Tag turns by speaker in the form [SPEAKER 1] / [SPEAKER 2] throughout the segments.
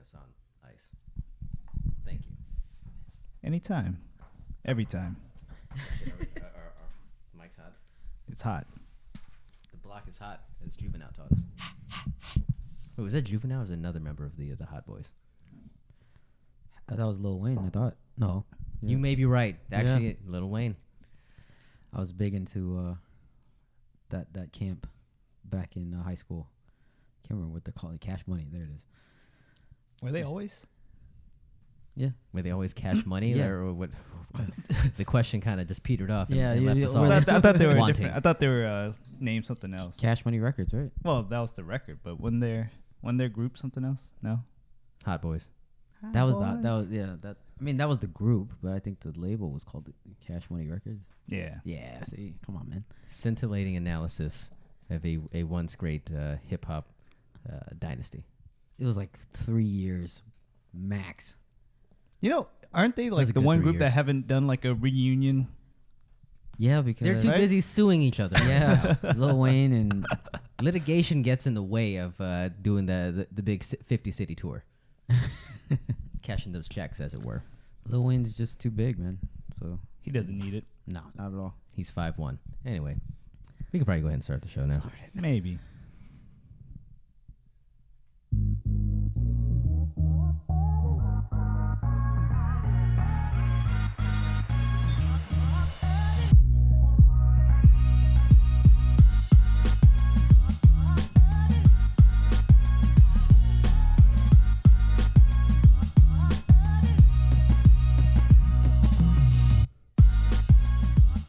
[SPEAKER 1] us on ice. Thank you.
[SPEAKER 2] Anytime. Every time.
[SPEAKER 1] Get our- our- our- our Mike's hot.
[SPEAKER 2] It's hot.
[SPEAKER 1] The block is hot, as Juvenile taught us. Wait, was that Juvenile or was it another member of the the Hot Boys?
[SPEAKER 3] Uh, That was Lil Wayne. I thought no,
[SPEAKER 1] You
[SPEAKER 3] Yeah.
[SPEAKER 1] may be right.
[SPEAKER 3] Yeah.
[SPEAKER 1] Actually, Little Wayne.
[SPEAKER 3] I was big into uh, that that camp back in uh, high school. Can't remember what they call it. Cash Money. There it is.
[SPEAKER 2] Were they always?
[SPEAKER 1] Where they always cash money,
[SPEAKER 3] Yeah.
[SPEAKER 1] or what? the question kind of just petered off. And,
[SPEAKER 3] Yeah,
[SPEAKER 1] and
[SPEAKER 3] yeah,
[SPEAKER 1] left
[SPEAKER 3] yeah,
[SPEAKER 1] us
[SPEAKER 3] where
[SPEAKER 1] all
[SPEAKER 2] I thought, I thought they were
[SPEAKER 1] Oh, wanting.
[SPEAKER 2] different. I thought they were uh, named something else.
[SPEAKER 3] Cash Money Records, right?
[SPEAKER 2] Well, that was the record, but when their when their group something else? No.
[SPEAKER 1] Hot Boys.
[SPEAKER 3] That was the, that was yeah that I mean that was the group, but I think the label was called Cash Money Records.
[SPEAKER 2] Yeah.
[SPEAKER 3] Yeah, see, come on, man.
[SPEAKER 1] Scintillating analysis of a, a once great uh, hip hop uh, dynasty.
[SPEAKER 3] It was like three years max.
[SPEAKER 2] You know, aren't they
[SPEAKER 1] was
[SPEAKER 2] like
[SPEAKER 1] a
[SPEAKER 2] the
[SPEAKER 1] good
[SPEAKER 2] one
[SPEAKER 1] three
[SPEAKER 2] group that
[SPEAKER 1] years.
[SPEAKER 2] haven't done like a reunion?
[SPEAKER 3] Yeah, because
[SPEAKER 1] They're too
[SPEAKER 2] Right?
[SPEAKER 1] busy suing each other.
[SPEAKER 3] yeah, Lil Wayne and
[SPEAKER 1] Litigation gets in the way of uh, doing the, the, the big ci- 50 city tour, cashing those checks, as it were.
[SPEAKER 3] Lil Wayne's just too big, man. So
[SPEAKER 2] He doesn't need it.
[SPEAKER 3] no, not at all.
[SPEAKER 1] He's five one. Anyway, we can probably go ahead and start the show now.
[SPEAKER 2] Maybe.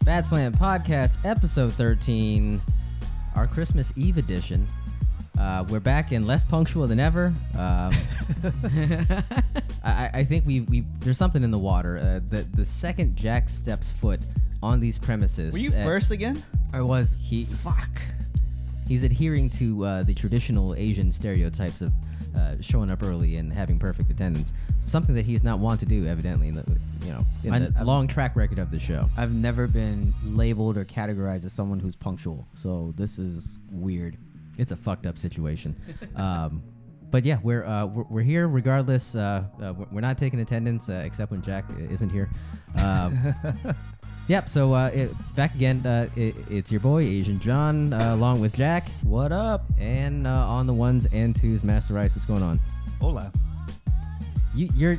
[SPEAKER 1] Bad Slam Podcast, episode 13, our Christmas Eve edition. Uh, we're back and less punctual than ever. Um, I- I, I think we, we there's something in the water. Uh, the, the second Jack steps foot on these premises.
[SPEAKER 2] Were you
[SPEAKER 1] uh,
[SPEAKER 2] first again?
[SPEAKER 3] I was
[SPEAKER 1] He,
[SPEAKER 2] Fuck.
[SPEAKER 1] he's adhering to uh, the traditional Asian stereotypes of uh, showing up early and having perfect attendance. Something that he has not want to do, evidently, in the, you know, in
[SPEAKER 3] I-
[SPEAKER 1] the
[SPEAKER 3] I-
[SPEAKER 1] long track record of the show.
[SPEAKER 3] I've never been labeled or categorized as someone who's punctual. So this is weird.
[SPEAKER 1] it's a fucked up situation. um, but yeah, we're, uh, we're we're here regardless. Uh, uh, we're- we're not taking attendance uh, except when Jack i- isn't here. Um, yep. So uh, it, back again. Uh, it, it's your boy Asian John, uh, along with Jack,
[SPEAKER 3] What up?
[SPEAKER 1] and uh, on the ones and twos, Master Rice. What's going on?
[SPEAKER 2] Hola.
[SPEAKER 1] You, your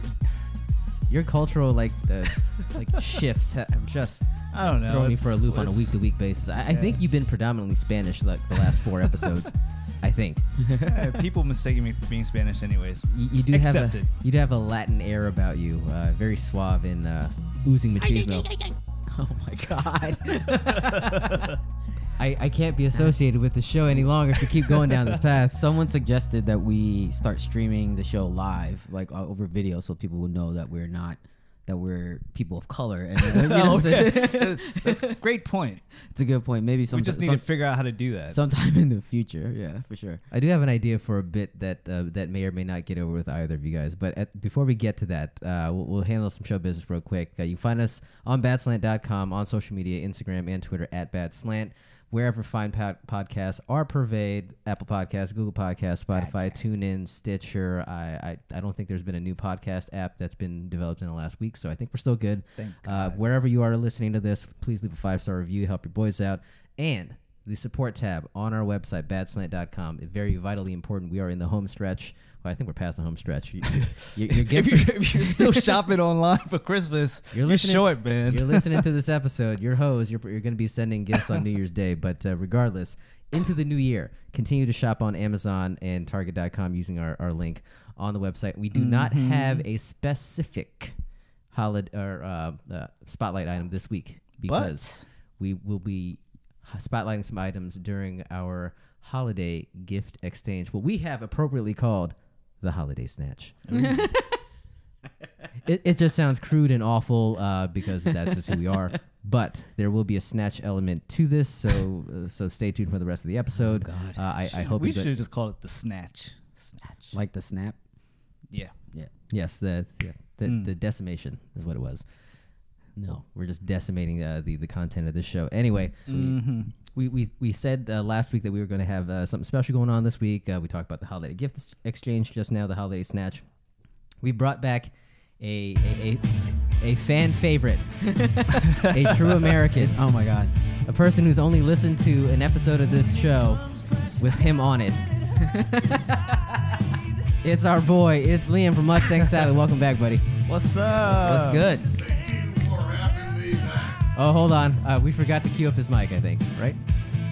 [SPEAKER 1] your cultural like uh, like shifts ha- have just
[SPEAKER 2] I don't know.
[SPEAKER 1] thrown me
[SPEAKER 2] It's-
[SPEAKER 1] for a loop on a
[SPEAKER 2] it's-
[SPEAKER 1] week to week basis. I, I think
[SPEAKER 2] Yeah.
[SPEAKER 1] you've been predominantly Spanish like the last four episodes. I think.
[SPEAKER 2] Eh, people mistaking me for being Spanish, anyways.
[SPEAKER 1] You, you do have
[SPEAKER 2] Accepted.
[SPEAKER 1] a you do have a Latin air about you, uh, very suave and uh, oozing machismo.
[SPEAKER 3] Oh my god.
[SPEAKER 1] I, I can't be associated with the show any longer if we keep going down this path.
[SPEAKER 3] Someone suggested that we start streaming the show live, like uh, over video, so people will know that we're not that we're people of color. And you know what I'm saying?
[SPEAKER 2] That's a great point.
[SPEAKER 3] it's a good point. Maybe some,
[SPEAKER 2] We just need
[SPEAKER 3] some-
[SPEAKER 2] to figure out how to do that.
[SPEAKER 3] sometime in the future. Yeah, for sure.
[SPEAKER 1] I do have an idea for a bit that uh, that may or may not get over with either of you guys. But at, before we get to that, uh, we'll, we'll handle some show business real quick. Uh, you can find us on badslant.com, on social media, Instagram and Twitter at badslant. Wherever fine pod- podcasts are purveyed, Apple Podcasts, Google Podcasts, Spotify, TuneIn, Stitcher. I, I I don't think there's been a new podcast app that's been developed in the last week, so I think we're still good.
[SPEAKER 2] Thank
[SPEAKER 1] Uh, wherever you are listening to this, please leave a five star review. Help your boys out. And the support tab on our website, badslant.com. Very vitally important. We are in the home stretch. Well, I think we're past the home stretch. You- you- your
[SPEAKER 2] if,
[SPEAKER 1] gifts are-
[SPEAKER 2] you're, if you're still shopping online for Christmas,
[SPEAKER 1] You're
[SPEAKER 2] you're,
[SPEAKER 1] listening to-
[SPEAKER 2] short, man.
[SPEAKER 1] you're listening to this episode. You're hoes. You're, you're going to be sending gifts on New Year's Day. But uh, regardless, into the new year, continue to shop on Amazon and Target.com using our, our link on the website. We do not
[SPEAKER 2] Mm-hmm.
[SPEAKER 1] have a specific holiday or uh, uh, spotlight item this week because we will be h- spotlighting some items during our holiday gift exchange. What we have appropriately called the holiday snatch.
[SPEAKER 2] Mm.
[SPEAKER 1] it, it just sounds crude and awful uh, because that's just who we are. But there will be a snatch element to this, so uh, so stay tuned for the rest of the episode. Uh, I, I hope
[SPEAKER 2] Oh, we
[SPEAKER 1] you go-
[SPEAKER 2] should have just called it the snatch. Snatch.
[SPEAKER 3] Like the snap.
[SPEAKER 2] Yeah.
[SPEAKER 3] Yeah.
[SPEAKER 1] yes the the,
[SPEAKER 2] Mm.
[SPEAKER 1] the decimation is what it was.
[SPEAKER 3] No.
[SPEAKER 1] We're just decimating uh, the the content of this show. Anyway, we we we said uh, last week that we were going to have uh, something special going on this week. Uh, we talked about the holiday gift ex- exchange just now, the holiday snatch. we brought back a a, a, a fan favorite, a true American,
[SPEAKER 3] Oh my god.
[SPEAKER 1] a person who's only listened to an episode of this show with him on it. it's our boy. It's Liam from Mustang Salad. Welcome back, buddy.
[SPEAKER 2] What's up?
[SPEAKER 3] What's good?
[SPEAKER 1] Oh, hold on. Uh, we forgot to cue up his mic, I think, right?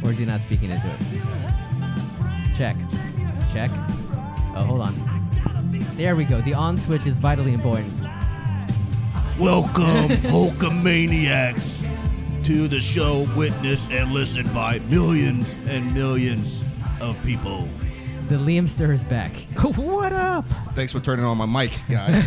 [SPEAKER 1] Or is he not speaking into it? Check. Check. Oh, hold on. There we go. The on switch is vitally important.
[SPEAKER 4] Welcome, Hulkamaniacs, to the show witnessed and listened by millions and millions of people.
[SPEAKER 1] The Liamster is back.
[SPEAKER 2] what up?
[SPEAKER 5] Thanks for turning on my mic, guys.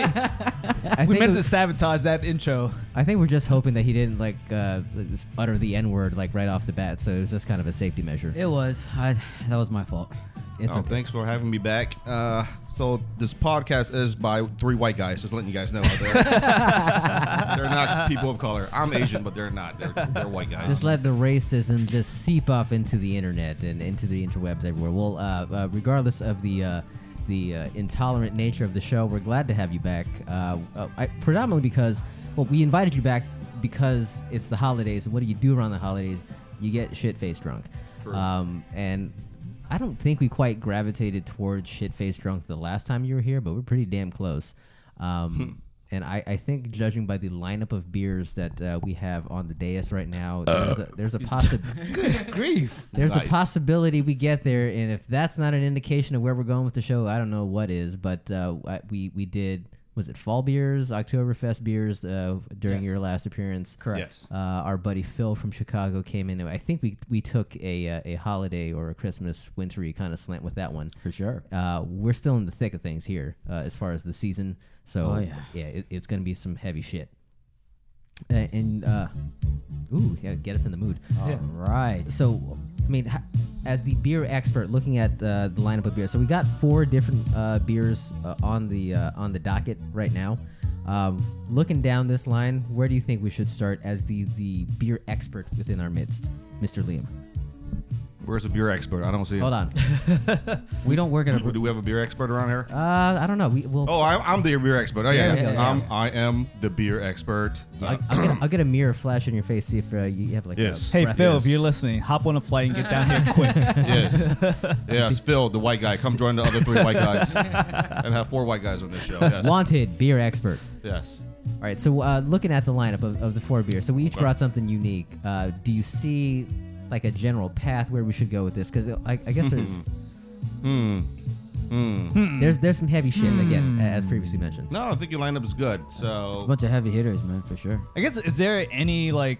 [SPEAKER 1] I
[SPEAKER 2] We
[SPEAKER 1] think,
[SPEAKER 2] meant to sabotage that intro.
[SPEAKER 1] I think we're just hoping that he didn't like uh, just utter the N word like right off the bat. So it was just kind of a safety measure.
[SPEAKER 3] It was. I, that was my fault.
[SPEAKER 1] It's
[SPEAKER 5] oh,
[SPEAKER 1] okay.
[SPEAKER 5] Thanks for having me back. Uh, so this podcast is by three white guys. Just letting you guys know. Out there. they're not people of color. I'm Asian, but they're not. They're, they're white guys.
[SPEAKER 1] Just let the racism just seep off into the internet and into the interwebs everywhere. Well, uh, uh, regardless of the uh, the uh, intolerant nature of the show, we're glad to have you back. Uh, uh, I, predominantly because, well, we invited you back because it's the holidays, and what do you do around the holidays? You get shit faced drunk.
[SPEAKER 5] True.
[SPEAKER 1] Um, and I don't think we quite gravitated towards shit faced drunk the last time you were here, but we're pretty damn close. Um,
[SPEAKER 5] Hmm.
[SPEAKER 1] and I, I think, judging by the lineup of beers that uh, we have on the dais right now, there's a, there's a possi-
[SPEAKER 2] Grief.
[SPEAKER 1] there's a
[SPEAKER 5] Nice.
[SPEAKER 1] possibility we get there. And if that's not an indication of where we're going with the show, I don't know what is. But uh, I- we we did was it fall beers, Oktoberfest beers uh, during your last appearance? Correct
[SPEAKER 5] yes.
[SPEAKER 1] uh, our buddy Phil from Chicago came in. and I think we we took a uh, a holiday or a Christmas wintry kind of slant with that one.
[SPEAKER 3] For sure.
[SPEAKER 1] Uh, we're still in the thick of things here uh, as far as the season, so
[SPEAKER 3] Oh, yeah.
[SPEAKER 1] it, it's going to be some heavy shit. Uh, and uh, ooh, yeah, get us in the mood.
[SPEAKER 2] Yeah.
[SPEAKER 3] All right.
[SPEAKER 1] So, I mean, ha- as the beer expert, looking at uh, the lineup of beers, so we got four different uh, beers uh, on the uh, on the docket right now. Um, looking down this line, where do you think we should start as the the beer expert within our midst, Mr. Liam?
[SPEAKER 5] Where's the beer expert? I don't see.
[SPEAKER 1] Hold
[SPEAKER 5] Him.
[SPEAKER 1] on, we don't work at a.
[SPEAKER 5] Do we have a beer expert around here?
[SPEAKER 1] Uh, I don't know. We will.
[SPEAKER 5] Oh, I'm, I'm the beer expert. Oh yeah,
[SPEAKER 1] Yeah, yeah, yeah.
[SPEAKER 5] I'm, I am the beer expert.
[SPEAKER 1] I'll,
[SPEAKER 5] Yes.
[SPEAKER 1] I'll get a, I'll get a mirror flash in your face. See if uh, you have like. a
[SPEAKER 5] Yes.
[SPEAKER 2] Hey,
[SPEAKER 1] breath.
[SPEAKER 2] Phil, if you're listening, hop on a flight and get down here quick.
[SPEAKER 5] yes. Yes. Phil, the white guy, come join the other three white guys and have four white guys on this show. Yes.
[SPEAKER 1] Wanted beer expert.
[SPEAKER 5] Yes.
[SPEAKER 1] All right, so uh, looking at the lineup of, of the four beers, so we each
[SPEAKER 5] Okay.
[SPEAKER 1] brought something unique. Uh, do you see like a general path where we should go with this? Because I, I guess there's
[SPEAKER 5] Hmm. Hmm.
[SPEAKER 1] there's there's some heavy shit again, a- as previously mentioned.
[SPEAKER 5] No, I think your lineup is good.
[SPEAKER 3] It's Hmm. a
[SPEAKER 5] So
[SPEAKER 3] bunch of heavy hitters, man, for sure.
[SPEAKER 2] I guess is there any like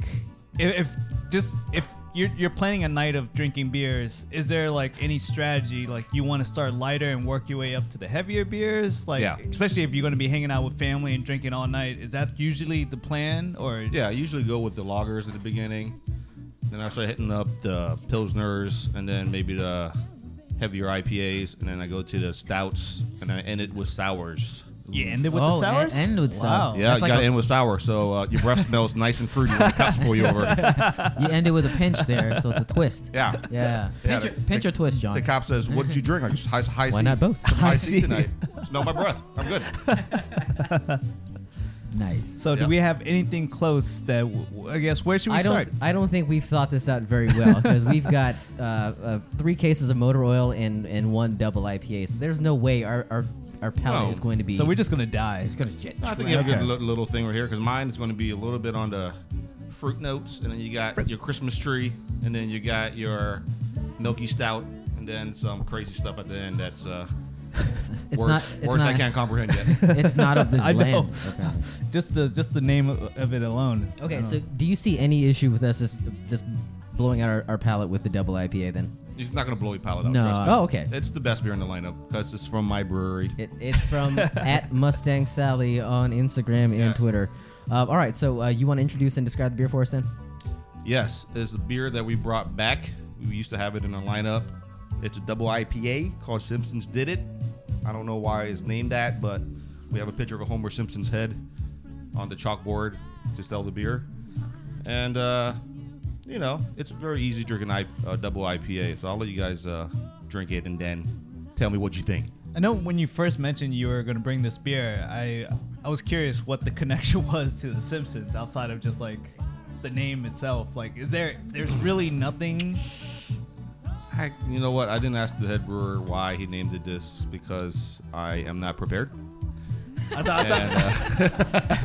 [SPEAKER 2] if, if just if you're you're planning a night of drinking beers, is there like any strategy like you want to start lighter and work your way up to the heavier beers? Like
[SPEAKER 5] Yeah.
[SPEAKER 2] especially if you're going to be hanging out with family and drinking all night, is that usually the plan or
[SPEAKER 5] yeah, I usually go with the loggers at the beginning. Then I start hitting up the pilsners, and then maybe the heavier IPAs, and then I go to the stouts, and I end it with sours.
[SPEAKER 2] you ended with the
[SPEAKER 3] Oh,
[SPEAKER 2] sours?
[SPEAKER 3] and- and with
[SPEAKER 2] wow.
[SPEAKER 3] sour.
[SPEAKER 5] Yeah,
[SPEAKER 3] Oh, That's
[SPEAKER 5] you
[SPEAKER 3] like
[SPEAKER 5] gotta
[SPEAKER 3] a-
[SPEAKER 5] end with sour, so uh, your breath smells nice and fruity when the cops pull you over.
[SPEAKER 3] You ended with a pinch there, so it's a twist.
[SPEAKER 5] Yeah.
[SPEAKER 3] Yeah.
[SPEAKER 5] Yeah,
[SPEAKER 3] Pinch, or,
[SPEAKER 5] the-
[SPEAKER 3] pinch or twist, John.
[SPEAKER 5] The cop says, "What did you drink? I just high, high
[SPEAKER 1] Why
[SPEAKER 5] C.
[SPEAKER 1] not both?
[SPEAKER 5] Some high
[SPEAKER 2] High
[SPEAKER 5] C
[SPEAKER 2] C.
[SPEAKER 5] tonight. Smell my breath. I'm good.
[SPEAKER 3] nice.
[SPEAKER 2] So
[SPEAKER 5] Yeah.
[SPEAKER 2] do we have anything close that w- w- I guess where should we
[SPEAKER 1] I
[SPEAKER 2] start?
[SPEAKER 1] don't I don't think we've thought this out very well because we've got uh, uh, three cases of motor oil and and one double IPA. So there's no way our our, our palate
[SPEAKER 5] No.
[SPEAKER 1] is going to be.
[SPEAKER 2] so we're just going to die.
[SPEAKER 3] It's gonna jet.
[SPEAKER 5] I think you have a
[SPEAKER 2] Okay.
[SPEAKER 5] good li- little thing right here because mine is going to be a little bit on the fruit notes, and then you got your Christmas tree, and then you got your milky stout, and then some crazy stuff at the end that's uh,
[SPEAKER 3] It's
[SPEAKER 5] worse,
[SPEAKER 3] not. It's
[SPEAKER 5] worse
[SPEAKER 3] not,
[SPEAKER 5] I can't comprehend yet.
[SPEAKER 3] It's not of this
[SPEAKER 2] I
[SPEAKER 3] land.
[SPEAKER 2] know.
[SPEAKER 3] apparently.
[SPEAKER 2] Just the just the name of, of it alone. I
[SPEAKER 1] okay.
[SPEAKER 2] don't
[SPEAKER 1] So
[SPEAKER 2] know.
[SPEAKER 1] do you see any issue with us just just blowing out our, our palate with the double IPA then?
[SPEAKER 5] it's not going to blow your palate out.
[SPEAKER 3] No. uh,
[SPEAKER 5] Trust me.
[SPEAKER 1] Oh, okay.
[SPEAKER 5] It's the best beer in the lineup because it's from my brewery.
[SPEAKER 1] It, it's from at Mustang Sally on Instagram
[SPEAKER 5] Yeah.
[SPEAKER 1] and Twitter. Uh, all right, so uh, you want to introduce and describe the beer for us then?
[SPEAKER 5] Yes, it's a beer that we brought back. We used to have it in our lineup. It's a double IPA called Simpsons Did It. I don't know why it's named that, but we have a picture of a Homer Simpson's head on the chalkboard to sell the beer. And, uh, you know, it's a very easy drinking I- uh, double IPA. So I'll let you guys uh, drink it and then tell me what you think.
[SPEAKER 2] I know when you first mentioned you were going to bring this beer, I I was curious what the connection was to The Simpsons outside of just like the name itself. Like, is there there's really nothing?
[SPEAKER 5] I, you know what? I didn't ask the head brewer why he named it this because I am not prepared.
[SPEAKER 2] I thought I thought,
[SPEAKER 5] And, uh,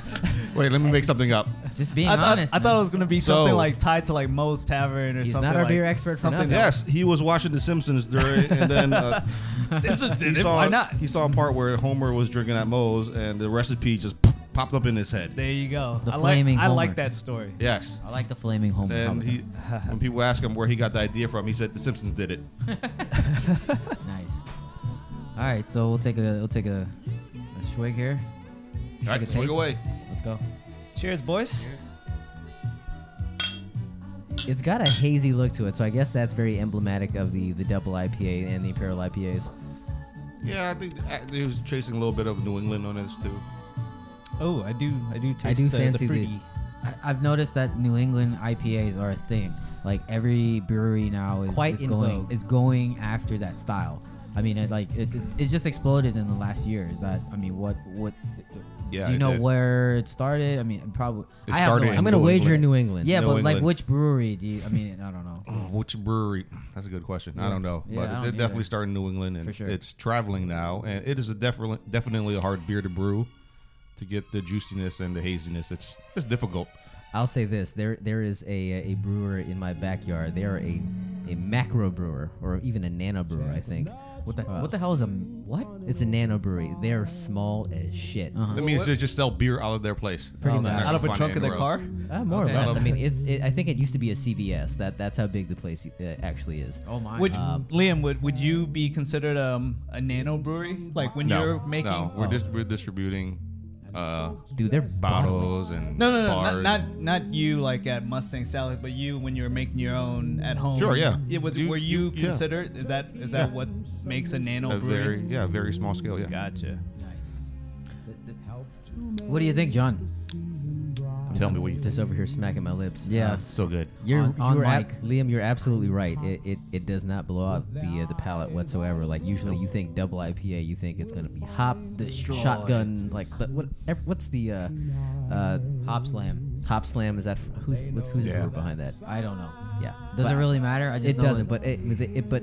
[SPEAKER 5] wait, let me make something up.
[SPEAKER 3] Just being
[SPEAKER 2] I, thought,
[SPEAKER 3] honest.
[SPEAKER 2] I thought it was going to be something
[SPEAKER 5] So-
[SPEAKER 2] like tied to like Moe's Tavern or
[SPEAKER 1] He's
[SPEAKER 2] something.
[SPEAKER 1] not our
[SPEAKER 2] like-
[SPEAKER 1] beer expert for
[SPEAKER 2] something
[SPEAKER 1] nothing.
[SPEAKER 2] that-
[SPEAKER 5] Yes, he was watching The Simpsons during, and then uh,
[SPEAKER 2] Simpsons
[SPEAKER 5] he
[SPEAKER 2] did it.
[SPEAKER 5] saw
[SPEAKER 2] Why not?
[SPEAKER 5] he saw a part where Homer was drinking at Moe's, and the recipe just popped up in his head.
[SPEAKER 2] There you go.
[SPEAKER 3] The
[SPEAKER 2] I like
[SPEAKER 3] flaming
[SPEAKER 2] I like
[SPEAKER 3] Homer.
[SPEAKER 2] that story.
[SPEAKER 5] Yes,
[SPEAKER 3] I like the flaming home.
[SPEAKER 5] and he,
[SPEAKER 3] Republic.
[SPEAKER 5] when people ask him where he got the idea from, he said The Simpsons did it.
[SPEAKER 3] Nice. All right, so we'll take a we'll take a, a swig here.
[SPEAKER 5] All right,
[SPEAKER 3] Take a
[SPEAKER 5] swing
[SPEAKER 3] taste.
[SPEAKER 5] away.
[SPEAKER 3] Let's go.
[SPEAKER 2] Cheers, boys.
[SPEAKER 1] It's got a hazy look to it, so I guess that's very emblematic of the the double IPA and the imperial IPAs.
[SPEAKER 5] Yeah, I think uh, he was chasing a little bit of New England on this too.
[SPEAKER 2] Oh, I do I do taste
[SPEAKER 1] I do
[SPEAKER 2] the,
[SPEAKER 1] fancy the-
[SPEAKER 2] the fruity.
[SPEAKER 3] I, I've noticed that New England IPAs are a thing. Like every brewery now is,
[SPEAKER 1] Quite
[SPEAKER 3] is
[SPEAKER 1] in
[SPEAKER 3] going
[SPEAKER 1] vogue.
[SPEAKER 3] is going after that style. I mean, it, like it, it's just exploded in the last year. Is that I mean, what what?
[SPEAKER 5] Yeah,
[SPEAKER 3] do you
[SPEAKER 5] it
[SPEAKER 3] know
[SPEAKER 5] did.
[SPEAKER 3] where it started? I mean, probably.
[SPEAKER 5] It
[SPEAKER 3] I have no
[SPEAKER 5] started in
[SPEAKER 3] idea.
[SPEAKER 1] I'm gonna
[SPEAKER 5] New
[SPEAKER 1] wager
[SPEAKER 5] England.
[SPEAKER 1] New England.
[SPEAKER 3] yeah,
[SPEAKER 5] New
[SPEAKER 3] but like,
[SPEAKER 5] England.
[SPEAKER 3] which brewery do you? I mean, I don't know.
[SPEAKER 5] Which Mm, brewery? That's a good question. I don't know,
[SPEAKER 3] Yeah,
[SPEAKER 5] but
[SPEAKER 3] I don't
[SPEAKER 5] it did definitely
[SPEAKER 3] either.
[SPEAKER 5] start in New England, and
[SPEAKER 3] For sure.
[SPEAKER 5] it's traveling now. And it is a definitely definitely a hard beer to brew to get the juiciness and the haziness. It's it's difficult.
[SPEAKER 1] I'll say this: there there is a a brewer in my backyard. They are a a macro brewer or even a nano brewer, I think.
[SPEAKER 3] What the
[SPEAKER 1] Wow.
[SPEAKER 3] what the hell is a what?
[SPEAKER 1] It's a nano brewery. They are small as shit.
[SPEAKER 3] Uh-huh.
[SPEAKER 5] That means they just sell beer out of their place.
[SPEAKER 1] Pretty
[SPEAKER 5] They're
[SPEAKER 1] much.
[SPEAKER 5] not
[SPEAKER 2] Out of a
[SPEAKER 5] gonna find
[SPEAKER 2] trunk
[SPEAKER 5] it
[SPEAKER 2] of their
[SPEAKER 5] anywhere
[SPEAKER 2] car.
[SPEAKER 5] else.
[SPEAKER 1] Uh, more
[SPEAKER 3] Okay.
[SPEAKER 1] or less. I mean, it's. It, I think it used to be a CVS. That that's how big the place uh, actually is.
[SPEAKER 3] Oh my.
[SPEAKER 2] Would
[SPEAKER 1] Um,
[SPEAKER 2] Liam would would you be considered um, a nano brewery? Like when
[SPEAKER 5] No,
[SPEAKER 2] you're making
[SPEAKER 5] no, we're
[SPEAKER 1] Oh.
[SPEAKER 5] just we're distributing uh,
[SPEAKER 1] Dude, they're bottled.
[SPEAKER 5] bottles and
[SPEAKER 2] No, no, no,
[SPEAKER 5] bars
[SPEAKER 2] not, not not you like at Mustang Salad, but you when you were making your own at home.
[SPEAKER 5] Sure, yeah.
[SPEAKER 2] was-
[SPEAKER 5] You-
[SPEAKER 2] were you,
[SPEAKER 5] you- yeah.
[SPEAKER 2] considered? Is that is that
[SPEAKER 5] Yeah.
[SPEAKER 2] what makes a
[SPEAKER 5] and
[SPEAKER 2] nano
[SPEAKER 5] a
[SPEAKER 2] brewery?
[SPEAKER 5] very yeah very small scale. Yeah,
[SPEAKER 2] Gotcha.
[SPEAKER 3] Nice. The- the- what do you think, John?
[SPEAKER 5] tell me what you think.
[SPEAKER 1] Just over here smacking my lips.
[SPEAKER 3] Yeah.
[SPEAKER 1] Uh,
[SPEAKER 5] It's so good.
[SPEAKER 1] You're,
[SPEAKER 3] On- on
[SPEAKER 1] you're ab-
[SPEAKER 3] mic.
[SPEAKER 1] Liam. You're absolutely right. It, it, it does not blow out the uh, the palate whatsoever. Like usually, you think double IPA, you think it's gonna be hop, the
[SPEAKER 3] Destroy.
[SPEAKER 1] shotgun, like the, what? ev- What's the uh, uh,
[SPEAKER 3] Hop slam.
[SPEAKER 1] hop slam? Is that fr- who's what's, who's the
[SPEAKER 5] Yeah.
[SPEAKER 1] brewer behind that?
[SPEAKER 3] I don't know.
[SPEAKER 1] Yeah,
[SPEAKER 3] Does
[SPEAKER 1] But-
[SPEAKER 3] it really matter? I just
[SPEAKER 1] It
[SPEAKER 3] know
[SPEAKER 1] doesn't, but it, with it, it- but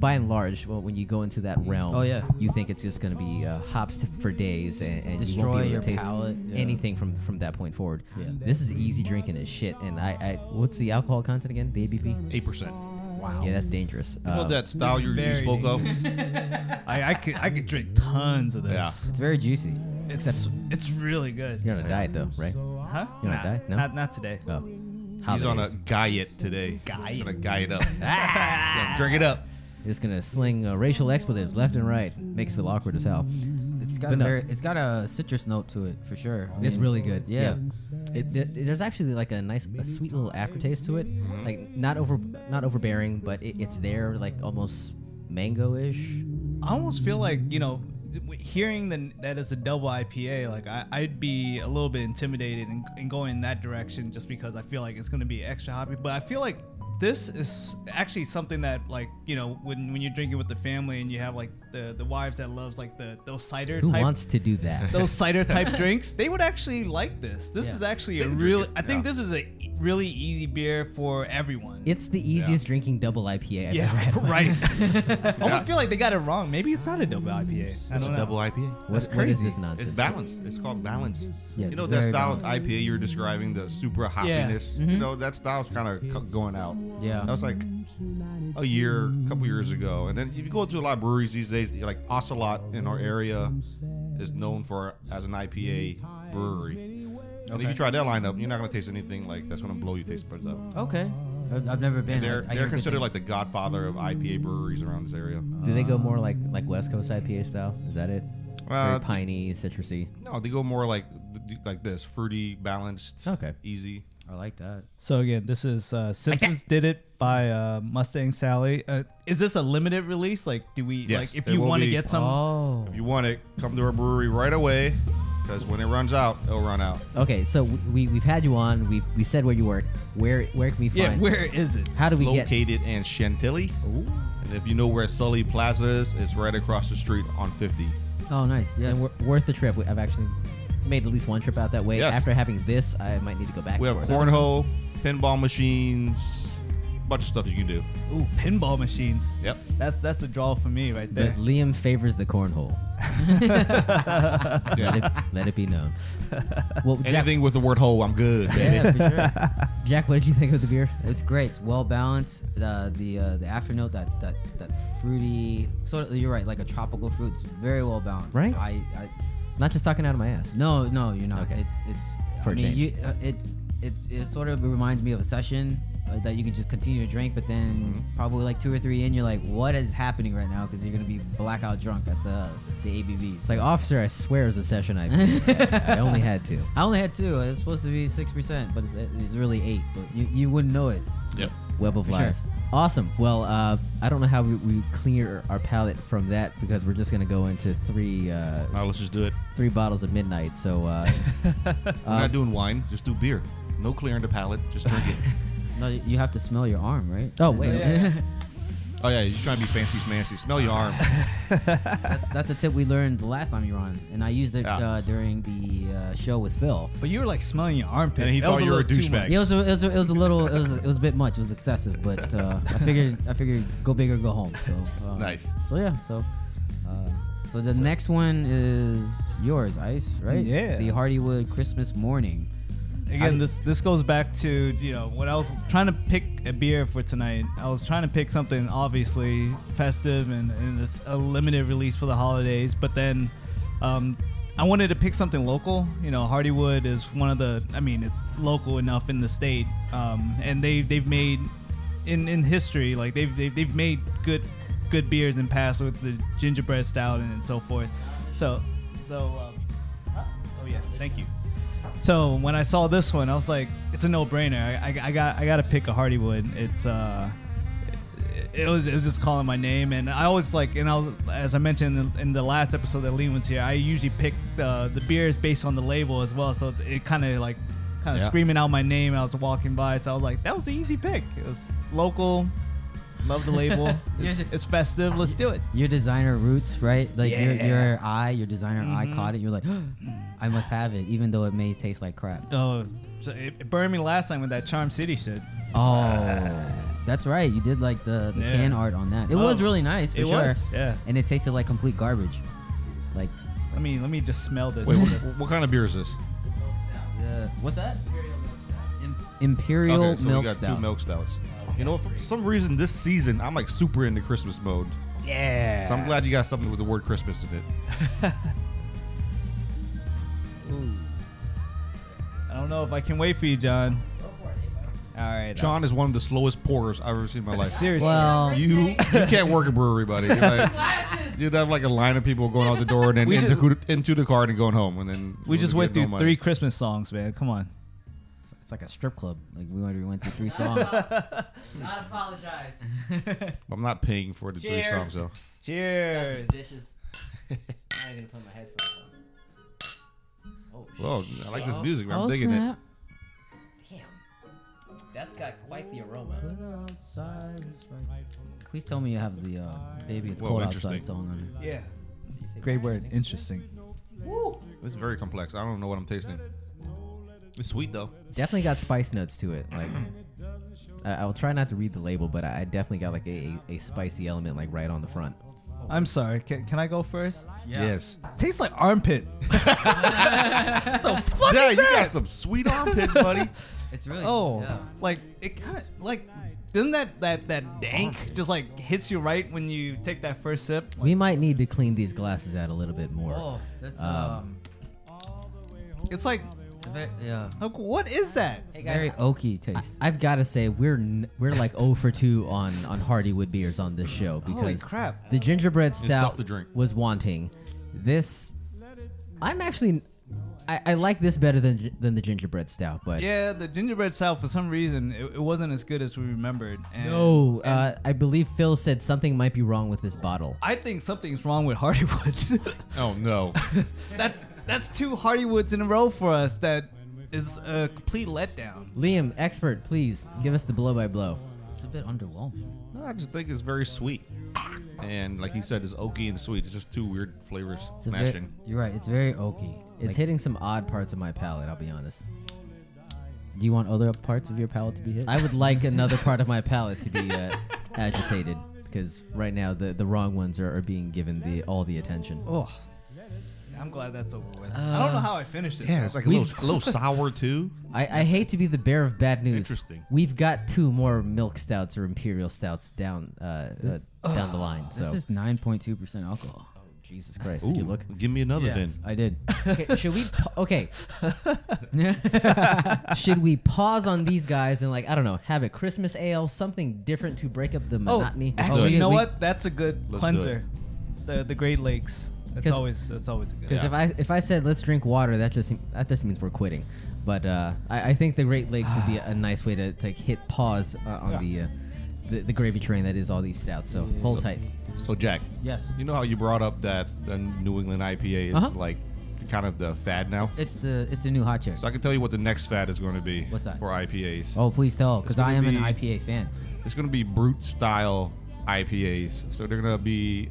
[SPEAKER 1] by and large, well, when you go into that realm,
[SPEAKER 3] Oh, yeah.
[SPEAKER 1] you think it's just gonna be uh, hops t- for days, and, and you
[SPEAKER 3] destroy
[SPEAKER 1] won't be able
[SPEAKER 3] your
[SPEAKER 1] to taste
[SPEAKER 3] palate, yeah.
[SPEAKER 1] anything from from that point forward.
[SPEAKER 3] Yeah.
[SPEAKER 1] This is easy drinking as shit, and I, I what's the alcohol content again? The ABV.
[SPEAKER 5] Eight percent.
[SPEAKER 3] wow.
[SPEAKER 1] Yeah, that's dangerous.
[SPEAKER 5] Well,
[SPEAKER 3] Uh,
[SPEAKER 1] Um,
[SPEAKER 5] that style you, you
[SPEAKER 2] Very
[SPEAKER 5] spoke of.
[SPEAKER 2] I, I could I could drink tons of this.
[SPEAKER 3] It's very juicy.
[SPEAKER 2] It's it's really good.
[SPEAKER 1] You're on a diet though, right?
[SPEAKER 2] Huh?
[SPEAKER 1] You're
[SPEAKER 2] nah,
[SPEAKER 1] not diet? No?
[SPEAKER 2] Not not today.
[SPEAKER 1] Oh,
[SPEAKER 5] He's on a
[SPEAKER 1] holidays.
[SPEAKER 5] diet today.
[SPEAKER 2] Diet.
[SPEAKER 5] He's gonna guy it up. Ah, drink it up.
[SPEAKER 1] Just gonna sling uh, racial expletives left and right. Makes it feel awkward as hell.
[SPEAKER 3] It's got
[SPEAKER 1] But
[SPEAKER 3] a
[SPEAKER 1] no.
[SPEAKER 3] very, it's got a citrus note to it for sure. I
[SPEAKER 1] It's
[SPEAKER 3] mean,
[SPEAKER 1] really good.
[SPEAKER 3] Yeah.
[SPEAKER 1] Yeah, It, th- there's actually like a nice, a sweet little aftertaste to it. Like not over, not overbearing, but it, it's there, like almost mango-ish.
[SPEAKER 2] I almost feel like you know, w- hearing the, that it's a double IPA, like I, I'd be a little bit intimidated in, in going that direction just because I feel like it's going to be extra hoppy. But I feel like this is actually something that like you know when when you're drinking with the family and you have like the the wives that loves like the those cider
[SPEAKER 1] Who
[SPEAKER 2] type.
[SPEAKER 1] wants to do that?
[SPEAKER 2] those cider type drinks, they would actually like this. This
[SPEAKER 3] Yeah.
[SPEAKER 2] is actually a really, I think
[SPEAKER 5] yeah.
[SPEAKER 2] this is a e- really easy beer for everyone.
[SPEAKER 1] It's the easiest drinking double IPA I've ever
[SPEAKER 2] yeah,
[SPEAKER 1] had. in my
[SPEAKER 2] right. I
[SPEAKER 5] Yeah.
[SPEAKER 2] almost feel like they got it wrong. Maybe it's not a double IPA. I
[SPEAKER 5] It's
[SPEAKER 2] don't
[SPEAKER 5] a
[SPEAKER 2] know.
[SPEAKER 5] double IPA.
[SPEAKER 1] What, what is this nonsense?
[SPEAKER 5] It's balance. It's called balance.
[SPEAKER 3] Yes,
[SPEAKER 5] you know that
[SPEAKER 3] very
[SPEAKER 5] style of IPA you were describing, the super hoppiness. You know that style's kind of going out.
[SPEAKER 3] Yeah.
[SPEAKER 5] that was like a year, a couple years ago. And then if you go to a lot of breweries these days, like Ocelot in our area is known for as an IPA brewery. And if you try that lineup, you're not gonna taste anything like that's gonna blow your taste buds out.
[SPEAKER 3] Okay. I've, I've never been. I-
[SPEAKER 5] They're
[SPEAKER 3] I hear
[SPEAKER 5] they're
[SPEAKER 3] good
[SPEAKER 5] considered
[SPEAKER 3] things. Uh,
[SPEAKER 5] like the godfather of IPA breweries around this area.
[SPEAKER 1] Do they go more like like West Coast IPA style? Is that it?
[SPEAKER 5] Uh,
[SPEAKER 1] Very piney, citrusy.
[SPEAKER 5] No, they go more like like this, fruity, balanced,
[SPEAKER 1] Okay.
[SPEAKER 5] easy.
[SPEAKER 3] I like that.
[SPEAKER 2] So again, this is uh, Simpsons did it by uh, Mustang Sally. Uh, is this a limited release? Like, do we
[SPEAKER 5] Yes,
[SPEAKER 2] like if
[SPEAKER 5] there
[SPEAKER 2] you
[SPEAKER 5] will
[SPEAKER 2] want to
[SPEAKER 5] be.
[SPEAKER 2] get some?
[SPEAKER 3] oh.
[SPEAKER 5] If you want it, come to our brewery right away, because when it runs out, it'll run out.
[SPEAKER 1] Okay, so we, we we've had you on. We we said where you work. Where where can we find?
[SPEAKER 2] yeah, where is it?
[SPEAKER 1] How do we get?
[SPEAKER 5] Located in Chantilly, in And if you know where Sully Plaza is, it's right across the street on 50.
[SPEAKER 3] Oh, nice. Yeah.
[SPEAKER 1] And wor- worth the trip. We- I've actually made at least one trip out that way.
[SPEAKER 5] Yes.
[SPEAKER 1] After having this, I might need to go back.
[SPEAKER 5] We have
[SPEAKER 1] for another.
[SPEAKER 5] cornhole, pinball machines, a bunch of stuff you can do.
[SPEAKER 2] Ooh, pinball machines.
[SPEAKER 5] Yep.
[SPEAKER 2] That's that's a draw for me right
[SPEAKER 1] But
[SPEAKER 2] there.
[SPEAKER 1] Liam favors the cornhole. let, it, let it be known. Well, Jack,
[SPEAKER 5] Anything with the word hole, I'm good. Baby.
[SPEAKER 3] Yeah, for sure.
[SPEAKER 1] Jack, what did you think of the beer?
[SPEAKER 3] It's great. It's well balanced. The the uh, the afternote that that that fruity. So you're right, like a tropical fruit. It's very well balanced.
[SPEAKER 1] Right.
[SPEAKER 3] I, I
[SPEAKER 1] Not just talking out of my ass.
[SPEAKER 3] no no you're not.
[SPEAKER 1] Okay.
[SPEAKER 3] It's it's.
[SPEAKER 1] For
[SPEAKER 3] I
[SPEAKER 1] a
[SPEAKER 3] mean
[SPEAKER 1] change.
[SPEAKER 3] you uh, it it's it sort of reminds me of a session uh, that you can just continue to drink, but
[SPEAKER 1] Mm-hmm.
[SPEAKER 3] then probably like two or three in, you're like, what is happening right now? Because you're gonna be blackout drunk at the the ABVs.
[SPEAKER 1] It's like, officer, I swear it was a session I I only had two.
[SPEAKER 3] I only had two. It was supposed to be six percent, but it's, it's really eight. But you, you wouldn't know it.
[SPEAKER 5] Yep.
[SPEAKER 1] Web of
[SPEAKER 3] For sure.
[SPEAKER 1] Lies. Awesome. Well, uh, I don't know how we, we clear our palate from that because we're just going to go into three uh,
[SPEAKER 5] Now let's just do it.
[SPEAKER 1] three bottles of midnight. So uh,
[SPEAKER 5] We're
[SPEAKER 2] Um,
[SPEAKER 5] not doing wine, just do beer. No clearing the palate, just drink it.
[SPEAKER 3] No, you you have to smell your arm, right?
[SPEAKER 1] Oh, wait.
[SPEAKER 5] oh, yeah, you're trying to be fancy smancy. Smell your arm.
[SPEAKER 3] that's that's a tip we learned the last time you were on, and I used it
[SPEAKER 5] Yeah.
[SPEAKER 3] uh, during the uh, show with Phil.
[SPEAKER 2] But you were like smelling your armpit.
[SPEAKER 5] And he
[SPEAKER 2] That
[SPEAKER 5] thought
[SPEAKER 2] was
[SPEAKER 5] you were a
[SPEAKER 2] little too
[SPEAKER 5] douchebag.
[SPEAKER 2] much.
[SPEAKER 3] Yeah, it was a, it was a, it was a little it was a, it was a bit much. It was excessive, but uh, I figured I figured go big or go home. So uh,
[SPEAKER 5] Nice.
[SPEAKER 3] So yeah, so uh, so the next one is yours, Ice, right?
[SPEAKER 2] Yeah.
[SPEAKER 3] The Hardywood Christmas morning.
[SPEAKER 2] Again,
[SPEAKER 3] I-
[SPEAKER 2] this this goes back to you know when I was trying to pick a beer for tonight. I was trying to pick something obviously festive and, and this a limited release for the holidays. But then um, I wanted to pick something local. You know, Hardywood is one of the. I mean, it's local enough in the state, um, and they they've made in in history like they've they've, they've made good good beers in past with the gingerbread stout and, so forth. So so um, huh? oh yeah, thank you. So when I saw this one, I was like, it's a no-brainer. I, I, I got I got to pick a Hardywood. It's uh, it, it was it was just calling my name, and I always like, and I was as I mentioned in the, in the last episode that Lee was here, I usually pick the the beers based on the label as well. So it kind of like kind of
[SPEAKER 5] Yeah.
[SPEAKER 2] screaming out my name. I was walking by, so I was like, that was an easy pick. It was local. Love the label. it's, it's festive. Let's do it.
[SPEAKER 3] your designer roots, right? Like your,
[SPEAKER 2] Yeah. Mm-hmm.
[SPEAKER 3] your eye, your designer eye caught it. You're like, I must have it, even though it may taste like crap.
[SPEAKER 2] Oh, so it, it burned me last time with that Charm City shit.
[SPEAKER 3] Oh, that's right. You did like the, the
[SPEAKER 2] Yeah.
[SPEAKER 3] can art on that. It
[SPEAKER 2] Oh,
[SPEAKER 3] was really nice. For
[SPEAKER 2] it
[SPEAKER 3] sure.
[SPEAKER 2] was, yeah.
[SPEAKER 3] And it tasted like complete garbage. Like,
[SPEAKER 2] I mean, let me just smell this.
[SPEAKER 5] Wait, what, what kind of beer is this?
[SPEAKER 3] uh, what's that? Imperial
[SPEAKER 5] okay, so
[SPEAKER 3] milk
[SPEAKER 5] we got
[SPEAKER 3] stout.
[SPEAKER 5] two milk stouts. You know, for some reason this season I'm like super into Christmas mode. Yeah. So I'm glad you got something with the word Christmas in it.
[SPEAKER 2] I don't know if I can wait for you, John. All right, John.
[SPEAKER 5] John is one of the slowest pourers I've ever seen in my life.
[SPEAKER 2] Seriously.
[SPEAKER 3] Well,
[SPEAKER 5] You you can't work a brewery, buddy. You're like, you'd have like a line of people going out the door and then
[SPEAKER 2] We
[SPEAKER 5] into,
[SPEAKER 2] ju-
[SPEAKER 5] into the car and going home, and then
[SPEAKER 2] we just
[SPEAKER 5] get
[SPEAKER 2] went
[SPEAKER 5] no
[SPEAKER 2] through
[SPEAKER 5] money.
[SPEAKER 2] three Christmas songs, man. Come on.
[SPEAKER 3] it's like a strip club. Like we went, we went through three songs.
[SPEAKER 1] Not apologize.
[SPEAKER 5] I'm not paying for the three
[SPEAKER 1] Cheers.
[SPEAKER 5] songs though.
[SPEAKER 2] Cheers.
[SPEAKER 1] I'm going to put my headphones on. Oh,
[SPEAKER 5] Well, I like this music. man. I'm
[SPEAKER 3] Oh,
[SPEAKER 5] digging
[SPEAKER 3] snap.
[SPEAKER 1] Damn. That's got quite the aroma.
[SPEAKER 3] Please tell me you have the uh, "Baby It's
[SPEAKER 5] Whoa,
[SPEAKER 3] Cold
[SPEAKER 5] interesting.
[SPEAKER 3] Outside" song on it.
[SPEAKER 2] Yeah. Great word. Interesting.
[SPEAKER 5] it. It's very complex. I don't know what I'm tasting. It's sweet though.
[SPEAKER 1] Definitely got spice notes to it. Like, I, I'll try not to read the label, but I I definitely got like a, a, a spicy element like right on the front.
[SPEAKER 2] I'm sorry. Can, can I go first?
[SPEAKER 5] Yes.
[SPEAKER 2] Tastes like armpit.
[SPEAKER 5] yeah, you got some sweet armpits, buddy.
[SPEAKER 3] It's really
[SPEAKER 2] Oh,
[SPEAKER 3] yeah.
[SPEAKER 2] like it kind of like doesn't that that that dank just like hits you right when you take that first sip?
[SPEAKER 1] We might need to clean these glasses out a little bit more.
[SPEAKER 3] Oh, that's
[SPEAKER 1] Um,
[SPEAKER 3] um,
[SPEAKER 2] It's like,
[SPEAKER 3] it's a bit, yeah.
[SPEAKER 2] like what is that?
[SPEAKER 1] Hey
[SPEAKER 3] It's
[SPEAKER 1] guys,
[SPEAKER 3] very oaky
[SPEAKER 1] I,
[SPEAKER 3] taste.
[SPEAKER 1] I've got to say we're n- we're like 0 for 2 on on Hardywood beers on this show
[SPEAKER 2] Holy
[SPEAKER 1] because
[SPEAKER 2] crap!
[SPEAKER 1] the gingerbread
[SPEAKER 5] tough
[SPEAKER 1] stout
[SPEAKER 5] to drink.
[SPEAKER 1] was wanting. This, I'm actually, I, I like this better than than the gingerbread stout, but
[SPEAKER 2] Yeah, the gingerbread stout for some reason it, it wasn't as good as we remembered. And
[SPEAKER 1] no, uh, I believe Phil said something might be wrong with this bottle.
[SPEAKER 2] I think something's wrong with Hardywood.
[SPEAKER 5] Oh no.
[SPEAKER 2] That's that's two Hardywoods in a row for us. That is a complete letdown.
[SPEAKER 1] Liam, expert, please give us the blow by blow.
[SPEAKER 3] It's a bit underwhelming.
[SPEAKER 5] No, I just think it's very sweet. And like he said, it's oaky and sweet. It's just two weird flavors
[SPEAKER 3] It's a ve-
[SPEAKER 5] smashing.
[SPEAKER 3] you're right. It's very oaky.
[SPEAKER 1] It's
[SPEAKER 3] Like,
[SPEAKER 1] hitting some odd parts of my palate. I'll be honest. Do you want other parts of your palate to be hit? I would like another part of my palate to be uh, agitated because right now the, the wrong ones are, are being given the all the attention.
[SPEAKER 2] Oh, I'm glad that's over with. I don't know how I finished it.
[SPEAKER 5] Yeah,
[SPEAKER 2] though.
[SPEAKER 5] it's like a little, a little sour too.
[SPEAKER 1] I, I hate to be the bearer of bad news.
[SPEAKER 5] Interesting.
[SPEAKER 1] We've got two more milk stouts or imperial stouts down uh, uh, down the line. So
[SPEAKER 3] This is 9.2% alcohol.
[SPEAKER 5] Oh,
[SPEAKER 1] Jesus Christ,
[SPEAKER 5] Ooh,
[SPEAKER 1] did you look?
[SPEAKER 5] give me another
[SPEAKER 2] Yes.
[SPEAKER 5] then.
[SPEAKER 3] I did.
[SPEAKER 1] Okay, should we? Pa- okay. should we pause on these guys and like I don't know, have a Christmas ale, something different to break up the
[SPEAKER 2] oh,
[SPEAKER 1] monotony?
[SPEAKER 2] actually,
[SPEAKER 3] we-
[SPEAKER 2] you know
[SPEAKER 3] we-
[SPEAKER 2] what? That's a good
[SPEAKER 5] Let's do
[SPEAKER 2] cleanser. The the Great Lakes. That's
[SPEAKER 1] 'Cause-
[SPEAKER 2] always that's always a good.
[SPEAKER 1] Because if I if I said let's drink water, that just seem- that just means we're quitting. But uh, I, I think the Great Lakes would be a, nice way to, to hit pause uh, on the, uh, the the gravy train that is all these stouts. So hold tight.
[SPEAKER 5] So Jack,
[SPEAKER 3] Yes.
[SPEAKER 5] you know how you brought up that the New England IPA is
[SPEAKER 3] Uh-huh.
[SPEAKER 5] like kind of the fad now.
[SPEAKER 3] It's the it's the new hot chick.
[SPEAKER 5] So I can tell you what the next fad is going to be
[SPEAKER 3] What's that?
[SPEAKER 5] for IPAs.
[SPEAKER 3] Oh, please tell,
[SPEAKER 5] It's
[SPEAKER 3] because I
[SPEAKER 5] gonna
[SPEAKER 3] am an
[SPEAKER 5] be-
[SPEAKER 3] IPA fan.
[SPEAKER 5] It's going to be brute style IPAs. So they're going to be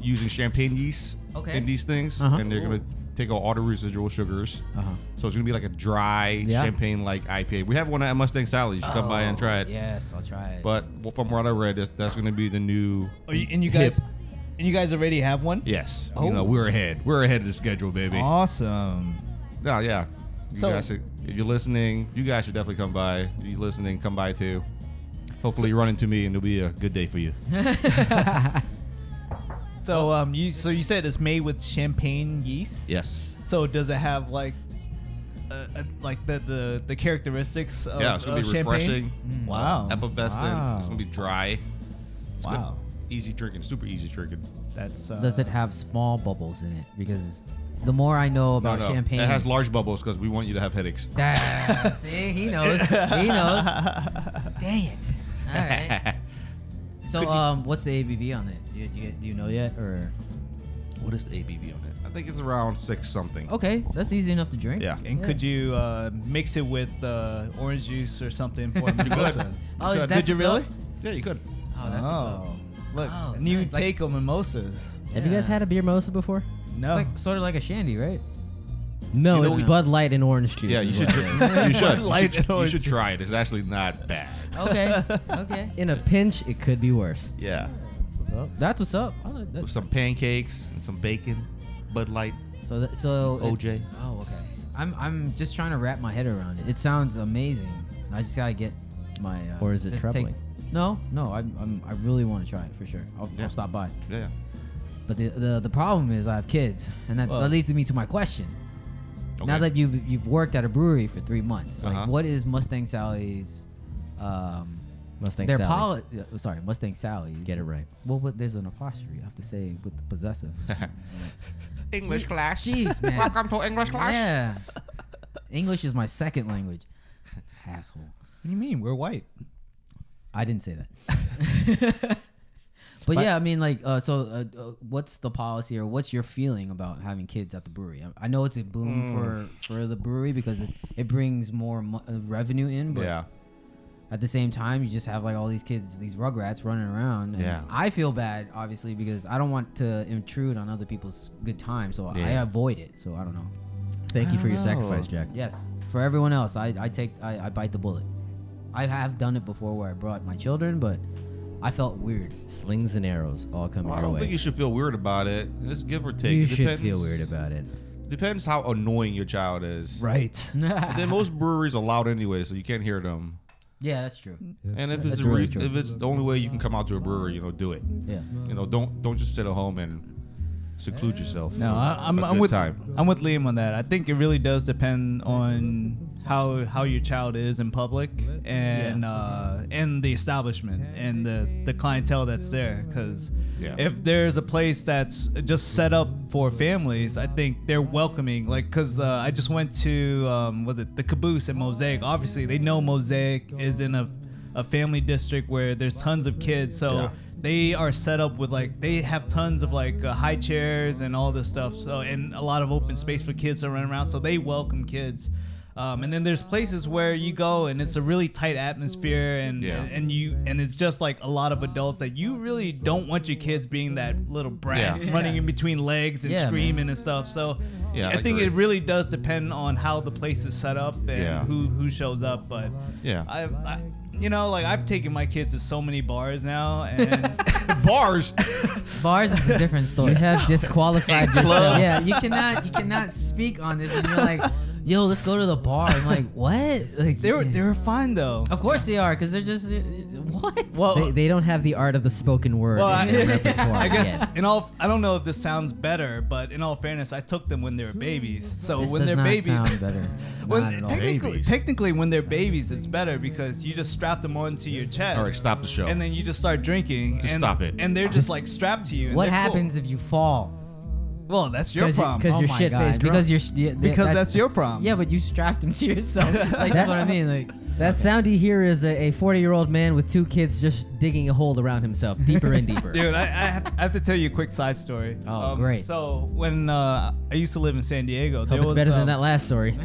[SPEAKER 5] using champagne yeast
[SPEAKER 3] Okay.
[SPEAKER 5] in these things,
[SPEAKER 1] Uh-huh.
[SPEAKER 5] and they're going to take out all the residual sugars.
[SPEAKER 3] Uh-huh.
[SPEAKER 5] So it's going to be like a dry
[SPEAKER 1] Yeah.
[SPEAKER 5] champagne like IPA. We have one at Mustang Sally. You should come by and try
[SPEAKER 2] Oh,
[SPEAKER 5] it.
[SPEAKER 3] Oh, Yes, I'll try it.
[SPEAKER 5] But well, from what I read, that's, that's going to be the new.
[SPEAKER 2] Oh, you- and you
[SPEAKER 5] hip.
[SPEAKER 2] guys, and you guys already have one.
[SPEAKER 5] Yes.
[SPEAKER 2] Oh.
[SPEAKER 5] You know, we're ahead. We're ahead of the schedule, baby.
[SPEAKER 2] Awesome.
[SPEAKER 5] No, yeah. You
[SPEAKER 2] So-
[SPEAKER 5] guys should, if you're listening, you guys should definitely come by. If you're listening, come by too. Hopefully, you run into me and it'll be a good day for you.
[SPEAKER 2] So um, you so you said it's made with champagne yeast.
[SPEAKER 5] Yes.
[SPEAKER 2] So does it have like, uh, uh, like the, the the characteristics of,
[SPEAKER 5] yeah, it's gonna
[SPEAKER 2] of
[SPEAKER 5] be
[SPEAKER 2] champagne? Mm,
[SPEAKER 5] refreshing,
[SPEAKER 2] Wow.
[SPEAKER 5] effervescent.
[SPEAKER 3] Wow.
[SPEAKER 5] It's gonna be dry. It's good.
[SPEAKER 2] Oh, Wow.
[SPEAKER 5] Easy drinking, super easy drinking.
[SPEAKER 2] That's uh,
[SPEAKER 3] Does it have small bubbles in it? Because the more I know
[SPEAKER 5] No,
[SPEAKER 3] about
[SPEAKER 5] no,
[SPEAKER 3] champagne,
[SPEAKER 5] it has large bubbles because we want you to have headaches.
[SPEAKER 3] Ah, See, he knows. He knows. Dang it! All right. So, um, what's the ABV on it? Do you, do you, do you know yet, or
[SPEAKER 5] what is the ABV on it? I think it's around six something.
[SPEAKER 3] okay, that's easy enough to drink.
[SPEAKER 5] Yeah.
[SPEAKER 2] And could you uh, mix it with uh, orange juice or something for a mimosa?
[SPEAKER 3] Oh,
[SPEAKER 5] Good.
[SPEAKER 3] that's
[SPEAKER 2] Did you
[SPEAKER 3] what's
[SPEAKER 2] really?
[SPEAKER 3] up.
[SPEAKER 5] Yeah, you could.
[SPEAKER 3] Oh, that's what's up.
[SPEAKER 2] Look,
[SPEAKER 3] Oh,
[SPEAKER 2] and you
[SPEAKER 3] nice. Like-
[SPEAKER 2] take them mimosas.
[SPEAKER 1] Have you guys
[SPEAKER 3] Yeah.
[SPEAKER 1] had a beer mimosa before?
[SPEAKER 2] No.
[SPEAKER 3] It's like, sort of like a shandy, right?
[SPEAKER 1] No,
[SPEAKER 5] You know
[SPEAKER 1] it's
[SPEAKER 5] what-
[SPEAKER 1] Bud Light and orange juice.
[SPEAKER 5] Yeah,
[SPEAKER 1] is
[SPEAKER 5] you
[SPEAKER 1] what
[SPEAKER 5] should.
[SPEAKER 1] it
[SPEAKER 5] drink-
[SPEAKER 1] is.
[SPEAKER 5] you should.
[SPEAKER 2] Light
[SPEAKER 5] You should, you
[SPEAKER 2] orange
[SPEAKER 5] should
[SPEAKER 2] juice.
[SPEAKER 5] try it. It's actually not bad.
[SPEAKER 3] Okay. okay. Oh,
[SPEAKER 1] In a pinch, it could be worse.
[SPEAKER 5] Yeah.
[SPEAKER 3] That's what's up. I like that.
[SPEAKER 5] With some pancakes and some bacon, Bud Light.
[SPEAKER 3] So, that, so it's-
[SPEAKER 5] OJ.
[SPEAKER 3] Oh, okay. I'm, I'm just trying to wrap my head around it. It sounds amazing. I just gotta get my. Uh,
[SPEAKER 1] Or is it
[SPEAKER 3] just
[SPEAKER 1] troubling?
[SPEAKER 3] no, no. I'm, I'm, I really want to try it for sure. I'll,
[SPEAKER 5] Yeah.
[SPEAKER 3] I'll stop by.
[SPEAKER 5] Yeah.
[SPEAKER 3] But the, the the problem is I have kids, and that,
[SPEAKER 2] Well-
[SPEAKER 3] that leads me to my question.
[SPEAKER 5] Okay.
[SPEAKER 3] Now that you've you've worked at a brewery for three months,
[SPEAKER 5] Uh-huh.
[SPEAKER 3] like what is Mustang Sally's, um,
[SPEAKER 1] Mustang
[SPEAKER 3] their
[SPEAKER 1] Sally.
[SPEAKER 3] poli- uh, Sorry, Mustang Sally.
[SPEAKER 1] Get it right.
[SPEAKER 3] Well, but there's an apostrophe. I have to say with the possessive.
[SPEAKER 5] English class.
[SPEAKER 3] Jeez, man.
[SPEAKER 5] Welcome to English class.
[SPEAKER 3] yeah. English is my second language. Asshole.
[SPEAKER 2] What do you mean? We're white.
[SPEAKER 3] I didn't say that. but, yeah, I mean, like, uh, so uh, uh, what's the policy or what's your feeling about having kids at the brewery? I, I know it's a boom for for the brewery because it, it brings more mo- uh, revenue in, but
[SPEAKER 5] Yeah.
[SPEAKER 3] at the same time, you just have like all these kids, these rugrats running around. And
[SPEAKER 5] Yeah.
[SPEAKER 3] I feel bad, obviously, because I don't want to intrude on other people's good time, so I
[SPEAKER 5] Yeah.
[SPEAKER 3] avoid it. So I don't know.
[SPEAKER 1] Thank you
[SPEAKER 5] I
[SPEAKER 1] for your
[SPEAKER 5] don't know.
[SPEAKER 1] sacrifice, Jack.
[SPEAKER 3] Yes, for everyone else, I, I take I, I bite the bullet. I have done it before where I brought my children, but I felt weird.
[SPEAKER 1] Slings and arrows all coming
[SPEAKER 5] Well, I
[SPEAKER 1] your
[SPEAKER 5] don't
[SPEAKER 1] way.
[SPEAKER 5] think you should feel weird about it. It's give or take.
[SPEAKER 1] You
[SPEAKER 5] It
[SPEAKER 1] should feel weird about it.
[SPEAKER 5] Depends how annoying your child is.
[SPEAKER 2] Right.
[SPEAKER 5] And then most breweries are loud anyway, so you can't hear them.
[SPEAKER 3] yeah, that's true.
[SPEAKER 5] And if
[SPEAKER 3] That's
[SPEAKER 5] it's
[SPEAKER 3] really
[SPEAKER 5] re-
[SPEAKER 3] true.
[SPEAKER 5] if it's the only way you can come out to a brewery, you know, do it.
[SPEAKER 3] Yeah.
[SPEAKER 5] You know, don't don't just sit at home and seclude yourself.
[SPEAKER 2] No,
[SPEAKER 5] for
[SPEAKER 2] I, I'm,
[SPEAKER 5] a
[SPEAKER 2] I'm
[SPEAKER 5] good
[SPEAKER 2] with
[SPEAKER 5] time.
[SPEAKER 2] I'm with Liam on that. I think it really does depend on how how your child is in public and uh, and the establishment and the the clientele that's there. Because
[SPEAKER 5] Yeah.
[SPEAKER 2] if there's a place that's just set up for families, I think they're welcoming. Like, because uh, I just went to um, was it the Caboose and Mosaic. Obviously, they know Mosaic is in a a family district where there's tons of kids. So
[SPEAKER 5] Yeah.
[SPEAKER 2] they are set up with like they have tons of like uh, high chairs and all this stuff so and a lot of open space for kids to run around so they welcome kids Um, and then there's places where you go and it's a really tight atmosphere and,
[SPEAKER 5] Yeah.
[SPEAKER 2] and you and it's just like a lot of adults that you really don't want your kids being that little brat
[SPEAKER 5] Yeah.
[SPEAKER 2] running in between legs and
[SPEAKER 3] Yeah, man.
[SPEAKER 2] screaming and stuff. So
[SPEAKER 5] Yeah,
[SPEAKER 2] I,
[SPEAKER 5] I
[SPEAKER 2] think
[SPEAKER 5] agree.
[SPEAKER 2] it really does depend on how the place is set up and
[SPEAKER 5] Yeah.
[SPEAKER 2] who who shows up. But
[SPEAKER 5] Yeah.
[SPEAKER 2] I, I you know like I've taken my kids to so many bars now and
[SPEAKER 5] Bars.
[SPEAKER 3] Bars is a different story.
[SPEAKER 1] You have disqualified yourself.
[SPEAKER 3] yeah, you cannot you cannot speak on this. And you're like, yo, let's go to the bar. I'm like, what? Like,
[SPEAKER 2] they were they were fine though.
[SPEAKER 3] Of course they are, because they're just uh, what?
[SPEAKER 2] Well,
[SPEAKER 1] They, they don't have the art of the spoken word
[SPEAKER 2] Well, I-
[SPEAKER 1] in their repertoire.
[SPEAKER 2] I guess
[SPEAKER 1] yet.
[SPEAKER 2] in all I don't know if this sounds better, but in all fairness, I took them when they were babies. So
[SPEAKER 3] This
[SPEAKER 2] when
[SPEAKER 3] does
[SPEAKER 2] they're
[SPEAKER 3] not
[SPEAKER 2] babies,
[SPEAKER 3] sound better.
[SPEAKER 2] when
[SPEAKER 3] Not at all.
[SPEAKER 2] technically
[SPEAKER 5] Babies.
[SPEAKER 2] technically when they're babies, it's better because you just strap them onto your chest.
[SPEAKER 5] All right, stop the show.
[SPEAKER 2] And then you just start drinking.
[SPEAKER 5] Just
[SPEAKER 2] and,
[SPEAKER 5] stop it.
[SPEAKER 2] And they're just like strapped to you. and
[SPEAKER 3] What
[SPEAKER 2] they're cool.
[SPEAKER 3] happens if you fall?
[SPEAKER 2] Well, that's your
[SPEAKER 1] 'Cause you-
[SPEAKER 2] problem.
[SPEAKER 1] 'cause
[SPEAKER 3] oh
[SPEAKER 1] you're
[SPEAKER 3] my
[SPEAKER 1] shit-faced
[SPEAKER 3] God.
[SPEAKER 1] drunk.
[SPEAKER 3] because you're sh- yeah,
[SPEAKER 2] Because that's your problem.
[SPEAKER 3] Yeah, but you strapped him to yourself. like that's what I mean. Like
[SPEAKER 1] That sound you hear is a 40 year old man with two kids just digging a hole around himself deeper and deeper.
[SPEAKER 2] Dude, I, I, have, I have to tell you a quick side story. Um,
[SPEAKER 3] Oh, great.
[SPEAKER 2] So when uh, I used to live in San Diego,
[SPEAKER 1] Hope
[SPEAKER 2] there
[SPEAKER 1] it's
[SPEAKER 2] was
[SPEAKER 1] better
[SPEAKER 2] um,
[SPEAKER 1] than that last story.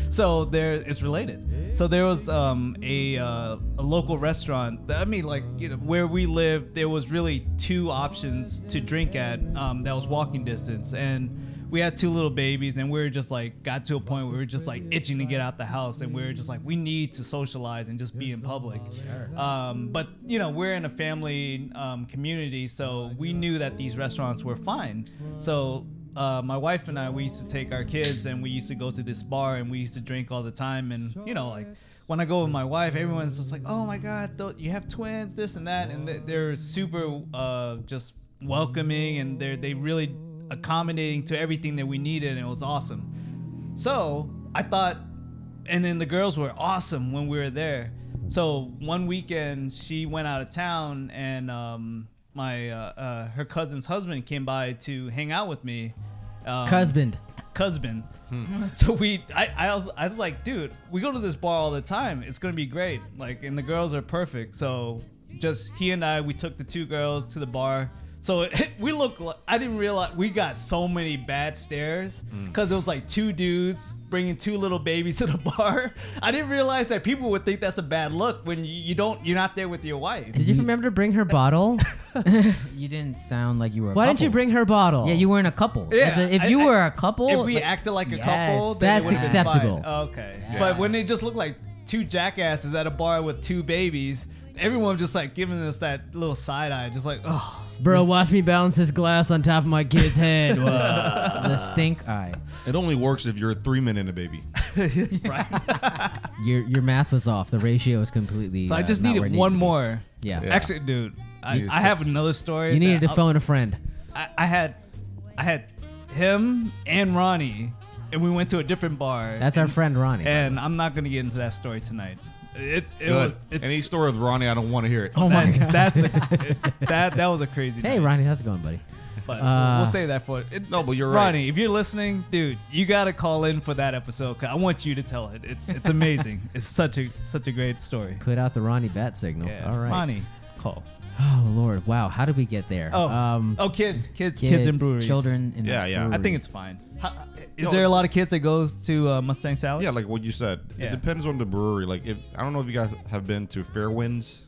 [SPEAKER 2] so there it's related so there was um, a, uh, a local restaurant that- i mean like you know where we lived there was really two options to drink at um, that was walking distance and we had two little babies and we were just like got to a point where we were just like itching to get out the house and we were just like we need to socialize and just be in public um, but you know we're in a family um, community so we knew that these restaurants were fine so uh, my wife and I, we used to take our kids and we used to go to this bar and we used to drink all the time. And, you know, like when I go with my wife, everyone's just like, oh my God, th- you have twins, this and that. And they- they're super uh, just welcoming and they're, they really accommodating to everything that we needed. And it was awesome. So I thought and then the girls were awesome when we were there. So one weekend she went out of town, and um, my uh, uh, her cousin's husband came by to hang out with me. Um,
[SPEAKER 1] Husband.
[SPEAKER 2] husband. So we, I, I was, I was like, dude, we go to this bar all the time. It's gonna be great. Like, and the girls are perfect. So just he and I, we took the two girls to the bar. So we look. li- I didn't realize we got so many bad stares because it was like two dudes bringing two little babies to the bar. I didn't realize that people would think that's a bad look when you, you don't. You're not there with your wife.
[SPEAKER 1] Did you remember to bring her bottle?
[SPEAKER 3] you didn't sound like you were. A
[SPEAKER 1] Why didn't you
[SPEAKER 3] couple.
[SPEAKER 1] bring her bottle?
[SPEAKER 3] Yeah, you weren't a couple.
[SPEAKER 2] Yeah,
[SPEAKER 3] if, the- if
[SPEAKER 2] I-
[SPEAKER 3] you
[SPEAKER 2] I-
[SPEAKER 3] were a couple,
[SPEAKER 2] If we
[SPEAKER 3] like-
[SPEAKER 2] acted like a
[SPEAKER 3] Yes,
[SPEAKER 2] couple,
[SPEAKER 1] that's
[SPEAKER 2] then it would have been
[SPEAKER 1] acceptable.
[SPEAKER 2] fine. Okay, but when they just look like two jackasses at a bar with two babies, everyone just like giving us that little side eye, just like, oh,
[SPEAKER 1] Bro, watch me balance this glass on top of my kid's head. Whoa.
[SPEAKER 3] the stink eye.
[SPEAKER 5] It only works if you're a three minute and a baby.
[SPEAKER 2] right.
[SPEAKER 1] your your math was off. The ratio is completely.
[SPEAKER 2] So I
[SPEAKER 1] uh,
[SPEAKER 2] just
[SPEAKER 1] not where it
[SPEAKER 2] needed
[SPEAKER 1] needed
[SPEAKER 2] one
[SPEAKER 1] to be.
[SPEAKER 2] more.
[SPEAKER 1] Yeah.
[SPEAKER 5] Yeah.
[SPEAKER 2] Actually, dude, I,
[SPEAKER 5] Needed
[SPEAKER 2] I have
[SPEAKER 5] six.
[SPEAKER 2] another story.
[SPEAKER 1] You
[SPEAKER 2] that
[SPEAKER 1] needed to
[SPEAKER 2] I'll-
[SPEAKER 1] phone a friend.
[SPEAKER 2] I, I had, I had him and Ronnie, and we went to a different bar.
[SPEAKER 1] That's our friend Ronnie.
[SPEAKER 2] and I'm not gonna get into that story tonight. It's it was
[SPEAKER 5] Good.
[SPEAKER 2] it's
[SPEAKER 5] Any story with Ronnie, I don't want to hear it.
[SPEAKER 1] oh my
[SPEAKER 2] that,
[SPEAKER 1] god.
[SPEAKER 2] that's a, that that was a crazy.
[SPEAKER 1] hey
[SPEAKER 2] night.
[SPEAKER 1] Ronnie, how's it going, buddy?
[SPEAKER 2] But
[SPEAKER 1] Uh,
[SPEAKER 2] we'll say that for it.
[SPEAKER 5] No, but you're right.
[SPEAKER 2] Ronnie, if you're listening, dude, you gotta call in for that episode. 'cause I want you to tell it. It's it's amazing. it's such a such a great story.
[SPEAKER 1] Put out the Ronnie bat signal.
[SPEAKER 2] Yeah.
[SPEAKER 1] All right.
[SPEAKER 2] Ronnie, call.
[SPEAKER 1] Oh lord, wow. How did we get there?
[SPEAKER 2] Oh,
[SPEAKER 1] Um,
[SPEAKER 2] oh, kids, kids, kids,
[SPEAKER 3] Kids,
[SPEAKER 2] in breweries.
[SPEAKER 3] children, in
[SPEAKER 5] Yeah, yeah.
[SPEAKER 2] I think it's fine. How- Is there a lot of kids that goes to uh, Mustang Salad?
[SPEAKER 5] Yeah, like what you said.
[SPEAKER 2] Yeah.
[SPEAKER 5] It depends on the brewery. Like if I don't know if you guys have been to Fairwinds.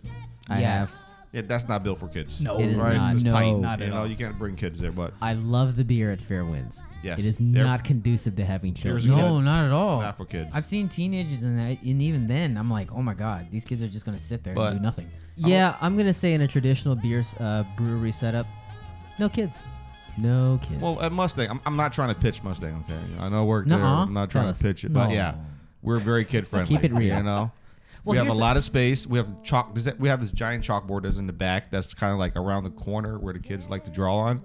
[SPEAKER 1] I
[SPEAKER 3] yes.
[SPEAKER 5] Yeah, that's not built for kids.
[SPEAKER 2] No,
[SPEAKER 1] It is
[SPEAKER 5] right?
[SPEAKER 1] not.
[SPEAKER 5] It's
[SPEAKER 1] No.
[SPEAKER 5] tight.
[SPEAKER 2] Not
[SPEAKER 5] you
[SPEAKER 2] at
[SPEAKER 5] know,
[SPEAKER 2] all.
[SPEAKER 5] you can't bring kids there, but
[SPEAKER 1] have. I love the beer at Fairwinds.
[SPEAKER 5] Yes.
[SPEAKER 1] It is
[SPEAKER 5] They're-
[SPEAKER 1] not conducive to having
[SPEAKER 5] Here's
[SPEAKER 1] children.
[SPEAKER 5] a
[SPEAKER 1] No.
[SPEAKER 3] No, not at
[SPEAKER 2] Oh.
[SPEAKER 3] all.
[SPEAKER 5] not for kids.
[SPEAKER 3] I've seen teenagers, and, I, and even then, I'm like, oh my god, these kids are just gonna sit there
[SPEAKER 5] But-
[SPEAKER 3] and do nothing.
[SPEAKER 1] Yeah, I'm gonna say in a traditional beer s- uh, brewery setup, no kids, no kids.
[SPEAKER 5] Well, at Mustang, I'm, I'm not trying to pitch Mustang. Okay, I know we're there.
[SPEAKER 1] Nuh-uh.
[SPEAKER 5] I'm not
[SPEAKER 1] Tell
[SPEAKER 5] trying
[SPEAKER 1] us.
[SPEAKER 5] to pitch it, but
[SPEAKER 1] No.
[SPEAKER 5] yeah, we're very kid friendly.
[SPEAKER 1] Keep it real.
[SPEAKER 5] You know,
[SPEAKER 1] Well,
[SPEAKER 5] we have a
[SPEAKER 1] here's the-
[SPEAKER 5] lot of space. We have chalk. does that- We have this giant chalkboard that's in the back. That's kind of like around the corner where the kids like to draw on.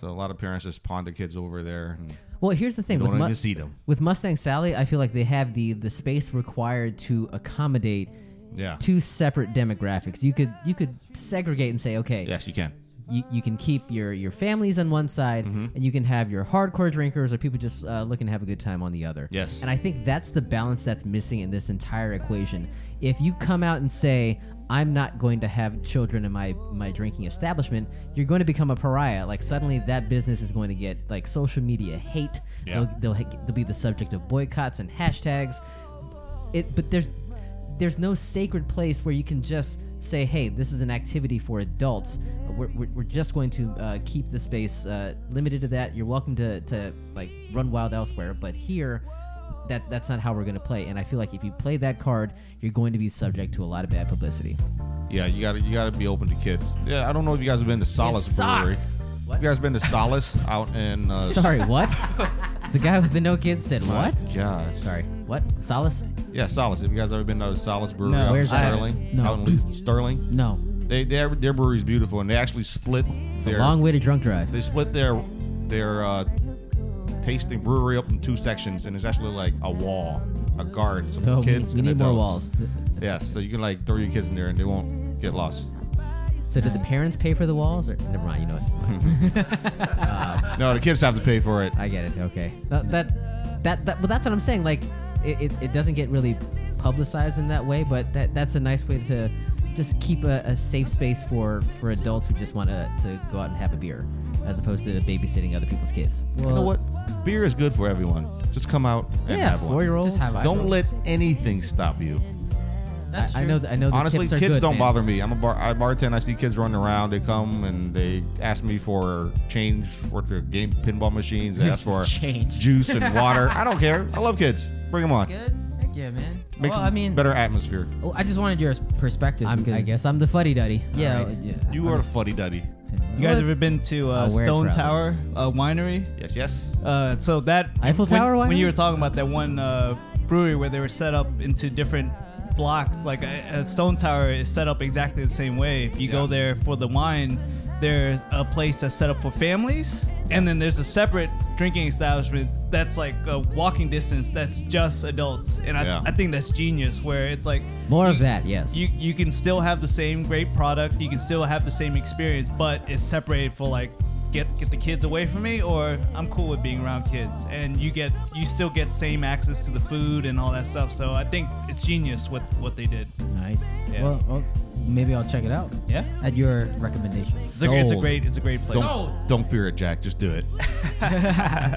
[SPEAKER 5] So a lot of parents just pawn the kids over there. And
[SPEAKER 1] Well, here's the thing
[SPEAKER 5] Don't
[SPEAKER 1] with
[SPEAKER 5] even see them.
[SPEAKER 1] with Mustang Sally. I feel like they have the the space required to accommodate
[SPEAKER 5] yeah.
[SPEAKER 1] two separate demographics. You could you could segregate and say, okay,
[SPEAKER 5] Yes, you can.
[SPEAKER 1] you, you can keep your your families on one side,
[SPEAKER 3] Mm-hmm.
[SPEAKER 1] and you can have your hardcore drinkers or people just uh, looking to have a good time on the other.
[SPEAKER 5] Yes.
[SPEAKER 1] and I think that's the balance that's missing in this entire equation. If you come out and say. I'm not going to have children in my my drinking establishment. You're going to become a pariah. Like suddenly that business is going to get like social media hate.
[SPEAKER 5] Yeah.
[SPEAKER 1] They'll, they'll ha- they'll be the subject of boycotts and hashtags. It but there's there's no sacred place where you can just say, hey, this is an activity for adults. We're, we're, we're just going to uh, keep the space uh, limited to that. You're welcome to, to like run wild elsewhere, but here, that that's not how we're going to play. And I feel like if you play that card, you're going to be subject to a lot of bad publicity.
[SPEAKER 5] Yeah, you gotta you gotta be open to kids. Yeah, I don't know if you guys have been to Solace Brewery.
[SPEAKER 1] sucks.
[SPEAKER 5] You guys been to Solace out in? Uh,
[SPEAKER 1] Sorry, what? the guy with the no kids said what?
[SPEAKER 5] God.
[SPEAKER 1] Sorry, what? Solace?
[SPEAKER 5] Yeah, Solace. Have you guys ever been to Solace Brewery?
[SPEAKER 2] No.
[SPEAKER 5] out in
[SPEAKER 1] Where's that?
[SPEAKER 5] Sterling?
[SPEAKER 3] No.
[SPEAKER 5] Out in Sterling.
[SPEAKER 3] No.
[SPEAKER 5] They their their brewery's beautiful, and they actually split
[SPEAKER 1] It's
[SPEAKER 5] their
[SPEAKER 1] a long way to drunk drive.
[SPEAKER 5] they split their their uh, tasting brewery up in two sections, and it's actually like a wall, a guard, some
[SPEAKER 1] Oh, we-
[SPEAKER 5] kids.
[SPEAKER 1] we,
[SPEAKER 5] and
[SPEAKER 1] need more
[SPEAKER 5] adults.
[SPEAKER 1] walls.
[SPEAKER 5] Yes, so you can like throw your kids in there, and they won't get lost.
[SPEAKER 1] So did the parents pay for the walls? Or never mind, you know what?
[SPEAKER 5] No, the kids have to pay for it.
[SPEAKER 1] I get it. Okay. That that that, that well, that's what I'm saying. Like, it, it, it doesn't get really publicized in that way, but that that's a nice way to just keep a, a safe space for for adults who just want to to go out and have a beer, as opposed to babysitting other people's kids.
[SPEAKER 3] Well,
[SPEAKER 5] you know what? Beer is good for everyone. Just come out and
[SPEAKER 1] yeah,
[SPEAKER 5] have one.
[SPEAKER 1] four year olds.
[SPEAKER 3] Just have it.
[SPEAKER 5] Don't let anything stop you.
[SPEAKER 1] I, I know. th- I know. The
[SPEAKER 5] Honestly,
[SPEAKER 1] tips are
[SPEAKER 5] kids
[SPEAKER 1] good,
[SPEAKER 5] don't
[SPEAKER 1] man.
[SPEAKER 5] bother me. I'm a bar. I bartend. I see kids running around. They come and they ask me for change for their game pinball machines. They ask for
[SPEAKER 3] Change.
[SPEAKER 5] juice and water. I don't care. I love kids. Bring them on.
[SPEAKER 3] Good. Heck yeah, man.
[SPEAKER 5] Makes
[SPEAKER 3] well,
[SPEAKER 5] a
[SPEAKER 3] I mean,
[SPEAKER 5] better atmosphere.
[SPEAKER 3] well, I just wanted your perspective.
[SPEAKER 1] I'm, I
[SPEAKER 3] because-
[SPEAKER 1] guess I'm the fuddy duddy.
[SPEAKER 3] Yeah. yeah.
[SPEAKER 5] You are a fuddy duddy.
[SPEAKER 2] You guys
[SPEAKER 3] What?
[SPEAKER 2] ever been to uh,
[SPEAKER 1] I'll wear it
[SPEAKER 2] Stone
[SPEAKER 1] proudly.
[SPEAKER 2] Tower uh, Winery?
[SPEAKER 5] Yes, yes.
[SPEAKER 2] Uh, so that
[SPEAKER 1] Eiffel
[SPEAKER 2] when-
[SPEAKER 1] Tower
[SPEAKER 2] When,
[SPEAKER 1] winery?
[SPEAKER 2] you were talking about that one uh, brewery where they were set up into different blocks, like a, a Stone Tower is set up exactly the same way. If you go
[SPEAKER 5] Yeah.
[SPEAKER 2] there for the wine, there's a place that's set up for families, and then there's a separate drinking establishment that's like a walking distance that's just adults. And I,
[SPEAKER 5] Yeah.
[SPEAKER 2] I think that's genius, where it's like
[SPEAKER 1] More
[SPEAKER 2] you-
[SPEAKER 1] of that, yes.
[SPEAKER 2] You you can still have the same great product, you can still have the same experience, but it's separated for like get get the kids away from me or I'm cool with being around kids and you get you still get same access to the food and all that stuff. So I think it's genius what what they did.
[SPEAKER 3] Nice.
[SPEAKER 2] Yeah.
[SPEAKER 3] Well, well, maybe I'll check it out
[SPEAKER 2] Yeah.
[SPEAKER 3] at your recommendation.
[SPEAKER 2] It's a, it's a
[SPEAKER 1] Sold.
[SPEAKER 2] great it's a great place.
[SPEAKER 5] Don't don't fear it, Jack. Just do it.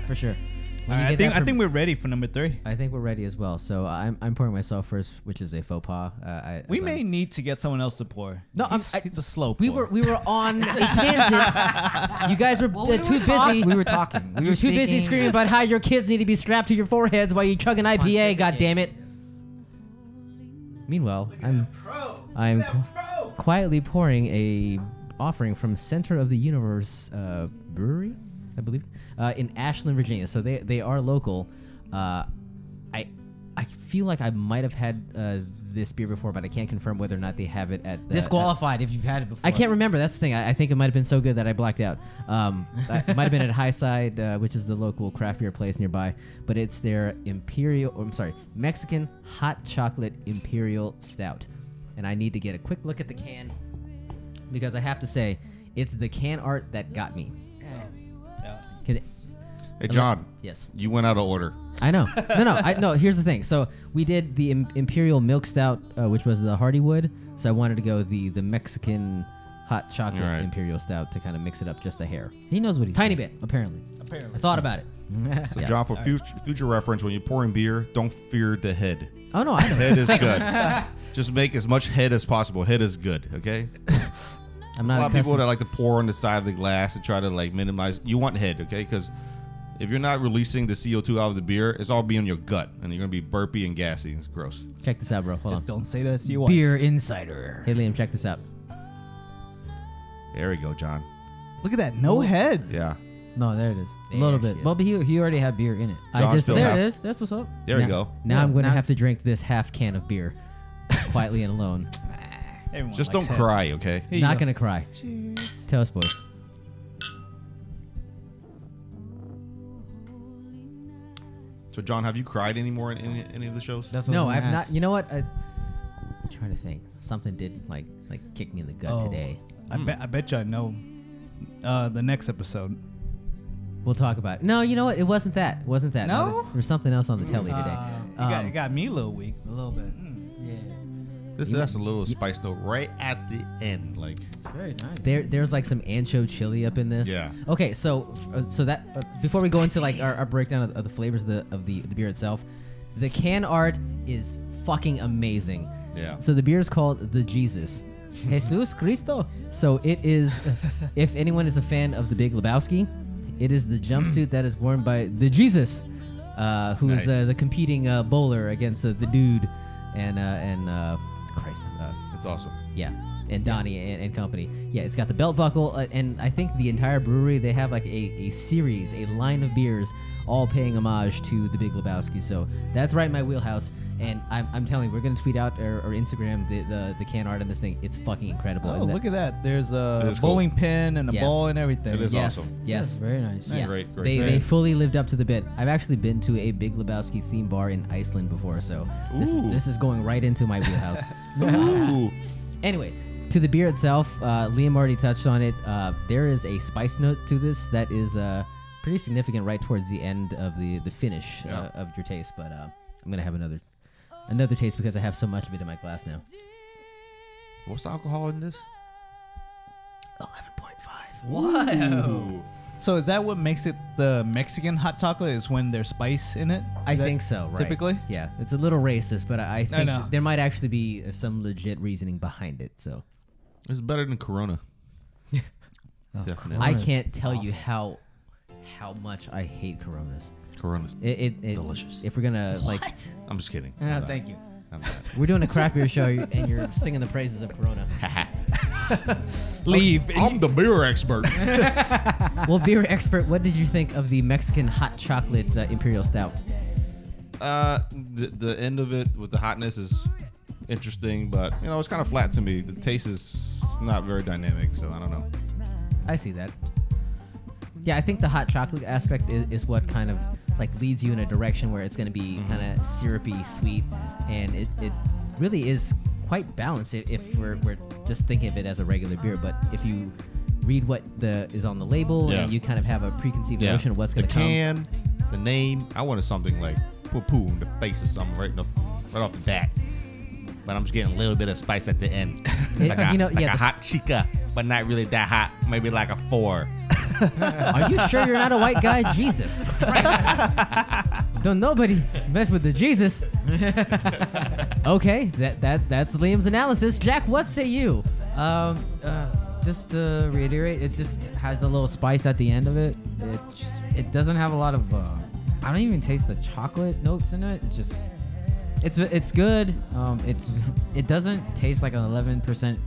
[SPEAKER 3] For sure.
[SPEAKER 1] When
[SPEAKER 2] All
[SPEAKER 1] you
[SPEAKER 2] right, I
[SPEAKER 1] get
[SPEAKER 2] think
[SPEAKER 1] that
[SPEAKER 2] I
[SPEAKER 1] from-
[SPEAKER 2] think we're ready for number 3.
[SPEAKER 1] I think we're ready as well. So I'm, I'm pouring myself first, which is a faux pas. Uh, I,
[SPEAKER 2] We
[SPEAKER 1] as I'm-
[SPEAKER 2] may need to get someone else to pour.
[SPEAKER 1] No, I'm-
[SPEAKER 2] he's,
[SPEAKER 1] I-
[SPEAKER 2] he's a slow.
[SPEAKER 1] We were
[SPEAKER 2] pour.
[SPEAKER 1] we were on a tangent. You guys were uh,
[SPEAKER 3] we were
[SPEAKER 1] too busy.
[SPEAKER 3] talking- we were talking. We
[SPEAKER 1] you
[SPEAKER 3] were
[SPEAKER 1] were too busy
[SPEAKER 3] speaking.
[SPEAKER 1] screaming about how your kids need to be strapped to your foreheads while you chug an IPA. God damn it! Meanwhile, I'm I'm qu- quietly pouring a offering from Center of the Universe uh, Brewery, I believe, uh, in Ashland, Virginia. So they they are local. Uh, I I feel like I might have had uh, this beer before, but I can't confirm whether or not they have it at the, at-
[SPEAKER 3] Disqualified if you've had it before.
[SPEAKER 1] I can't remember. That's the thing. I, I think it might have been so good that I blacked out. Um, I- it might have been at Highside, uh, which is the local craft beer place nearby. But it's their imperial. I'm sorry, Mexican hot chocolate imperial stout. And I need to get a quick look at the can because I have to say, it's the can art that got me.
[SPEAKER 2] Yeah.
[SPEAKER 1] 'Cause it-
[SPEAKER 5] Hey, John.
[SPEAKER 1] yes.
[SPEAKER 5] You went out of order.
[SPEAKER 1] I know. No, no, I no. Here's the thing. So we did the Im- Imperial Milk Stout, uh, which was the Hardywood. So I wanted to go the the Mexican hot chocolate
[SPEAKER 5] All right.
[SPEAKER 1] Imperial Stout to kind of mix it up just a hair.
[SPEAKER 3] He knows what he's
[SPEAKER 1] Tiny
[SPEAKER 3] doing,
[SPEAKER 1] bit.
[SPEAKER 3] apparently.
[SPEAKER 1] I
[SPEAKER 2] Apparently.
[SPEAKER 1] thought about it.
[SPEAKER 5] So,
[SPEAKER 1] Yeah.
[SPEAKER 5] John, for future, future reference, when you're pouring beer, don't fear the head.
[SPEAKER 1] Oh no, I know.
[SPEAKER 5] Head is good. Just make as much head as possible. Head is good. Okay.
[SPEAKER 1] I'm
[SPEAKER 5] a lot
[SPEAKER 1] not
[SPEAKER 5] of people
[SPEAKER 1] accustomed.
[SPEAKER 5] that like to pour on the side of the glass and try to like minimize. You want head, okay? Because if you're not releasing the CO2 out of the beer, it's all be in your gut, and you're gonna be burpy and gassy. and It's gross.
[SPEAKER 1] Check this out, bro. Hold
[SPEAKER 2] Just
[SPEAKER 1] on.
[SPEAKER 2] don't say that to your wife.
[SPEAKER 3] Beer insider.
[SPEAKER 1] Hey Liam, check this out.
[SPEAKER 5] There we go, John.
[SPEAKER 2] Look at that, no head.
[SPEAKER 5] Yeah,
[SPEAKER 3] No, there it is. A little
[SPEAKER 1] There she
[SPEAKER 3] bit.
[SPEAKER 1] is.
[SPEAKER 3] Well, but he, he already had beer in it.
[SPEAKER 1] I
[SPEAKER 5] John
[SPEAKER 1] just
[SPEAKER 5] still
[SPEAKER 1] there
[SPEAKER 5] half-
[SPEAKER 1] it
[SPEAKER 3] There
[SPEAKER 1] is.
[SPEAKER 3] it is. That's what's up.
[SPEAKER 5] there we
[SPEAKER 1] Now-
[SPEAKER 5] go.
[SPEAKER 1] Now
[SPEAKER 3] Yeah,
[SPEAKER 1] I'm going to
[SPEAKER 3] now
[SPEAKER 1] have to drink this half can of beer, quietly and alone.
[SPEAKER 2] Everyone
[SPEAKER 5] Just
[SPEAKER 2] likes
[SPEAKER 5] don't
[SPEAKER 2] head.
[SPEAKER 5] cry, okay?
[SPEAKER 2] Here you
[SPEAKER 1] not
[SPEAKER 2] go.
[SPEAKER 1] gonna cry.
[SPEAKER 2] Cheers.
[SPEAKER 1] Tell us, boys.
[SPEAKER 5] So, John, have you cried anymore in any, any of the shows?
[SPEAKER 3] That's what I
[SPEAKER 1] No,
[SPEAKER 3] was
[SPEAKER 1] I've
[SPEAKER 3] gonna
[SPEAKER 1] not.
[SPEAKER 3] ask.
[SPEAKER 1] You know what? I, I'm trying to think. Something did like like kick me in the gut
[SPEAKER 2] Oh,
[SPEAKER 1] today.
[SPEAKER 2] I
[SPEAKER 5] Hmm.
[SPEAKER 2] bet I bet you I know uh, the next episode.
[SPEAKER 1] We'll talk about. It. No, you know what? It wasn't that. It wasn't that.
[SPEAKER 2] No?
[SPEAKER 1] there was something else on the telly today.
[SPEAKER 3] Uh,
[SPEAKER 2] You got,
[SPEAKER 1] Um,
[SPEAKER 2] you got me a little weak.
[SPEAKER 3] A little bit. Yeah.
[SPEAKER 5] This has a little spice though, right at the end. Like
[SPEAKER 3] It's very nice.
[SPEAKER 1] There, there's like some ancho chili up in this.
[SPEAKER 5] Yeah.
[SPEAKER 1] Okay, so uh, so that uh, before we go into like our, our breakdown of, of the flavors of the of the, the beer itself, the can art is fucking amazing.
[SPEAKER 5] Yeah.
[SPEAKER 1] So the beer is called the Jesus.
[SPEAKER 3] Jesus Cristo.
[SPEAKER 1] So it is, if anyone is a fan of the Big Lebowski, it is the jumpsuit that is worn by the Jesus, uh, who is
[SPEAKER 5] Nice.
[SPEAKER 1] uh, the competing uh, bowler against uh, the dude, and uh, and uh, Christ. Uh,
[SPEAKER 5] it's awesome.
[SPEAKER 1] yeah, and Donnie and, and company. Yeah, it's got the belt buckle, uh, and I think the entire brewery they have like a, a series, a line of beers, all paying homage to the Big Lebowski. So that's right in my wheelhouse. And I'm, I'm telling you, we're gonna tweet out or, or Instagram the, the the can art on this thing. It's fucking incredible.
[SPEAKER 2] Oh,
[SPEAKER 1] And that-
[SPEAKER 2] look at that. There's a
[SPEAKER 5] It is cool.
[SPEAKER 2] bowling pin and a
[SPEAKER 1] Yes.
[SPEAKER 2] ball and everything.
[SPEAKER 5] It is
[SPEAKER 2] yeah.
[SPEAKER 1] yes,
[SPEAKER 5] awesome.
[SPEAKER 1] yes.
[SPEAKER 3] Very nice.
[SPEAKER 1] Yeah.
[SPEAKER 5] Great, great,
[SPEAKER 1] they,
[SPEAKER 5] great.
[SPEAKER 1] they fully lived up to the bit. I've actually been to a Big Lebowski theme bar in Iceland before, so this is,
[SPEAKER 5] Ooh.
[SPEAKER 1] this is going right into my wheelhouse.
[SPEAKER 5] Ooh.
[SPEAKER 1] Anyway, to the beer itself, uh, Liam already touched on it. Uh, there is a spice note to this that is uh, pretty significant right towards the end of the the finish
[SPEAKER 5] Yeah.
[SPEAKER 1] uh, of your taste. But uh, I'm gonna have another another taste because I have so much of it in my glass now.
[SPEAKER 5] What's the alcohol in this?
[SPEAKER 1] Eleven point five.
[SPEAKER 3] Wow.
[SPEAKER 5] Ooh.
[SPEAKER 2] So is that what makes it the Mexican hot chocolate? Is when there's spice in it? Is
[SPEAKER 1] I
[SPEAKER 2] that
[SPEAKER 1] think so. Right.
[SPEAKER 2] Typically.
[SPEAKER 1] yeah, it's a little racist, but I, I think
[SPEAKER 2] know.
[SPEAKER 1] there might actually be uh, some legit reasoning behind it. So
[SPEAKER 5] It's better than Corona. Definitely.
[SPEAKER 1] I
[SPEAKER 3] Corona's
[SPEAKER 1] can't tell you how how much I hate Coronas.
[SPEAKER 5] Corona's.
[SPEAKER 1] It, it, it
[SPEAKER 5] Delicious.
[SPEAKER 1] If we're gonna like
[SPEAKER 5] I'm just kidding.
[SPEAKER 3] Yeah,
[SPEAKER 5] I'm not.
[SPEAKER 3] Ah, thank you.
[SPEAKER 5] I'm not.
[SPEAKER 1] We're doing a craft beer show, and you're singing the praises of Corona.
[SPEAKER 2] Leave.
[SPEAKER 5] I'm the beer expert.
[SPEAKER 1] well, beer expert, what did you think of the Mexican hot chocolate uh, imperial stout?
[SPEAKER 5] Uh, the, the end of it with the hotness is interesting, but you know it's kind of flat to me. The taste is not very dynamic, so I don't know.
[SPEAKER 1] I see that. Yeah, I think the hot chocolate aspect is, is what kind of like leads you in a direction where it's going to be kind of syrupy, sweet, and it, it really is quite balanced if, if we're, we're just thinking of it as a regular beer. But if you read what the is on the label
[SPEAKER 5] Yeah.
[SPEAKER 1] and you kind of have a preconceived notion of what's
[SPEAKER 5] the
[SPEAKER 1] going to come.
[SPEAKER 5] can, the name. I wanted something like poo poo in the face or something right off, right off the bat. But I'm just getting a little bit of spice at the end,
[SPEAKER 1] Yeah,
[SPEAKER 5] like a,
[SPEAKER 1] you know,
[SPEAKER 5] like
[SPEAKER 1] yeah,
[SPEAKER 5] a
[SPEAKER 1] the-
[SPEAKER 5] hot chica, but not really that hot. Maybe like a four.
[SPEAKER 1] Are you sure you're not a white guy? Jesus Christ. Don't nobody mess with the Jesus. okay, that, that that's Liam's analysis. Jack, what say you?
[SPEAKER 3] Um, uh, just to reiterate, it just has the little spice at the end of it. It just, it doesn't have a lot of. Uh, I don't even taste the chocolate notes in it. It's just, it's it's good. Um, it's it doesn't taste like an 11%.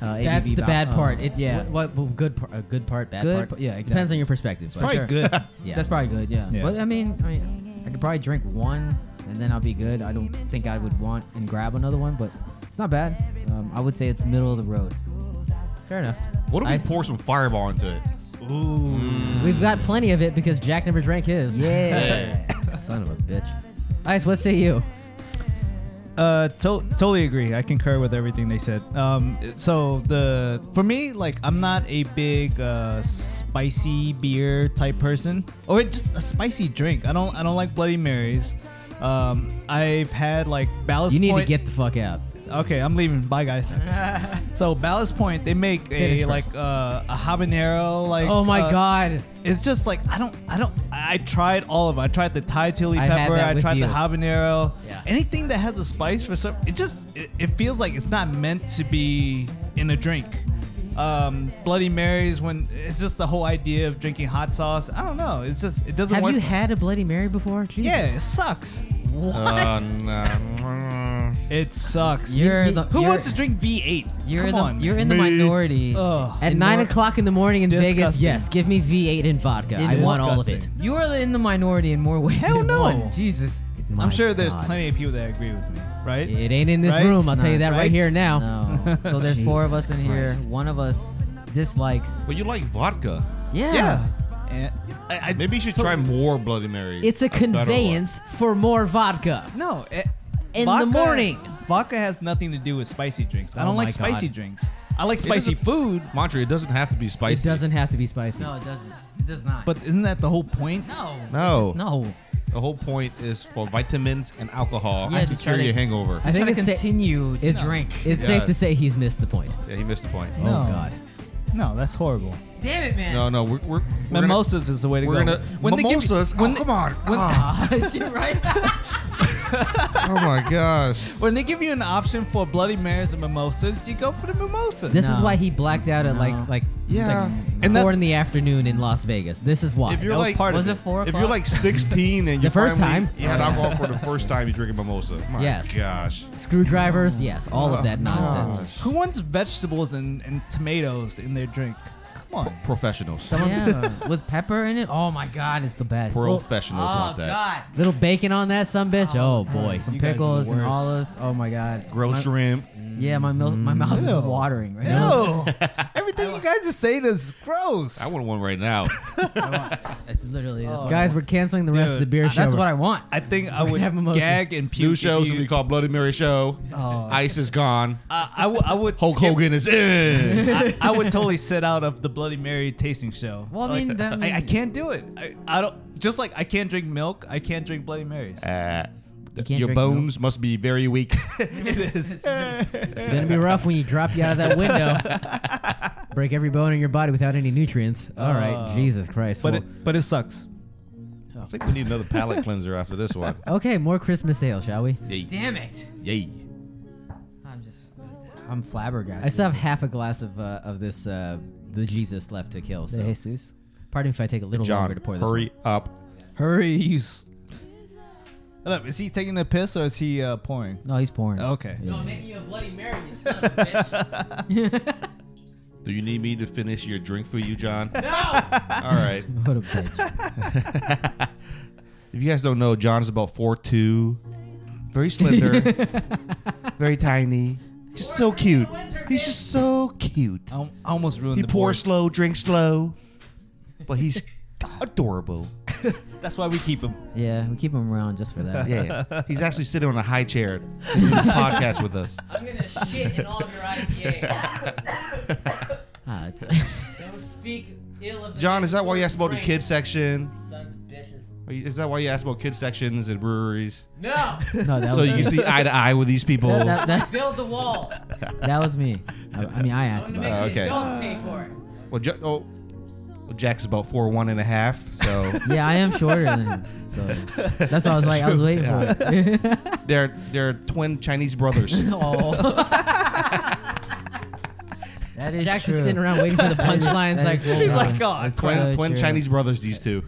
[SPEAKER 3] Uh,
[SPEAKER 1] That's
[SPEAKER 3] ABV
[SPEAKER 1] the
[SPEAKER 3] ba-
[SPEAKER 1] bad
[SPEAKER 3] um,
[SPEAKER 1] part. It,
[SPEAKER 3] yeah,
[SPEAKER 1] What, what- good part? A good part. Bad
[SPEAKER 3] Good
[SPEAKER 1] part.
[SPEAKER 3] p- yeah,
[SPEAKER 1] Depends
[SPEAKER 3] exactly.
[SPEAKER 1] on your perspective. But
[SPEAKER 2] probably
[SPEAKER 1] sure.
[SPEAKER 2] good.
[SPEAKER 1] Yeah.
[SPEAKER 3] that's probably good. Yeah.
[SPEAKER 2] Yeah.
[SPEAKER 3] but I mean, I mean, I could probably drink one and then I'll be good. I don't think I would want and grab another one, but it's not bad. Um, I would say it's middle of the road.
[SPEAKER 1] fair enough.
[SPEAKER 5] What if we
[SPEAKER 1] I-
[SPEAKER 5] pour some fireball into it?
[SPEAKER 2] Ooh.
[SPEAKER 5] Hmm.
[SPEAKER 2] Mm.
[SPEAKER 1] We've got plenty of it because Jack never drank his.
[SPEAKER 3] Yeah.
[SPEAKER 1] Son of a bitch. Ice, what say you?
[SPEAKER 2] Uh, to- totally agree. I concur with everything they said. Um, so the for me, like I'm not a big uh, spicy beer type person, or just a spicy drink. I don't I don't like Bloody Marys. Um, I've had like Ballast
[SPEAKER 1] You need
[SPEAKER 2] Point.
[SPEAKER 1] to get the fuck out.
[SPEAKER 2] Okay, I'm leaving. Bye, guys. so Ballast Point, they make a
[SPEAKER 1] Finish
[SPEAKER 2] like uh, a habanero like.
[SPEAKER 1] Oh my
[SPEAKER 2] uh,
[SPEAKER 1] god.
[SPEAKER 2] It's just like I don't, I don't. I I tried all of it. I tried the Thai chili
[SPEAKER 1] I had
[SPEAKER 2] pepper.
[SPEAKER 1] that
[SPEAKER 2] I
[SPEAKER 1] with
[SPEAKER 2] tried
[SPEAKER 1] you.
[SPEAKER 2] the habanero.
[SPEAKER 1] Yeah.
[SPEAKER 2] Anything that has a spice for some, it just it, it feels like it's not meant to be in a drink. Um, Bloody Marys when it's just the whole idea of drinking hot sauce. I don't know. It's just it doesn't
[SPEAKER 1] Have
[SPEAKER 2] work.
[SPEAKER 1] you had a Bloody Mary before? Jesus.
[SPEAKER 2] yeah, it sucks.
[SPEAKER 1] What?
[SPEAKER 5] Uh, nah.
[SPEAKER 2] It sucks.
[SPEAKER 3] You're the-
[SPEAKER 2] Who wants
[SPEAKER 3] you're-
[SPEAKER 2] to drink V8?
[SPEAKER 3] You're
[SPEAKER 2] Come
[SPEAKER 3] in the
[SPEAKER 2] on.
[SPEAKER 3] you're in the minority.
[SPEAKER 2] Ugh.
[SPEAKER 1] At
[SPEAKER 3] In
[SPEAKER 1] nine
[SPEAKER 3] Nor-
[SPEAKER 1] o'clock in the morning in Vegas,
[SPEAKER 2] Disgusting.
[SPEAKER 1] yes, give me V8 and vodka. I want all of it.
[SPEAKER 2] Disgusting.
[SPEAKER 3] You are in the minority in more ways
[SPEAKER 2] Hell
[SPEAKER 3] than
[SPEAKER 2] no.
[SPEAKER 3] one. Jesus.
[SPEAKER 1] My
[SPEAKER 2] I'm sure there's
[SPEAKER 1] God.
[SPEAKER 2] plenty of people that agree with me, right?
[SPEAKER 1] It ain't in this
[SPEAKER 2] Right?
[SPEAKER 1] room. I'll tell you
[SPEAKER 2] Nah,
[SPEAKER 1] that right,
[SPEAKER 2] right?
[SPEAKER 1] here now.
[SPEAKER 3] No. So there's four of us
[SPEAKER 1] Jesus
[SPEAKER 3] in
[SPEAKER 1] Christ.
[SPEAKER 3] here. One of us dislikes.
[SPEAKER 5] But you like vodka.
[SPEAKER 3] Yeah.
[SPEAKER 2] Yeah. And I, I,
[SPEAKER 5] Maybe you should
[SPEAKER 2] so-
[SPEAKER 5] try more Bloody Mary.
[SPEAKER 1] It's a
[SPEAKER 5] better one.
[SPEAKER 1] conveyance for more vodka.
[SPEAKER 2] No. eh,
[SPEAKER 1] In the morning.
[SPEAKER 2] Vodka has nothing to do with spicy drinks. I
[SPEAKER 1] Oh
[SPEAKER 2] don't
[SPEAKER 1] my
[SPEAKER 2] like spicy
[SPEAKER 1] God.
[SPEAKER 2] drinks. I like spicy
[SPEAKER 5] doesn't-
[SPEAKER 2] food,
[SPEAKER 5] Mantra, it doesn't have to be spicy.
[SPEAKER 1] It doesn't have to be spicy.
[SPEAKER 3] No, it doesn't. It does not.
[SPEAKER 2] but isn't that the whole point?
[SPEAKER 3] no.
[SPEAKER 5] No.
[SPEAKER 3] it's- No.
[SPEAKER 5] The whole point is for vitamins and alcohol
[SPEAKER 3] Yeah,
[SPEAKER 5] to
[SPEAKER 3] to try
[SPEAKER 5] cure
[SPEAKER 3] to-
[SPEAKER 5] your hangover.
[SPEAKER 1] I
[SPEAKER 3] I
[SPEAKER 1] think
[SPEAKER 3] think to
[SPEAKER 1] it's sa-
[SPEAKER 3] continue to
[SPEAKER 1] it's-
[SPEAKER 3] drink.
[SPEAKER 1] It's
[SPEAKER 5] Yeah.
[SPEAKER 1] safe to say he's missed the point.
[SPEAKER 5] Yeah, he missed the point. Oh.
[SPEAKER 1] Oh
[SPEAKER 2] No.
[SPEAKER 1] God.
[SPEAKER 2] No, that's horrible.
[SPEAKER 3] Damn it, man.
[SPEAKER 5] No, no, we're we're, we're gonna-
[SPEAKER 2] Mimosas is the way to
[SPEAKER 5] we're
[SPEAKER 2] go.
[SPEAKER 5] gonna
[SPEAKER 2] they give you-
[SPEAKER 5] mimosas.
[SPEAKER 2] when
[SPEAKER 5] oh,
[SPEAKER 2] they-
[SPEAKER 5] come on. Ah,
[SPEAKER 3] You're right.
[SPEAKER 5] oh my gosh.
[SPEAKER 2] When they give you an option for Bloody Marys and mimosas, you go for the mimosas.
[SPEAKER 1] This is
[SPEAKER 3] No.
[SPEAKER 1] why he blacked out at
[SPEAKER 3] No.
[SPEAKER 1] like like
[SPEAKER 5] Yeah.
[SPEAKER 1] like
[SPEAKER 2] And
[SPEAKER 1] four
[SPEAKER 2] that's-
[SPEAKER 1] in the afternoon in Las Vegas. This is why.
[SPEAKER 5] If you're
[SPEAKER 2] That was
[SPEAKER 5] like
[SPEAKER 2] part of
[SPEAKER 3] Was it four
[SPEAKER 5] if
[SPEAKER 3] o'clock?
[SPEAKER 5] you're like 16 and you
[SPEAKER 1] The first
[SPEAKER 5] finally-
[SPEAKER 1] time?
[SPEAKER 5] you had alcohol for the first time, you drink a mimosa. My
[SPEAKER 1] Yes.
[SPEAKER 5] gosh.
[SPEAKER 1] Screwdrivers, yes, all of that
[SPEAKER 5] Oh,
[SPEAKER 1] nonsense.
[SPEAKER 5] gosh.
[SPEAKER 2] Who wants vegetables and, and tomatoes in their drink? Come on.
[SPEAKER 5] Professionals.
[SPEAKER 3] Someone with pepper in it. Oh my god, it's the best.
[SPEAKER 5] Professionals
[SPEAKER 3] oh
[SPEAKER 5] want that.
[SPEAKER 3] god.
[SPEAKER 1] Little bacon on that, some bitch. Oh, boy.
[SPEAKER 3] Some
[SPEAKER 2] You guys are the
[SPEAKER 3] pickles and
[SPEAKER 2] worst.
[SPEAKER 3] olives. Oh my god.
[SPEAKER 5] Grilled
[SPEAKER 3] my,
[SPEAKER 5] shrimp.
[SPEAKER 3] Yeah, my mil- my mouth
[SPEAKER 2] Ew.
[SPEAKER 3] is watering right now.
[SPEAKER 2] No. Everything you guys are saying is gross.
[SPEAKER 5] I want one right now.
[SPEAKER 3] I want- It's literally that's what I
[SPEAKER 1] Guys,
[SPEAKER 3] want.
[SPEAKER 1] we're canceling the rest of the
[SPEAKER 2] Dude,
[SPEAKER 1] beer show.
[SPEAKER 3] that's what I want.
[SPEAKER 2] I think I
[SPEAKER 1] We're
[SPEAKER 2] would
[SPEAKER 1] gonna have mimosas.
[SPEAKER 2] gag and puke.
[SPEAKER 5] New
[SPEAKER 2] if
[SPEAKER 5] shows
[SPEAKER 2] you-
[SPEAKER 5] will be called Bloody Mary Show.
[SPEAKER 1] Uh,
[SPEAKER 5] Ice is gone.
[SPEAKER 2] I, I, w- I would.
[SPEAKER 5] Hulk
[SPEAKER 2] skip-
[SPEAKER 5] Hogan is in.
[SPEAKER 2] I, I would totally sit out of the Bloody Mary tasting show.
[SPEAKER 3] Well, I
[SPEAKER 2] Like,
[SPEAKER 3] mean, that
[SPEAKER 2] I, I
[SPEAKER 3] mean-
[SPEAKER 2] can't do it. I, I don't. Just like I can't drink milk, I can't drink Bloody Marys.
[SPEAKER 5] Uh,
[SPEAKER 1] can't
[SPEAKER 5] your
[SPEAKER 1] drink milk.
[SPEAKER 5] bones must be very weak.
[SPEAKER 2] it is.
[SPEAKER 1] It's going to be rough when you drop you out of that window. Break every bone in your body without any nutrients. All right,
[SPEAKER 2] Oh.
[SPEAKER 1] Jesus Christ.
[SPEAKER 2] but
[SPEAKER 1] Well,
[SPEAKER 2] it but it sucks.
[SPEAKER 5] I think we need another palate cleanser after this one.
[SPEAKER 1] okay, more Christmas ale, shall we?
[SPEAKER 5] Yay.
[SPEAKER 3] Damn it.
[SPEAKER 5] Yay.
[SPEAKER 3] I'm just I'm flabbergasted.
[SPEAKER 1] I still have half a glass of uh, of this uh, the Jesus left to kill. So,
[SPEAKER 3] the Jesus.
[SPEAKER 1] pardon if I take a little
[SPEAKER 5] John,
[SPEAKER 1] longer to pour this.
[SPEAKER 5] hurry up.
[SPEAKER 2] Hurry, you. s- Hold up, is he taking a piss or is he uh, pouring?
[SPEAKER 1] Oh,
[SPEAKER 3] No, he's pouring.
[SPEAKER 2] Okay.
[SPEAKER 1] I'm making you a Bloody Mary, you son of a bitch.
[SPEAKER 5] Do you need me to finish your drink for you, John? no. All right.
[SPEAKER 1] what a bitch.
[SPEAKER 5] If you guys don't know, John is about 4'2", very slender, very tiny, just so cute. He's just so cute.
[SPEAKER 2] I al- I almost ruined
[SPEAKER 5] He
[SPEAKER 2] the
[SPEAKER 5] pours
[SPEAKER 2] pours.
[SPEAKER 5] slow, drinks slow, but he's adorable.
[SPEAKER 2] That's why we keep him.
[SPEAKER 3] Yeah, we keep him around just for that.
[SPEAKER 5] Yeah, he's actually sitting on a high chair doing this podcast with us.
[SPEAKER 1] I'm going to shit in all of your IPA.
[SPEAKER 3] Ah, it's-
[SPEAKER 1] Don't speak ill of
[SPEAKER 5] John, is that why you asked about the kids section?
[SPEAKER 1] Sons of bitches.
[SPEAKER 5] Are you- Is that why you asked about kids sections and breweries?
[SPEAKER 1] No!
[SPEAKER 3] no, that
[SPEAKER 5] So
[SPEAKER 3] was
[SPEAKER 5] you
[SPEAKER 3] me.
[SPEAKER 5] can see eye to eye with these people.
[SPEAKER 3] that, that, that,
[SPEAKER 1] Build the wall.
[SPEAKER 3] that was me. I, I mean, I asked about.
[SPEAKER 4] Uh,
[SPEAKER 5] make-
[SPEAKER 3] It.
[SPEAKER 5] Okay. adults
[SPEAKER 1] pay for it.
[SPEAKER 5] Well, Ja- oh, well, Jack's about four one and a half, so
[SPEAKER 3] Yeah, I am shorter than him, so that's what I was like. I was waiting for it.
[SPEAKER 5] they're they're twin Chinese brothers.
[SPEAKER 3] oh. that is
[SPEAKER 1] Jack's
[SPEAKER 3] true.
[SPEAKER 1] just sitting around waiting for the punchlines. like,
[SPEAKER 3] That
[SPEAKER 2] He's
[SPEAKER 3] is-
[SPEAKER 1] "Whoa,
[SPEAKER 2] like, "Oh,
[SPEAKER 1] whoa."
[SPEAKER 2] God.
[SPEAKER 3] That's
[SPEAKER 5] twin
[SPEAKER 3] so
[SPEAKER 5] twin
[SPEAKER 3] true.
[SPEAKER 5] Chinese brothers. These two.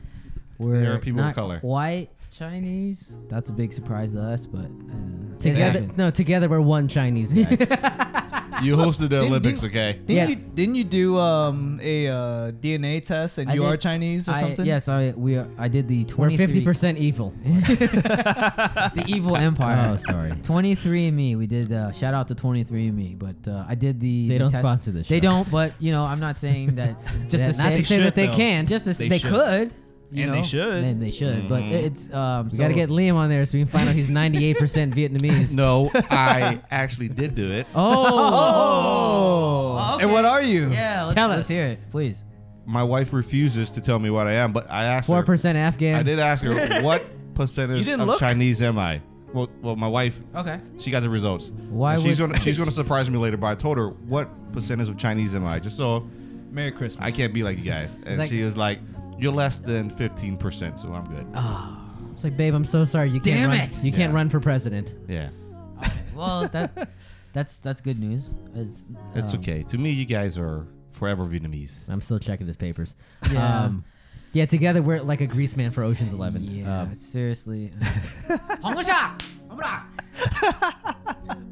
[SPEAKER 3] We're
[SPEAKER 5] There are people of
[SPEAKER 3] not
[SPEAKER 5] color.
[SPEAKER 3] Quite Chinese. That's a big surprise to us, but uh,
[SPEAKER 1] together.
[SPEAKER 3] it
[SPEAKER 1] No, together we're one Chinese guy.
[SPEAKER 5] You hosted the
[SPEAKER 2] Didn't-
[SPEAKER 5] Olympics,
[SPEAKER 2] didn't-
[SPEAKER 5] okay?
[SPEAKER 2] Didn't
[SPEAKER 1] Yeah.
[SPEAKER 2] you didn't you do um a uh, DNA test and
[SPEAKER 3] I
[SPEAKER 2] you
[SPEAKER 3] did-
[SPEAKER 2] are Chinese or
[SPEAKER 3] I-
[SPEAKER 2] something?
[SPEAKER 3] Yes, I we are, I did the
[SPEAKER 1] we're
[SPEAKER 3] twenty.
[SPEAKER 1] fifty percent evil.
[SPEAKER 3] The evil empire.
[SPEAKER 1] Oh, sorry.
[SPEAKER 3] 23andMe. We did. Uh, shout out to 23andMe. But uh, I did the.
[SPEAKER 1] They
[SPEAKER 3] the
[SPEAKER 1] don't sponsor this
[SPEAKER 3] They
[SPEAKER 1] show.
[SPEAKER 3] don't. But you know, I'm not saying that. Just to
[SPEAKER 1] Not
[SPEAKER 3] say,
[SPEAKER 1] to say that they
[SPEAKER 2] though.
[SPEAKER 1] can.
[SPEAKER 3] Just to,
[SPEAKER 2] They
[SPEAKER 3] they,
[SPEAKER 2] should.
[SPEAKER 3] could. You
[SPEAKER 2] And
[SPEAKER 3] know,
[SPEAKER 2] they should. Mm-hmm.
[SPEAKER 3] And they should. But it's. Um,
[SPEAKER 1] we gotta
[SPEAKER 3] so-
[SPEAKER 1] get Liam on there so we can find out he's ninety-eight percent Vietnamese.
[SPEAKER 5] No, I actually did do it.
[SPEAKER 3] Oh.
[SPEAKER 2] Oh. And what are you?
[SPEAKER 3] Yeah. Let's,
[SPEAKER 1] Tell
[SPEAKER 3] let's
[SPEAKER 1] us.
[SPEAKER 3] hear it, please.
[SPEAKER 5] My wife refuses to tell me what I am, but I asked
[SPEAKER 1] Four
[SPEAKER 5] her.
[SPEAKER 1] percent Afghan.
[SPEAKER 5] I did ask her what percentage
[SPEAKER 2] You didn't
[SPEAKER 5] of
[SPEAKER 2] look.
[SPEAKER 5] Chinese am I. Well, well, my wife.
[SPEAKER 3] Okay.
[SPEAKER 5] She got the results.
[SPEAKER 1] Why
[SPEAKER 5] And she's
[SPEAKER 1] would-
[SPEAKER 5] gonna she's gonna surprise me later, but I told her what percentage of Chinese am I, just so
[SPEAKER 2] Merry Christmas.
[SPEAKER 5] I can't be like you guys. And
[SPEAKER 1] like-
[SPEAKER 5] she was like, "You're less than fifteen percent, so I'm good."
[SPEAKER 1] Oh. It's like, babe, I'm so sorry. You can't
[SPEAKER 3] Damn
[SPEAKER 1] run.
[SPEAKER 3] it.
[SPEAKER 1] You can't
[SPEAKER 5] Yeah.
[SPEAKER 1] run for president.
[SPEAKER 5] yeah,
[SPEAKER 3] Well, that. That's that's good news. It's,
[SPEAKER 5] it's
[SPEAKER 1] Oh.
[SPEAKER 3] um,
[SPEAKER 5] okay. To me, you guys are forever Vietnamese.
[SPEAKER 1] I'm still checking his papers.
[SPEAKER 3] Yeah.
[SPEAKER 1] Um, yeah, together we're like a grease man for Ocean's Eleven.
[SPEAKER 3] Yeah,
[SPEAKER 1] Um,
[SPEAKER 3] seriously.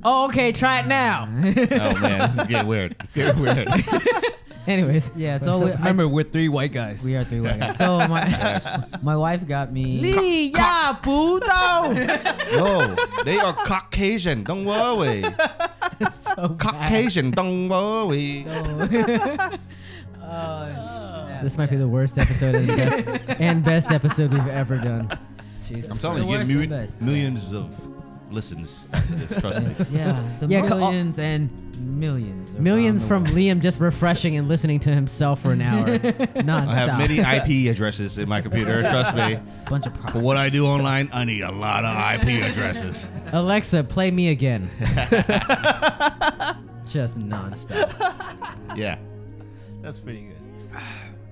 [SPEAKER 3] oh, okay. Try it now.
[SPEAKER 5] oh man, this is getting weird. It's getting weird.
[SPEAKER 1] anyways,
[SPEAKER 3] Yeah. So, we, I-
[SPEAKER 2] Remember, we're three white guys.
[SPEAKER 3] we are three white guys. So my my wife got me.
[SPEAKER 1] yeah,
[SPEAKER 5] no, they are Caucasian. Don't worry,
[SPEAKER 3] So
[SPEAKER 5] Caucasian. Don't worry.
[SPEAKER 1] This might be the worst episode and best, and best episode we've ever done.
[SPEAKER 5] I'm telling
[SPEAKER 3] The
[SPEAKER 5] you,
[SPEAKER 3] worst
[SPEAKER 5] you
[SPEAKER 3] and
[SPEAKER 5] get
[SPEAKER 3] best.
[SPEAKER 5] millions of listens to this. Trust me.
[SPEAKER 3] yeah, the
[SPEAKER 1] Yeah, 'cause all-
[SPEAKER 3] millions and millions. around
[SPEAKER 1] Millions
[SPEAKER 3] the
[SPEAKER 1] from
[SPEAKER 3] world.
[SPEAKER 1] Liam just refreshing and listening to himself for an hour, nonstop.
[SPEAKER 5] I have many IP addresses in my computer. Trust me.
[SPEAKER 3] bunch of products.
[SPEAKER 4] For what I do online, I need a lot of IP addresses.
[SPEAKER 1] Alexa, play me again. just nonstop.
[SPEAKER 5] Yeah.
[SPEAKER 2] That's pretty good.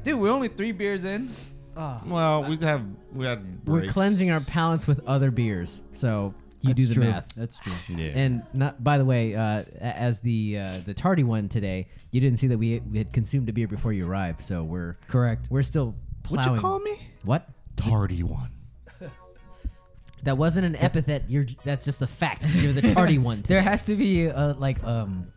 [SPEAKER 2] Dude, we're only three beers in.
[SPEAKER 5] Well, we have we had
[SPEAKER 1] We're
[SPEAKER 5] breaks.
[SPEAKER 1] cleansing our palates with other beers, so you
[SPEAKER 3] That's
[SPEAKER 1] do the
[SPEAKER 3] true.
[SPEAKER 1] math.
[SPEAKER 3] That's true.
[SPEAKER 5] yeah.
[SPEAKER 1] And not by the way, uh, a- as the uh, the tardy one today, you didn't see that we we had consumed a beer before you arrived, so we're
[SPEAKER 3] Correct.
[SPEAKER 1] we're still
[SPEAKER 2] What
[SPEAKER 1] plowing.
[SPEAKER 2] you call me?
[SPEAKER 1] What?
[SPEAKER 5] tardy one.
[SPEAKER 1] That wasn't an epithet. You're that's just the fact. You're the tardy one.
[SPEAKER 3] There
[SPEAKER 1] today.
[SPEAKER 3] has to be uh, like um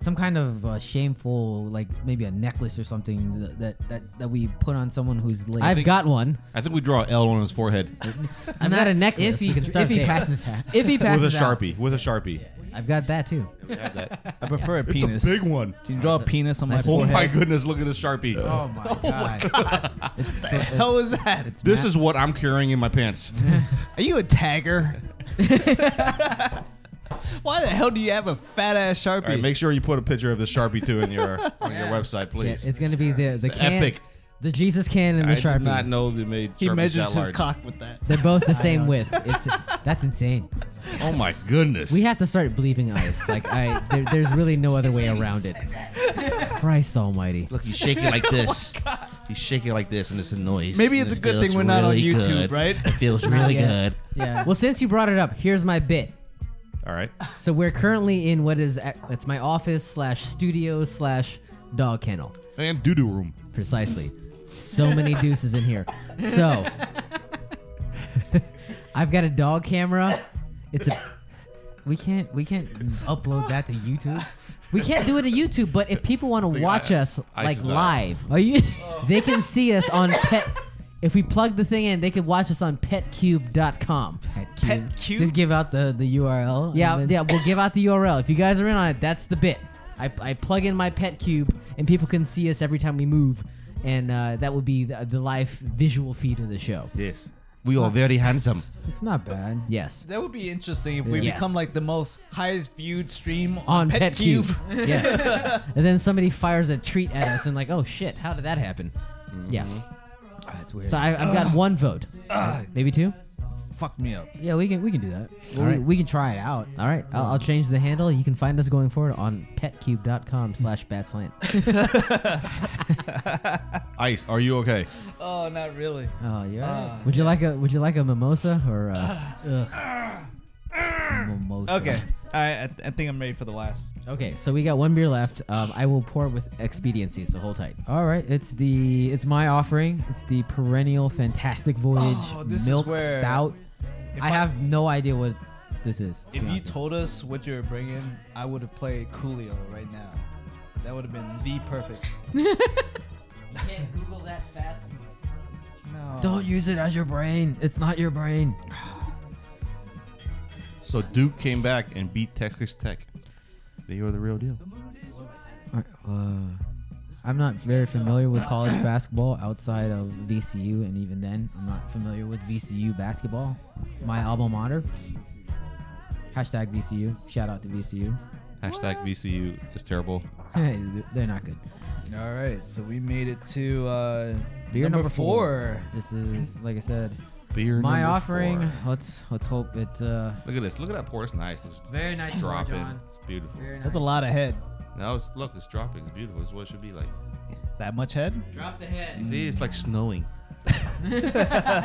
[SPEAKER 3] some kind of uh, shameful like maybe a necklace or something that that that, that we put on someone who's late.
[SPEAKER 1] I've
[SPEAKER 5] think-
[SPEAKER 1] got one.
[SPEAKER 5] I think we draw an L on his forehead
[SPEAKER 1] I've got a necklace.
[SPEAKER 3] If he,
[SPEAKER 1] we can start
[SPEAKER 3] if he
[SPEAKER 1] there.
[SPEAKER 3] passes, if he passes
[SPEAKER 5] with a
[SPEAKER 3] out.
[SPEAKER 5] sharpie. With a sharpie.
[SPEAKER 1] I've got that too.
[SPEAKER 5] We had that.
[SPEAKER 2] I prefer a penis.
[SPEAKER 5] one.
[SPEAKER 2] Can you draw a penis on my
[SPEAKER 1] Nice
[SPEAKER 5] Oh
[SPEAKER 2] forehead?
[SPEAKER 5] my goodness! Look at this sharpie.
[SPEAKER 3] Oh my god! It's so, it's,
[SPEAKER 2] Hell is that?
[SPEAKER 3] it's
[SPEAKER 5] this
[SPEAKER 3] ma-
[SPEAKER 5] is what I'm carrying in my pants.
[SPEAKER 2] Are you a tagger? Why the hell do you have a fat ass sharpie?
[SPEAKER 5] All right, make sure you put a picture of the sharpie too in your on your website,
[SPEAKER 1] Yeah,
[SPEAKER 5] please.
[SPEAKER 1] it's gonna be the the
[SPEAKER 5] It's
[SPEAKER 1] can,
[SPEAKER 5] epic.
[SPEAKER 1] the Jesus can and the
[SPEAKER 5] I
[SPEAKER 1] sharpie.
[SPEAKER 5] did not know they made
[SPEAKER 2] he
[SPEAKER 5] sharpies
[SPEAKER 2] measures
[SPEAKER 5] that
[SPEAKER 2] his
[SPEAKER 5] large.
[SPEAKER 2] cock with that.
[SPEAKER 1] They're both the same
[SPEAKER 3] know.
[SPEAKER 1] width. It's
[SPEAKER 3] that's insane.
[SPEAKER 5] Oh my goodness!
[SPEAKER 1] we have to start bleeping ice. Like I, there, there's really no other way around it. Christ Almighty.
[SPEAKER 5] Look, he's shaking
[SPEAKER 1] Oh
[SPEAKER 5] like this. he's shaking like this, and it's a noise.
[SPEAKER 2] Maybe
[SPEAKER 5] and
[SPEAKER 2] it's a
[SPEAKER 5] it
[SPEAKER 2] good
[SPEAKER 5] feels
[SPEAKER 2] thing we're not on
[SPEAKER 5] really
[SPEAKER 2] YouTube,
[SPEAKER 5] good.
[SPEAKER 2] right?
[SPEAKER 5] It feels
[SPEAKER 1] Not
[SPEAKER 5] really
[SPEAKER 1] yet.
[SPEAKER 5] good.
[SPEAKER 3] Yeah.
[SPEAKER 1] Well, since you brought it up, here's my bit.
[SPEAKER 5] All right.
[SPEAKER 1] So we're currently in what is ac- it's my office slash studio slash dog kennel.
[SPEAKER 5] And doo doo room.
[SPEAKER 1] Precisely. So many deuces in here. So I've got a dog camera. It's a
[SPEAKER 3] we can't we can't upload that to YouTube.
[SPEAKER 1] we can't do it to YouTube, but if people want to
[SPEAKER 5] think
[SPEAKER 1] watch
[SPEAKER 5] I-
[SPEAKER 1] us
[SPEAKER 5] I
[SPEAKER 1] like
[SPEAKER 5] should, uh,
[SPEAKER 1] live,
[SPEAKER 3] Are you?
[SPEAKER 1] they can see us on pet if we plug the thing in, they can watch us on petcube.com.
[SPEAKER 3] Pet
[SPEAKER 2] cube?
[SPEAKER 3] Just give out the the URL. and
[SPEAKER 1] Yeah,
[SPEAKER 3] then-
[SPEAKER 1] yeah, we'll give out the URL. If you guys are in on it, that's the bit. I, I plug in my pet cube, and people can see us every time we move, and uh, that would be the, the live visual feed of the show.
[SPEAKER 5] Yes. We are very handsome.
[SPEAKER 3] It's not bad.
[SPEAKER 1] Yes.
[SPEAKER 2] That would be interesting if we
[SPEAKER 1] Yes.
[SPEAKER 2] become like the most highest viewed stream
[SPEAKER 1] On
[SPEAKER 2] on,
[SPEAKER 1] pet,
[SPEAKER 2] PetCube.
[SPEAKER 1] cube. yes. And then somebody fires a treat at us, and like, oh shit, how did that happen? Yeah.
[SPEAKER 3] Mm-hmm. Ah, That's weird. Ah.
[SPEAKER 1] So I, I've got one vote, maybe two.
[SPEAKER 2] Fuck me up.
[SPEAKER 3] yeah, we can we can do that.
[SPEAKER 1] All
[SPEAKER 3] we,
[SPEAKER 1] right.
[SPEAKER 3] we can try it out.
[SPEAKER 1] All right, I'll, I'll change the handle. You can find us going forward on petcube.com slash batslant.
[SPEAKER 5] Ice, are you okay?
[SPEAKER 2] Oh, not really.
[SPEAKER 1] Oh
[SPEAKER 2] Uh,
[SPEAKER 1] yeah. Would you like a Would you like a mimosa or? uh, A,
[SPEAKER 2] uh,
[SPEAKER 3] Mimosa.
[SPEAKER 2] Okay, I, I I think I'm ready for the last.
[SPEAKER 1] okay, so we got one beer left. Um, I will pour with expediency, so hold tight.
[SPEAKER 3] All right, it's the it's my offering. It's the perennial fantastic voyage
[SPEAKER 2] Oh, this is
[SPEAKER 3] milk
[SPEAKER 2] where-
[SPEAKER 3] stout.
[SPEAKER 2] If
[SPEAKER 3] I,
[SPEAKER 2] I-
[SPEAKER 3] have no idea what this is. to
[SPEAKER 2] If
[SPEAKER 3] be
[SPEAKER 2] you
[SPEAKER 3] honest with
[SPEAKER 2] told us what you were bringing, I would have played Coolio right now. That would have been the perfect.
[SPEAKER 1] You can't Google that fast.
[SPEAKER 2] No.
[SPEAKER 3] you. don't use it as your brain. It's not your brain.
[SPEAKER 5] So Duke came back and beat Texas Tech. They are the real deal.
[SPEAKER 3] Uh, I'm not very familiar with college basketball outside of VCU, and even then, I'm not familiar with VCU basketball. My alma mater. Hashtag VCU. Shout out to VCU.
[SPEAKER 5] Hashtag VCU is terrible.
[SPEAKER 3] They're not good.
[SPEAKER 2] All right, so we made it to uh,
[SPEAKER 3] Beer
[SPEAKER 2] number,
[SPEAKER 3] number
[SPEAKER 2] four.
[SPEAKER 3] four. This is, like I said,
[SPEAKER 5] Beer
[SPEAKER 3] my
[SPEAKER 5] number
[SPEAKER 3] offering.
[SPEAKER 5] four.
[SPEAKER 3] Let's let's hope it. Uh,
[SPEAKER 5] Look at this. Look at that pour. It's nice. It's
[SPEAKER 3] Very
[SPEAKER 5] it's
[SPEAKER 3] nice pour,
[SPEAKER 5] dropping.
[SPEAKER 3] John.
[SPEAKER 5] It's beautiful.
[SPEAKER 2] That's a lot of head.
[SPEAKER 5] Now it's look. It's dropping. It's beautiful. It's what it should be like.
[SPEAKER 2] That much head?
[SPEAKER 1] Drop the
[SPEAKER 5] You
[SPEAKER 1] head.
[SPEAKER 5] see, it's like snowing. and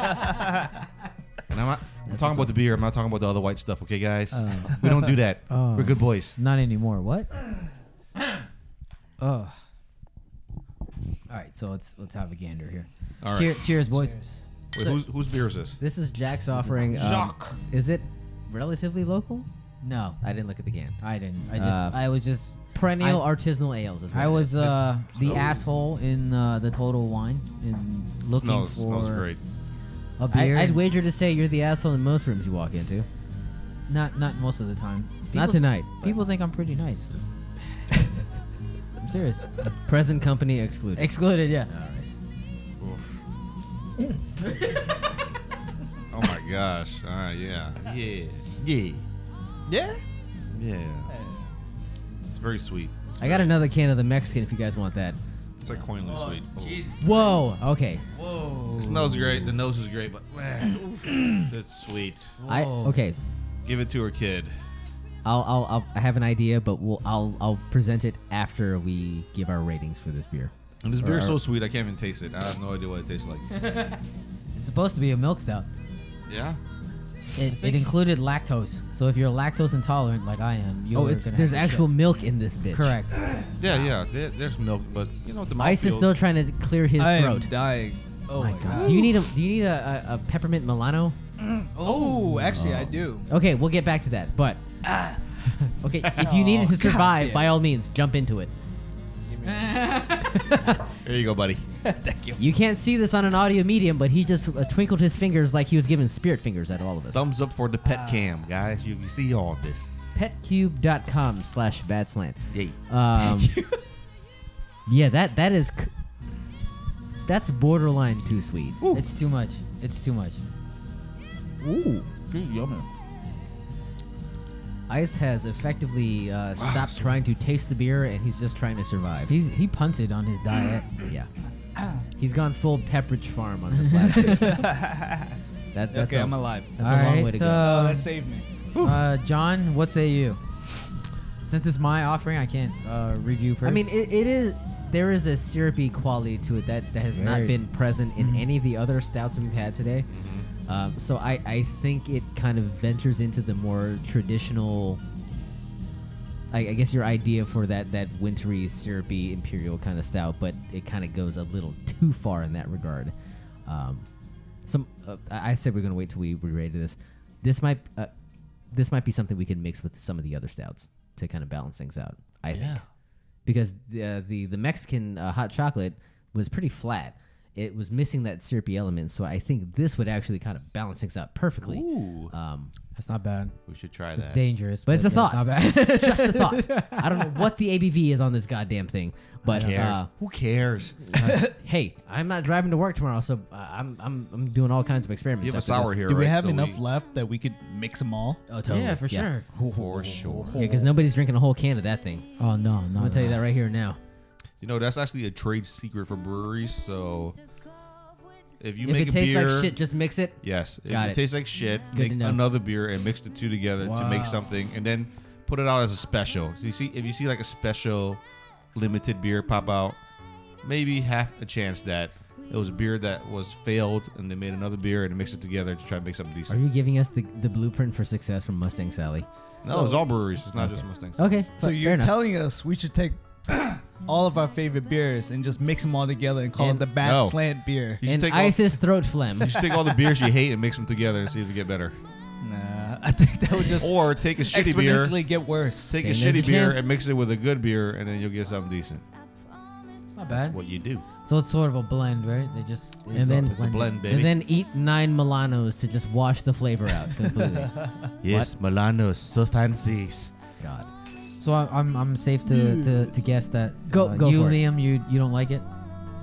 [SPEAKER 5] I'm, not, I'm talking about the beer. I'm not talking about the other white stuff. Okay, guys,
[SPEAKER 3] Oh.
[SPEAKER 5] we don't do that.
[SPEAKER 3] Oh.
[SPEAKER 5] We're good boys.
[SPEAKER 3] Not anymore. What?
[SPEAKER 5] Uh.
[SPEAKER 2] Oh,
[SPEAKER 3] All right, so let's let's have a gander here.
[SPEAKER 5] All right.
[SPEAKER 3] Cheer, cheers, boys.
[SPEAKER 5] Wait, whose, whose beer is this?
[SPEAKER 1] This is Jack's offering.
[SPEAKER 3] uh,
[SPEAKER 1] um,
[SPEAKER 2] Jacques.
[SPEAKER 1] is it relatively local?
[SPEAKER 3] No,
[SPEAKER 1] I didn't look at the can.
[SPEAKER 3] I didn't. I just
[SPEAKER 1] Uh,
[SPEAKER 3] I was just
[SPEAKER 1] Perennial
[SPEAKER 3] I-
[SPEAKER 1] artisanal ales. Is what
[SPEAKER 3] I
[SPEAKER 1] it is.
[SPEAKER 3] was uh, the
[SPEAKER 5] smells-
[SPEAKER 3] asshole in uh, the total wine and looking
[SPEAKER 5] Smells,
[SPEAKER 3] for
[SPEAKER 5] smells great.
[SPEAKER 3] a beer.
[SPEAKER 1] I, I'd
[SPEAKER 3] and-
[SPEAKER 1] wager to say you're the asshole in most rooms you walk into.
[SPEAKER 3] Not not most of the time.
[SPEAKER 1] Not
[SPEAKER 3] People-
[SPEAKER 1] tonight. but-
[SPEAKER 3] People think I'm pretty nice. I'm serious.
[SPEAKER 1] Present company excluded.
[SPEAKER 3] Excluded. Yeah.
[SPEAKER 5] Oh my gosh. All right, yeah. Yeah. Yeah.
[SPEAKER 2] Yeah.
[SPEAKER 5] Yeah. It's very sweet. It's
[SPEAKER 1] I got
[SPEAKER 5] very-
[SPEAKER 1] another can of the Mexican if you guys want that.
[SPEAKER 5] It's like coinly sweet. Oh.
[SPEAKER 1] Whoa. Okay.
[SPEAKER 3] Whoa.
[SPEAKER 5] It smells great. The nose is great, but man, it's sweet.
[SPEAKER 1] I
[SPEAKER 3] Whoa.
[SPEAKER 1] okay.
[SPEAKER 5] Give it to her kid.
[SPEAKER 1] I'll, I'll, I'll I have an idea, but we'll I'll I'll present it after we give our ratings for this beer.
[SPEAKER 5] And this
[SPEAKER 1] Or
[SPEAKER 5] beer is
[SPEAKER 1] our-
[SPEAKER 5] so sweet, I can't even taste it. I have no idea what it tastes like.
[SPEAKER 3] It's supposed to be a milk stout.
[SPEAKER 5] yeah.
[SPEAKER 3] It, it included lactose. So if you're lactose intolerant, like I am, you
[SPEAKER 1] Oh,
[SPEAKER 3] are
[SPEAKER 1] it's
[SPEAKER 3] gonna
[SPEAKER 1] there's
[SPEAKER 3] have these
[SPEAKER 1] actual
[SPEAKER 3] shits.
[SPEAKER 1] milk in this bitch.
[SPEAKER 3] Correct.
[SPEAKER 5] Yeah, yeah. There, there's milk, but you know the mouthfeel.
[SPEAKER 1] Ice is still trying to clear his
[SPEAKER 2] I
[SPEAKER 1] throat.
[SPEAKER 2] am dying. Oh
[SPEAKER 1] my god. Do you need a do you need a, a, a peppermint Milano?
[SPEAKER 2] Oh, actually, I do.
[SPEAKER 1] Okay, we'll get back to that. But
[SPEAKER 3] Ah.
[SPEAKER 1] okay, if
[SPEAKER 3] Oh,
[SPEAKER 1] you need it to survive, by all means, jump into it.
[SPEAKER 5] There you go, buddy.
[SPEAKER 1] You can't see this on an audio medium, but he just uh, twinkled his fingers like he was giving spirit fingers at all of us.
[SPEAKER 5] Thumbs up for the pet
[SPEAKER 1] Ah.
[SPEAKER 5] cam, guys. You can see all this.
[SPEAKER 1] Petcube.com slash Vatslant.
[SPEAKER 5] Yay.
[SPEAKER 1] Um, yeah, that that is c- that's borderline too sweet.
[SPEAKER 3] It's too much. It's too much.
[SPEAKER 1] Ooh.
[SPEAKER 4] yummy.
[SPEAKER 1] Ice has effectively uh, stopped trying to taste the beer and he's just trying to survive.
[SPEAKER 3] He's he punted on his diet.
[SPEAKER 1] Yeah. He's gone full Pepperidge Farm on this last tasting. that, that's
[SPEAKER 2] okay,
[SPEAKER 1] a-
[SPEAKER 2] I'm alive.
[SPEAKER 1] That's a long way to go.
[SPEAKER 2] Oh,
[SPEAKER 3] Uh,
[SPEAKER 2] that saved me.
[SPEAKER 3] uh, John, what say you? Since it's my offering, I can't uh, review first.
[SPEAKER 1] I mean, it, it is. There is a syrupy quality to it that, that has not
[SPEAKER 3] very
[SPEAKER 1] been present in any of the other stouts that we've had today. Um, so I, I think it kind of ventures into the more traditional. I, I guess your idea for that that wintry syrupy imperial kind of stout, but it kind of goes a little too far in that regard. Um, some uh, I I said we're gonna wait till we re-rate this. This might uh, this might be something we can mix with some of the other stouts to kind of balance things out. I think because the uh, the, the Mexican uh, hot chocolate was pretty flat. It was missing that syrupy element, so I think this would actually kind of balance things out perfectly.
[SPEAKER 5] Ooh.
[SPEAKER 1] Um,
[SPEAKER 3] that's not bad.
[SPEAKER 5] We should try
[SPEAKER 3] It's
[SPEAKER 5] that.
[SPEAKER 3] dangerous,
[SPEAKER 1] but it's a
[SPEAKER 3] yeah,
[SPEAKER 1] thought.
[SPEAKER 3] not bad.
[SPEAKER 1] Just a thought. I don't know what the ABV is on this goddamn thing, but
[SPEAKER 5] Who cares?
[SPEAKER 1] uh,
[SPEAKER 5] Who cares?
[SPEAKER 1] hey, I'm not driving to work tomorrow, so uh, I'm I'm I'm doing all kinds of experiments.
[SPEAKER 5] You have a
[SPEAKER 1] after this.
[SPEAKER 5] sour here,
[SPEAKER 2] Do we
[SPEAKER 5] right?
[SPEAKER 2] have
[SPEAKER 5] So
[SPEAKER 2] enough left that we could mix them all?
[SPEAKER 1] Oh, totally.
[SPEAKER 3] Yeah, for sure.
[SPEAKER 5] For sure.
[SPEAKER 1] Yeah, because nobody's drinking a whole can of that thing.
[SPEAKER 3] Oh no, no.
[SPEAKER 1] I'm gonna tell you that right here now.
[SPEAKER 5] You know that's actually a trade secret for breweries. So if you
[SPEAKER 1] if
[SPEAKER 5] make
[SPEAKER 1] it
[SPEAKER 5] a
[SPEAKER 1] tastes
[SPEAKER 5] beer,
[SPEAKER 1] like shit, just mix it.
[SPEAKER 5] yes, if
[SPEAKER 1] Got
[SPEAKER 5] it,
[SPEAKER 1] it.
[SPEAKER 5] tastes like shit,
[SPEAKER 1] Good
[SPEAKER 5] make
[SPEAKER 1] to know.
[SPEAKER 5] another beer and mix the two together to make something, and then put it out as a special. So you see, if you see like a special limited beer pop out, maybe half a chance that it was a beer that was failed, and they made another beer and mixed it together to try and make something
[SPEAKER 1] Are
[SPEAKER 5] decent.
[SPEAKER 1] you giving us the, the blueprint for success from Mustang Sally?
[SPEAKER 5] no, it's all breweries. It's not just Mustang.
[SPEAKER 1] Okay,
[SPEAKER 2] So
[SPEAKER 1] fa- fair
[SPEAKER 2] you're
[SPEAKER 1] enough.
[SPEAKER 2] telling us we should take all of our favorite beers and just mix them all together and call
[SPEAKER 1] And-
[SPEAKER 2] it the Bad
[SPEAKER 5] No.
[SPEAKER 2] Slant beer.
[SPEAKER 5] You should
[SPEAKER 1] and
[SPEAKER 5] take all-
[SPEAKER 1] ISIS throat phlegm.
[SPEAKER 5] You should take all the beers you hate and mix them together and see if they get better.
[SPEAKER 2] Nah, I think that would just
[SPEAKER 5] Or take a shitty beer,
[SPEAKER 2] exponentially get worse.
[SPEAKER 5] take a
[SPEAKER 1] Same as
[SPEAKER 5] shitty
[SPEAKER 1] it
[SPEAKER 5] beer
[SPEAKER 1] cans.
[SPEAKER 5] and mix it with a good beer, and then you'll get something decent.
[SPEAKER 3] It's not bad.
[SPEAKER 5] What you do?
[SPEAKER 3] So it's sort of a blend, right? They just
[SPEAKER 1] And then-
[SPEAKER 5] it's a blend, baby.
[SPEAKER 1] and then eat nine Milanos to just wash the flavor out completely.
[SPEAKER 5] yes, Milano so fancies.
[SPEAKER 1] God.
[SPEAKER 3] So I, I'm I'm safe to, to, to guess that
[SPEAKER 1] Go-
[SPEAKER 3] uh,
[SPEAKER 1] go
[SPEAKER 3] you
[SPEAKER 1] for it.
[SPEAKER 3] Liam you you don't like it.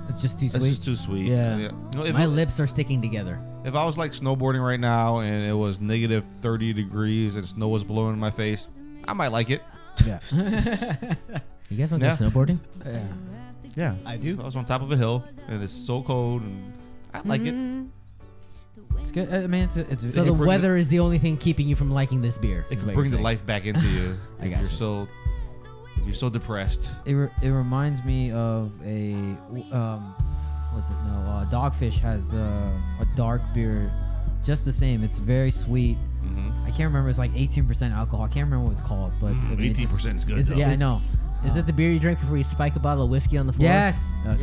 [SPEAKER 3] It's just too
[SPEAKER 5] That's
[SPEAKER 3] sweet.
[SPEAKER 5] just too sweet.
[SPEAKER 3] Yeah.
[SPEAKER 5] No, if,
[SPEAKER 1] My lips are sticking together.
[SPEAKER 5] if I was like snowboarding right now and it was negative 30 degrees and snow was blowing in my face, I might like it.
[SPEAKER 3] yeah.
[SPEAKER 1] You guys want to go
[SPEAKER 5] Yeah.
[SPEAKER 1] snowboarding?
[SPEAKER 3] Yeah.
[SPEAKER 5] Yeah.
[SPEAKER 2] I
[SPEAKER 5] If I
[SPEAKER 2] do.
[SPEAKER 5] was on top of a hill and it's so cold and I like
[SPEAKER 3] Mm-hmm.
[SPEAKER 5] it.
[SPEAKER 3] It's good. I mean, it's a, it's a,
[SPEAKER 1] So
[SPEAKER 5] It
[SPEAKER 1] the
[SPEAKER 5] can bring
[SPEAKER 1] weather is the only thing keeping you from liking this beer.
[SPEAKER 5] It
[SPEAKER 1] is
[SPEAKER 5] can
[SPEAKER 1] what
[SPEAKER 5] bring
[SPEAKER 1] you're
[SPEAKER 5] the
[SPEAKER 1] saying.
[SPEAKER 5] life back into you.
[SPEAKER 1] I
[SPEAKER 5] if
[SPEAKER 1] got
[SPEAKER 5] you're
[SPEAKER 1] you.
[SPEAKER 5] so if you're so depressed.
[SPEAKER 3] It, re- it reminds me of a um, what's it? No, uh, Dogfish has uh, a dark beer, just the same. It's very sweet.
[SPEAKER 5] Mm-hmm.
[SPEAKER 3] I can't remember. It's like 18% alcohol. I can't remember what it's called, but
[SPEAKER 5] Mm,
[SPEAKER 3] I mean, it's-
[SPEAKER 4] 18% is good,
[SPEAKER 3] Is
[SPEAKER 4] though.
[SPEAKER 3] it, yeah, I know.
[SPEAKER 1] Is it the beer you drink before you spike a bottle of whiskey on the floor?
[SPEAKER 3] Yes.
[SPEAKER 1] Okay.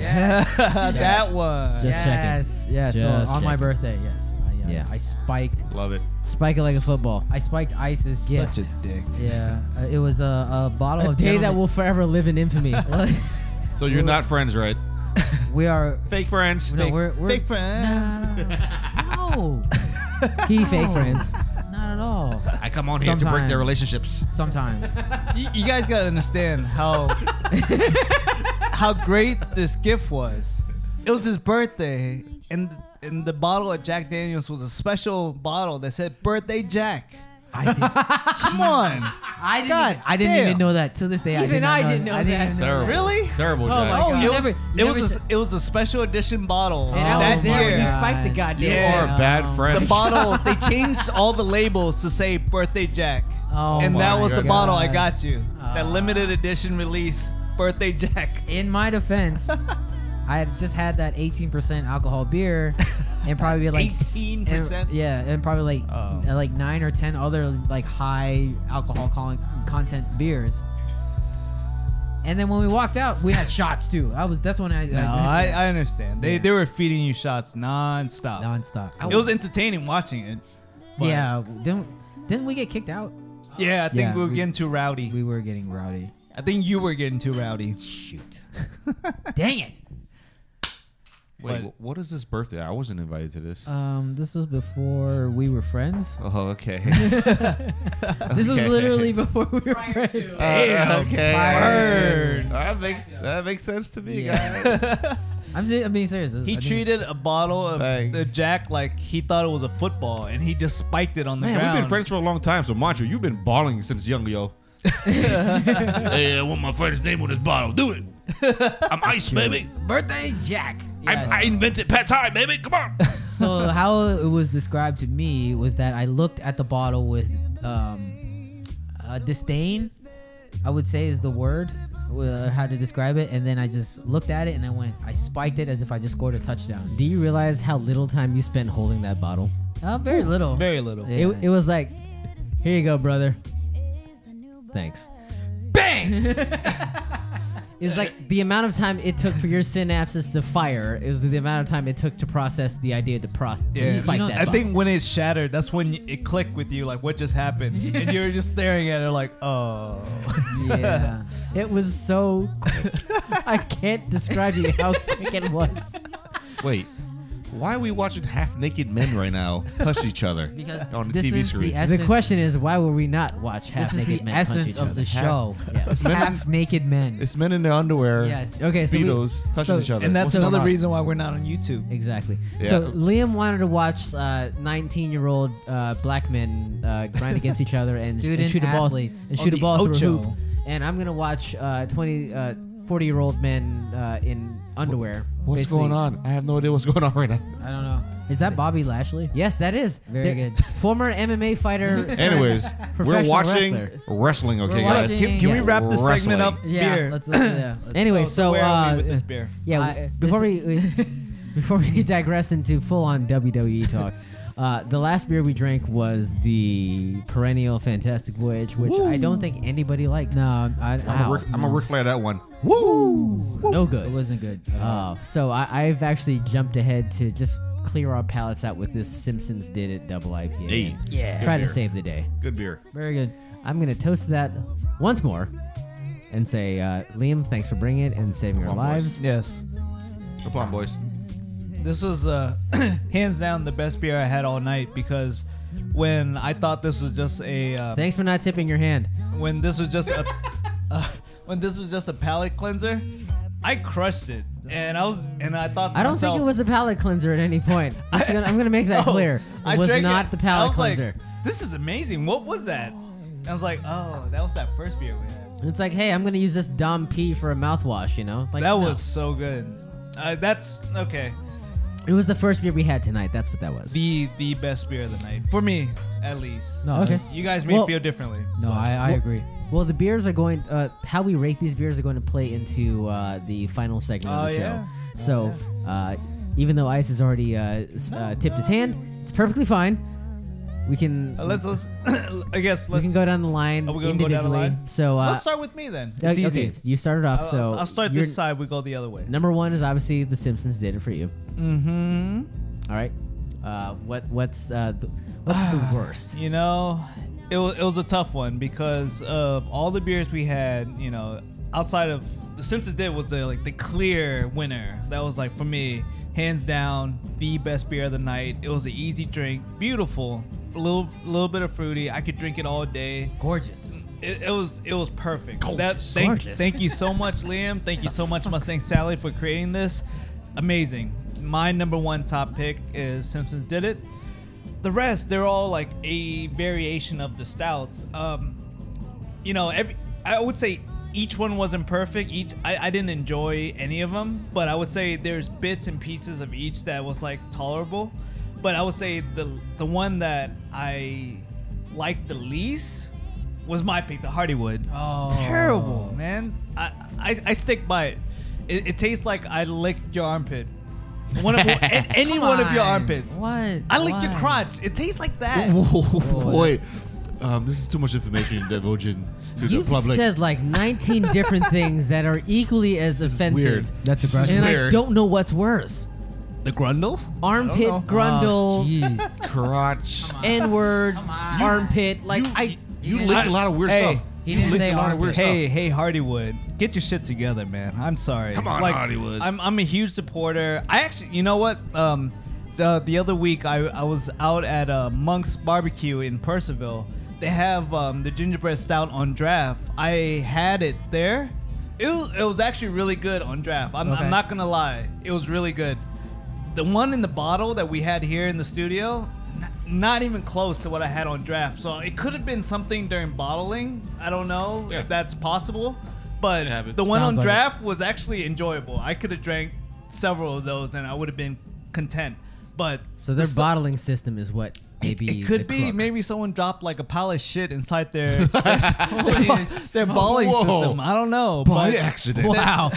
[SPEAKER 3] Yes.
[SPEAKER 2] that one.
[SPEAKER 1] Just checking.
[SPEAKER 3] Uh, yes. Yes. so on
[SPEAKER 1] Just
[SPEAKER 3] my
[SPEAKER 1] checking.
[SPEAKER 3] birthday, yes. I, uh,
[SPEAKER 1] Yeah.
[SPEAKER 3] I spiked.
[SPEAKER 5] Love it.
[SPEAKER 1] Spike it like a football.
[SPEAKER 3] I spiked Ice's gift.
[SPEAKER 2] Such a dick.
[SPEAKER 3] yeah. Uh, it was a, a bottle
[SPEAKER 1] A
[SPEAKER 3] of
[SPEAKER 1] day that
[SPEAKER 3] Gentleman-
[SPEAKER 1] will forever live in infamy.
[SPEAKER 5] So you're not friends, right?
[SPEAKER 3] we are.
[SPEAKER 5] Fake friends.
[SPEAKER 3] No,
[SPEAKER 5] Fake-
[SPEAKER 3] we're, we're
[SPEAKER 2] Fake friends.
[SPEAKER 3] No.
[SPEAKER 1] he fake friends.
[SPEAKER 3] Not at all.
[SPEAKER 5] I come on here to break
[SPEAKER 3] Sometime.
[SPEAKER 5] their relationships.
[SPEAKER 3] Sometimes.
[SPEAKER 2] you, you guys gotta understand how how great this gift was. It was his birthday, and and the bottle at Jack Daniels was a special bottle that said "Birthday Jack."
[SPEAKER 3] I didn't,
[SPEAKER 2] Come on,
[SPEAKER 3] I didn't,
[SPEAKER 2] God
[SPEAKER 3] even, I didn't
[SPEAKER 2] damn.
[SPEAKER 3] even know that to this day. I
[SPEAKER 1] Even
[SPEAKER 3] did not
[SPEAKER 1] I didn't know that.
[SPEAKER 3] even
[SPEAKER 5] Terrible.
[SPEAKER 2] Really?
[SPEAKER 5] Terrible,
[SPEAKER 1] Oh my
[SPEAKER 5] Jack.
[SPEAKER 1] God.
[SPEAKER 2] it
[SPEAKER 1] You
[SPEAKER 2] was,
[SPEAKER 1] never-
[SPEAKER 2] it
[SPEAKER 3] never
[SPEAKER 2] was a,
[SPEAKER 3] said-
[SPEAKER 2] it was a special edition bottle
[SPEAKER 1] And I
[SPEAKER 2] that
[SPEAKER 1] was there when
[SPEAKER 2] year.
[SPEAKER 1] you spiked the goddamn.
[SPEAKER 5] You
[SPEAKER 2] Yeah.
[SPEAKER 5] are bad friends.
[SPEAKER 2] the bottle they changed all the labels to say birthday jack
[SPEAKER 3] Oh
[SPEAKER 2] and
[SPEAKER 5] my
[SPEAKER 2] that was the
[SPEAKER 5] God.
[SPEAKER 2] bottle i got you that limited edition release birthday jack
[SPEAKER 3] In my defense, I had just had that 18% alcohol beer and probably like s-
[SPEAKER 2] 18%?
[SPEAKER 3] and- yeah, and probably like
[SPEAKER 2] Oh.
[SPEAKER 3] uh, like 9 or 10 other like high alcohol con- content beers. And then when we walked out, we had shots too. I was that's when I,
[SPEAKER 2] no, I, I understand they, they were feeding you shots non-stop
[SPEAKER 3] nonstop. I
[SPEAKER 2] it was entertaining watching it but-
[SPEAKER 3] yeah, didn't didn't we get kicked out?
[SPEAKER 2] yeah i think
[SPEAKER 3] Yeah,
[SPEAKER 2] we were
[SPEAKER 3] we-
[SPEAKER 2] getting too rowdy
[SPEAKER 3] We were getting rowdy.
[SPEAKER 2] i think you were getting too rowdy
[SPEAKER 3] Shoot. Dang it.
[SPEAKER 2] What?
[SPEAKER 5] Wait, wh- what is this birthday? I wasn't invited to this.
[SPEAKER 3] Um, this was before we were friends.
[SPEAKER 5] oh, okay.
[SPEAKER 3] This was
[SPEAKER 5] Okay.
[SPEAKER 3] literally before we were friends.
[SPEAKER 5] Uh, okay.
[SPEAKER 2] Burn.
[SPEAKER 5] That makes that makes sense to me,
[SPEAKER 3] Yeah.
[SPEAKER 5] guys.
[SPEAKER 3] I'm, se- I'm being serious. This- I
[SPEAKER 2] he
[SPEAKER 3] didn't-
[SPEAKER 2] treated a bottle of
[SPEAKER 5] Thanks.
[SPEAKER 2] the jack like he thought it was a football and he just spiked it on the
[SPEAKER 5] Man,
[SPEAKER 2] ground
[SPEAKER 5] we've been friends for a long time, so Mantra, you've been balling since young, yo.
[SPEAKER 4] Hey, I want my friend's name on this bottle. Do it. I'm ice, baby.
[SPEAKER 3] birthday Jack. Yes.
[SPEAKER 4] I, I invented pad thai, baby. Come on.
[SPEAKER 3] so how it was described to me was that I looked at the bottle with um, uh, disdain. I would say is the word uh, how to describe it, and then I just looked at it and I went, I spiked it as if I just scored a touchdown.
[SPEAKER 1] Do you realize how little time you spent holding that bottle?
[SPEAKER 3] Uh, very little.
[SPEAKER 2] very little
[SPEAKER 3] Yeah.
[SPEAKER 1] It, it was like, here you go, brother. Thanks.
[SPEAKER 2] bang
[SPEAKER 1] It was like the amount of time it took for your synapses to fire. It was the amount of time it took to process the idea to process.
[SPEAKER 2] Yeah.
[SPEAKER 1] Yeah. Spike
[SPEAKER 3] You know,
[SPEAKER 1] that
[SPEAKER 2] I
[SPEAKER 1] bottle.
[SPEAKER 2] think when it shattered, that's when it clicked with you, like what just happened, and you were just staring at it, like, oh.
[SPEAKER 3] yeah.
[SPEAKER 1] it was so. Quick. I can't describe to you how quick it was.
[SPEAKER 5] Wait, why are we watching half naked men right now push each other
[SPEAKER 3] Because
[SPEAKER 5] on the
[SPEAKER 3] this
[SPEAKER 5] TV
[SPEAKER 3] is
[SPEAKER 5] screen?
[SPEAKER 3] the
[SPEAKER 1] The
[SPEAKER 3] essence.
[SPEAKER 1] question is, why will we not watch half
[SPEAKER 3] this is
[SPEAKER 1] naked
[SPEAKER 3] the
[SPEAKER 1] men punch
[SPEAKER 3] essence
[SPEAKER 1] each
[SPEAKER 3] of
[SPEAKER 1] other?
[SPEAKER 3] the show.
[SPEAKER 1] Yes.
[SPEAKER 3] Half naked men.
[SPEAKER 5] it's men in their underwear.
[SPEAKER 3] Yes.
[SPEAKER 1] Okay, so we-
[SPEAKER 5] Speedos touching
[SPEAKER 1] so-
[SPEAKER 5] each other.
[SPEAKER 2] And that's
[SPEAKER 5] What's
[SPEAKER 2] another
[SPEAKER 5] going on?
[SPEAKER 2] reason why we're not on YouTube.
[SPEAKER 1] Exactly.
[SPEAKER 5] Yeah.
[SPEAKER 1] So Liam wanted to watch uh, 19-year-old uh, black men uh, grind against each other and, and
[SPEAKER 3] Student
[SPEAKER 1] shoot a ball
[SPEAKER 3] athletes.
[SPEAKER 1] and
[SPEAKER 2] Oh,
[SPEAKER 1] shoot a
[SPEAKER 2] the
[SPEAKER 1] ball through
[SPEAKER 2] Ocho.
[SPEAKER 1] a hoop. And I'm gonna watch uh, 20, uh, 40-year-old men uh, in underwear.
[SPEAKER 5] What's
[SPEAKER 1] basically.
[SPEAKER 5] going on? I have no idea what's going on right now.
[SPEAKER 3] I don't know. Is that Bobby Lashley?
[SPEAKER 1] Yes, that is
[SPEAKER 3] Very good.
[SPEAKER 1] Former MMA fighter.
[SPEAKER 5] Anyways, we're
[SPEAKER 1] Professional
[SPEAKER 5] watching
[SPEAKER 1] wrestler.
[SPEAKER 5] wrestling. Okay,
[SPEAKER 3] We're
[SPEAKER 5] guys.
[SPEAKER 3] watching-
[SPEAKER 2] Can, can we
[SPEAKER 3] Yes.
[SPEAKER 2] wrap this segment
[SPEAKER 5] Wrestling.
[SPEAKER 2] up?
[SPEAKER 3] Yeah.
[SPEAKER 2] Beer.
[SPEAKER 3] Let's, yeah. let's-
[SPEAKER 1] Anyway,
[SPEAKER 2] So,
[SPEAKER 1] so
[SPEAKER 2] where are
[SPEAKER 1] uh,
[SPEAKER 2] we with this beer?
[SPEAKER 1] Yeah,
[SPEAKER 3] I-
[SPEAKER 1] we- before we,
[SPEAKER 3] this-
[SPEAKER 1] we before we digress into full on WWE talk, uh, the last beer we drank was the perennial Fantastic Voyage, which I don't think anybody liked.
[SPEAKER 3] no, I,
[SPEAKER 1] Wow. Mm.
[SPEAKER 5] I'm gonna Ric- I'm gonna Ric Flair that one.
[SPEAKER 1] Woo! No
[SPEAKER 3] It
[SPEAKER 1] good.
[SPEAKER 3] wasn't good.
[SPEAKER 1] Uh, so I, I've actually jumped ahead to just clear our palates out with this Simpsons Did It Double IPA.
[SPEAKER 5] Hey,
[SPEAKER 1] yeah.
[SPEAKER 5] good
[SPEAKER 1] Try
[SPEAKER 5] beer.
[SPEAKER 1] to save the day.
[SPEAKER 5] Good beer.
[SPEAKER 3] Very good.
[SPEAKER 1] I'm going to toast that once more and say, uh, Liam, thanks for bringing it and saving
[SPEAKER 5] Come
[SPEAKER 1] our
[SPEAKER 5] on, boys.
[SPEAKER 1] lives.
[SPEAKER 2] Yes.
[SPEAKER 5] Come on, boys.
[SPEAKER 2] This was uh, hands down the best beer I had all night because when I thought this was just a uh,
[SPEAKER 1] Thanks for not tipping your hand.
[SPEAKER 2] when this was just a uh, when this was just a palate cleanser, I crushed it, and I was and I thought to
[SPEAKER 1] I don't
[SPEAKER 2] myself,
[SPEAKER 1] think it was a palate cleanser at any point. Just gonna- I'm going to make that
[SPEAKER 2] Oh,
[SPEAKER 1] clear. It
[SPEAKER 2] I
[SPEAKER 1] was
[SPEAKER 2] drank
[SPEAKER 1] not
[SPEAKER 2] it.
[SPEAKER 1] the
[SPEAKER 2] I
[SPEAKER 1] palate
[SPEAKER 2] was like,
[SPEAKER 1] cleanser.
[SPEAKER 2] this is amazing. What was that? And I was like, oh, that was that first beer we had.
[SPEAKER 1] It's like, hey, I'm going to use this Dom P for a mouthwash, you know? Like,
[SPEAKER 2] that
[SPEAKER 1] no.
[SPEAKER 2] was so good. Uh, that's okay.
[SPEAKER 1] It was the first beer we had tonight. That's what that was.
[SPEAKER 2] The the best beer of the night for me, at least.
[SPEAKER 3] No,
[SPEAKER 1] Okay.
[SPEAKER 2] You guys may
[SPEAKER 1] Well-
[SPEAKER 2] feel differently.
[SPEAKER 3] No, I, I
[SPEAKER 1] Well-
[SPEAKER 3] agree.
[SPEAKER 1] Well, the beers are going. Uh, how we rate these beers are going to play into uh, the final segment
[SPEAKER 2] Oh,
[SPEAKER 1] of the show.
[SPEAKER 2] yeah.
[SPEAKER 1] So, uh, even though Ice has already uh, s- uh, tipped his hand, it's perfectly fine. We can
[SPEAKER 2] Uh, let's let's. I guess
[SPEAKER 1] we
[SPEAKER 2] let's
[SPEAKER 1] can go down the line
[SPEAKER 2] Are we gonna go
[SPEAKER 1] individually.
[SPEAKER 2] down the line?
[SPEAKER 1] So, uh,
[SPEAKER 2] let's start with me then.
[SPEAKER 1] uh,
[SPEAKER 2] It's easy.
[SPEAKER 1] okay, you started off.
[SPEAKER 2] I'll,
[SPEAKER 1] so
[SPEAKER 2] I'll start
[SPEAKER 1] your
[SPEAKER 2] this side. We go the other way.
[SPEAKER 1] Number one is obviously The Simpsons did it for you.
[SPEAKER 2] Mm-hmm.
[SPEAKER 1] All right. Uh, what what's uh, the, what's the worst?
[SPEAKER 2] You know, it was, it was a tough one because of all the beers we had, you know, outside of the Simpsons did was the like the clear winner. That was like for me, hands down, the best beer of the night. It was an easy drink, beautiful, a little little bit of fruity. I could drink it all day.
[SPEAKER 3] Gorgeous.
[SPEAKER 2] It, it was it was perfect.
[SPEAKER 5] Gorgeous.
[SPEAKER 2] thank,
[SPEAKER 1] Gorgeous.
[SPEAKER 2] thank you so much, Liam. Thank you so much, Mustang Sally, for creating this. Amazing. my number one top pick is Simpsons Did It. The rest, they're all like a variation of the stouts. Um, you know, every I would say each one wasn't perfect. Each I, I didn't enjoy any of them, but I would say there's bits and pieces of each that was like tolerable. But I would say the the one that I liked the least was my pick, the Hardywood.
[SPEAKER 3] Oh.
[SPEAKER 2] terrible, man! I, I I stick by it. It, it tastes like I licked your armpit. One of, a- any
[SPEAKER 1] Oh,
[SPEAKER 2] one of your armpits.
[SPEAKER 3] What?
[SPEAKER 2] I licked your
[SPEAKER 3] Why?
[SPEAKER 2] crotch. It tastes like that.
[SPEAKER 4] Wait, um, this is too much information divulging to the
[SPEAKER 1] You've
[SPEAKER 4] public.
[SPEAKER 1] said like 19 different things that are equally as offensive.
[SPEAKER 4] weird.
[SPEAKER 3] That's a brush.
[SPEAKER 1] And I
[SPEAKER 4] weird.
[SPEAKER 1] don't know what's worse.
[SPEAKER 2] The grundle?
[SPEAKER 1] Armpit
[SPEAKER 2] know.
[SPEAKER 3] Oh,
[SPEAKER 1] grundle,
[SPEAKER 3] jeez.
[SPEAKER 5] crotch.
[SPEAKER 1] N word, armpit. Like
[SPEAKER 5] you,
[SPEAKER 1] I
[SPEAKER 5] you
[SPEAKER 3] didn't-
[SPEAKER 5] lick a lot of weird
[SPEAKER 2] Hey,
[SPEAKER 5] stuff.
[SPEAKER 3] he
[SPEAKER 5] You
[SPEAKER 3] didn't
[SPEAKER 5] licked
[SPEAKER 3] say
[SPEAKER 5] a lot of weird stuff.
[SPEAKER 2] Hey, hey, Hardywood, get your shit together, man. I'm sorry.
[SPEAKER 5] Come on,
[SPEAKER 2] like,
[SPEAKER 5] Hardywood.
[SPEAKER 2] I'm, I'm a huge supporter. I actually, you know what? Um, the, the other week, I, I was out at uh, Monk's Barbecue in Percival. They have um, the gingerbread stout on draft. I had it there. It was, it was actually really good on draft. I'm,
[SPEAKER 3] Okay.
[SPEAKER 2] I'm not gonna lie, it was really good. The one in the bottle that we had here in the studio, n- not even close to what I had on draft. So it could have been something during bottling. I don't know
[SPEAKER 5] Yeah.
[SPEAKER 2] if that's possible, but
[SPEAKER 5] It happens.
[SPEAKER 2] the one
[SPEAKER 3] Sounds
[SPEAKER 2] on
[SPEAKER 3] like
[SPEAKER 2] draft was actually enjoyable. I could have drank several of those and I would have been content. But
[SPEAKER 1] So their
[SPEAKER 2] the stu-
[SPEAKER 1] bottling system is what maybe
[SPEAKER 2] it could
[SPEAKER 1] the
[SPEAKER 2] be
[SPEAKER 1] crook.
[SPEAKER 2] maybe someone dropped like a pile of shit inside their their,
[SPEAKER 3] Jeez.
[SPEAKER 2] their bottling
[SPEAKER 4] Whoa.
[SPEAKER 2] system. I don't know.
[SPEAKER 4] by
[SPEAKER 2] but-
[SPEAKER 4] accident.
[SPEAKER 1] Wow.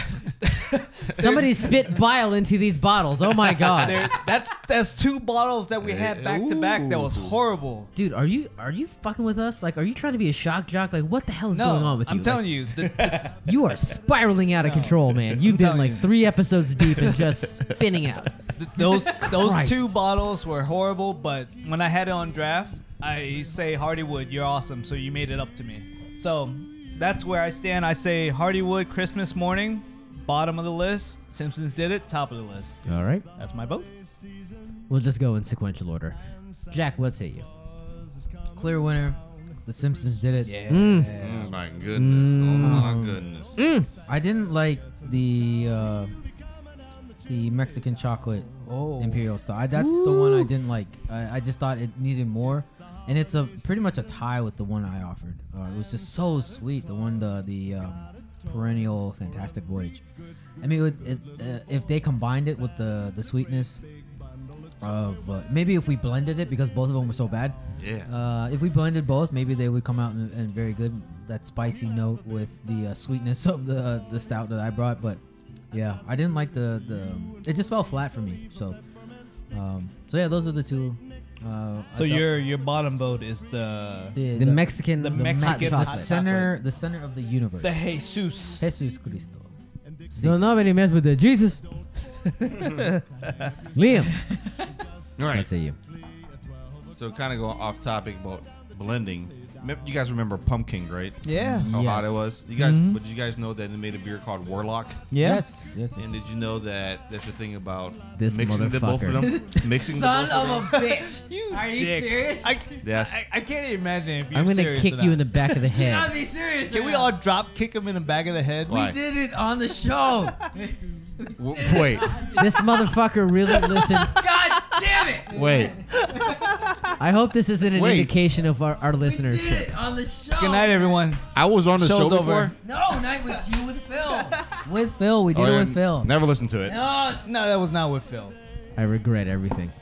[SPEAKER 1] Somebody spit bile into these bottles. Oh my god.
[SPEAKER 2] There, that's that's two bottles that we had back to back that was horrible.
[SPEAKER 1] Dude, are you are you fucking with us? Like are you trying to be a shock jock? Like what the hell is
[SPEAKER 2] No,
[SPEAKER 1] going on with
[SPEAKER 2] I'm
[SPEAKER 1] you?
[SPEAKER 2] telling you, the, the-
[SPEAKER 1] you. You are spiraling out of control, man. You've been
[SPEAKER 2] telling
[SPEAKER 1] like
[SPEAKER 2] you.
[SPEAKER 1] 3 episodes deep and just spinning out.
[SPEAKER 2] th- those those
[SPEAKER 1] Christ.
[SPEAKER 2] two bottles were horrible. But when I had it on draft, I say Hardywood, you're awesome. So you made it up to me. So that's where I stand. I say Hardywood, Christmas morning, bottom of the list. Simpsons did it, top of the list.
[SPEAKER 1] All right.
[SPEAKER 2] That's my vote.
[SPEAKER 1] We'll just go in sequential order. Jack, what's at you?
[SPEAKER 3] Clear winner. The Simpsons did it.
[SPEAKER 1] Mm.
[SPEAKER 5] Oh my goodness. Oh my goodness.
[SPEAKER 3] I didn't like the uh, the Mexican chocolate
[SPEAKER 2] Oh.
[SPEAKER 3] imperial style. I, that's the one I didn't like. I, I just thought it needed more, and it's a pretty much a tie with the one I offered. Uh, it was just so sweet. The one the the um, perennial fantastic voyage. I mean, it, would- it, uh, if they combined it with the the sweetness of uh, maybe if we blended it because both of them were so bad.
[SPEAKER 5] Yeah.
[SPEAKER 3] Uh, if we blended both, maybe they would come out and, and very good. That spicy note with the uh, sweetness of the uh, the stout that I brought, but yeah, I didn't like the the. It just fell flat for me. So, um, so yeah, those are the two. Uh, I
[SPEAKER 2] So
[SPEAKER 3] thought-
[SPEAKER 2] your your bottom vote is the
[SPEAKER 3] the,
[SPEAKER 1] The Mexican
[SPEAKER 2] the
[SPEAKER 1] hot
[SPEAKER 2] Mexican
[SPEAKER 3] the
[SPEAKER 2] hot
[SPEAKER 1] chocolate.
[SPEAKER 3] center the center of the universe.
[SPEAKER 2] the Jesus.
[SPEAKER 3] Jesus Cristo.
[SPEAKER 1] Don't nobody mess with the Jesus. Liam,
[SPEAKER 5] All right.
[SPEAKER 1] what's at you?
[SPEAKER 5] So kind of going off topic about blending. Remem- You guys remember Pumpkin, right?
[SPEAKER 2] Yeah.
[SPEAKER 5] How hot
[SPEAKER 3] Yes.
[SPEAKER 5] it was. You guys, but did you guys know that they made a beer called Warlock?
[SPEAKER 3] Yes, yes. yes,
[SPEAKER 5] And
[SPEAKER 3] yes.
[SPEAKER 5] did you know that that's the thing about
[SPEAKER 1] This
[SPEAKER 5] mixing the both of them? mixing the both of them.
[SPEAKER 3] bitch!
[SPEAKER 2] You
[SPEAKER 3] Are you
[SPEAKER 2] dick.
[SPEAKER 3] serious?
[SPEAKER 2] I,
[SPEAKER 5] Yes.
[SPEAKER 2] I, I can't even imagine if you're
[SPEAKER 1] I'm gonna
[SPEAKER 2] serious
[SPEAKER 1] kick you in the
[SPEAKER 2] enough.
[SPEAKER 1] back of the
[SPEAKER 3] Cannot
[SPEAKER 1] head.
[SPEAKER 3] be serious.
[SPEAKER 2] Can we
[SPEAKER 3] right
[SPEAKER 2] all drop kick him in the back of the head?
[SPEAKER 5] Why?
[SPEAKER 3] now. We did it on the show.
[SPEAKER 5] W- wait,
[SPEAKER 1] this motherfucker really listened.
[SPEAKER 3] God damn it!
[SPEAKER 5] wait.
[SPEAKER 1] I hope this isn't an
[SPEAKER 5] Wait.
[SPEAKER 1] indication of our, our
[SPEAKER 3] We did
[SPEAKER 1] listenership.
[SPEAKER 3] it on the show.
[SPEAKER 2] Good night, everyone.
[SPEAKER 5] I was on the
[SPEAKER 2] Show's
[SPEAKER 5] show
[SPEAKER 2] over.
[SPEAKER 5] before.
[SPEAKER 3] No, night with you with Phil. with Phil, we did
[SPEAKER 5] Oh,
[SPEAKER 3] it
[SPEAKER 5] yeah,
[SPEAKER 3] with Phil.
[SPEAKER 5] Never listened to it.
[SPEAKER 3] No, it's-
[SPEAKER 2] No, that was not with Phil.
[SPEAKER 1] I regret everything.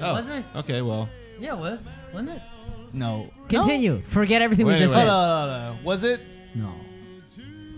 [SPEAKER 5] Oh,
[SPEAKER 3] wasn't it?
[SPEAKER 5] Okay, well.
[SPEAKER 3] yeah, it was wasn't it?
[SPEAKER 2] No.
[SPEAKER 1] Continue. Forget everything
[SPEAKER 5] Wait,
[SPEAKER 1] we just
[SPEAKER 5] wait.
[SPEAKER 2] No, no,
[SPEAKER 1] said.
[SPEAKER 2] no, no. Was it?
[SPEAKER 3] No.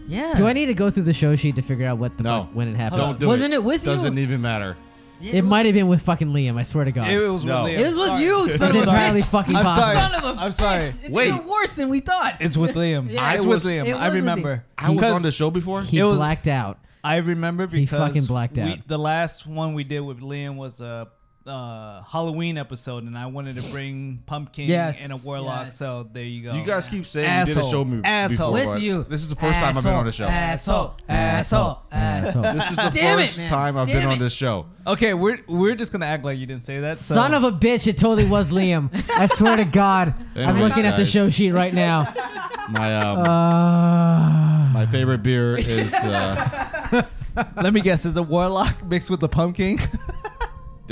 [SPEAKER 3] Yeah.
[SPEAKER 1] Do I need to go through the show sheet to figure out what the
[SPEAKER 5] No.
[SPEAKER 1] fuck when it happened?
[SPEAKER 5] Don't do
[SPEAKER 3] Wasn't
[SPEAKER 5] it.
[SPEAKER 3] it with you?
[SPEAKER 5] Doesn't even matter.
[SPEAKER 3] Yeah,
[SPEAKER 1] it might have been with fucking Liam. I swear to God.
[SPEAKER 2] It was
[SPEAKER 5] No.
[SPEAKER 2] with Liam.
[SPEAKER 3] It was with
[SPEAKER 2] Sorry.
[SPEAKER 3] you, son of
[SPEAKER 1] It's
[SPEAKER 3] a
[SPEAKER 1] entirely
[SPEAKER 3] bitch.
[SPEAKER 1] fucking
[SPEAKER 2] I'm
[SPEAKER 1] possible.
[SPEAKER 2] sorry.
[SPEAKER 3] Son of a
[SPEAKER 2] I'm
[SPEAKER 3] bitch.
[SPEAKER 2] sorry.
[SPEAKER 3] It's
[SPEAKER 5] Wait.
[SPEAKER 3] even worse than we thought.
[SPEAKER 2] It's with Liam.
[SPEAKER 3] Yeah.
[SPEAKER 2] it's
[SPEAKER 5] I
[SPEAKER 2] with
[SPEAKER 5] was-
[SPEAKER 2] Liam.
[SPEAKER 3] it was
[SPEAKER 2] I
[SPEAKER 3] with
[SPEAKER 2] remember.
[SPEAKER 5] I was
[SPEAKER 2] Because
[SPEAKER 5] on the show before.
[SPEAKER 1] He
[SPEAKER 2] It was-
[SPEAKER 1] blacked out.
[SPEAKER 2] I remember because
[SPEAKER 1] fucking blacked
[SPEAKER 2] we-
[SPEAKER 1] out.
[SPEAKER 2] the last one we did with Liam was a uh, Halloween episode, and I wanted to bring pumpkin
[SPEAKER 3] Yes,
[SPEAKER 2] and a warlock.
[SPEAKER 3] yes.
[SPEAKER 2] So there you go.
[SPEAKER 5] You guys keep saying you did a
[SPEAKER 2] Asshole.
[SPEAKER 5] show me
[SPEAKER 2] Asshole.
[SPEAKER 5] before.
[SPEAKER 3] with
[SPEAKER 5] but
[SPEAKER 3] you.
[SPEAKER 5] This is the first time I've been on the show.
[SPEAKER 3] Asshole. Asshole. Asshole.
[SPEAKER 1] Asshole.
[SPEAKER 5] This is the
[SPEAKER 3] Damn it,
[SPEAKER 5] first
[SPEAKER 3] man.
[SPEAKER 5] time I've been
[SPEAKER 3] Damn
[SPEAKER 5] on
[SPEAKER 3] it.
[SPEAKER 5] this show.
[SPEAKER 2] Okay, we're we're just gonna act like you didn't say that. So.
[SPEAKER 1] Son of a bitch, it totally was Liam. I swear to God. I'm
[SPEAKER 5] Anyway,
[SPEAKER 1] looking at the
[SPEAKER 5] guys.
[SPEAKER 1] show sheet right now.
[SPEAKER 5] My um,
[SPEAKER 1] Uh,
[SPEAKER 5] my favorite beer is uh,
[SPEAKER 2] Let me guess, is a warlock mixed with a pumpkin?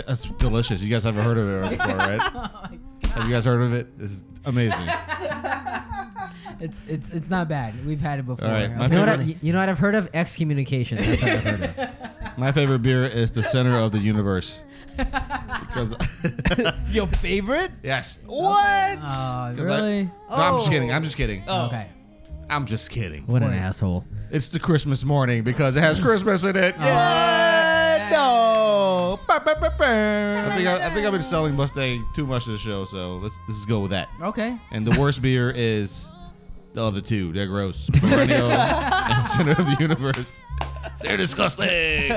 [SPEAKER 5] That's delicious. You guys haven't heard of it before, right? Have you guys heard of it? This is amazing.
[SPEAKER 3] It's it's it's not bad. We've had it before.
[SPEAKER 5] All right, my
[SPEAKER 3] Apparently-
[SPEAKER 1] You know, what I, you know what I've heard of? Excommunication. That's what I've heard of.
[SPEAKER 5] My favorite beer is the center of the universe. Because
[SPEAKER 2] Your favorite?
[SPEAKER 5] yes.
[SPEAKER 2] What?
[SPEAKER 3] Oh,
[SPEAKER 5] 'Cause I-
[SPEAKER 3] really?
[SPEAKER 5] No, I'm just kidding. I'm just kidding.
[SPEAKER 2] Oh.
[SPEAKER 3] Okay.
[SPEAKER 5] I'm just kidding.
[SPEAKER 1] What an
[SPEAKER 3] course.
[SPEAKER 1] asshole.
[SPEAKER 5] It's the Christmas morning because it has Christmas in it.
[SPEAKER 2] What? No. Bah, bah, bah, bah.
[SPEAKER 5] I think I, I think I've been selling Mustang too much to the show, so let's let's just go with that.
[SPEAKER 3] Okay.
[SPEAKER 5] And the worst beer is the other two. They're gross. Perennial and Center of the Universe. They're disgusting.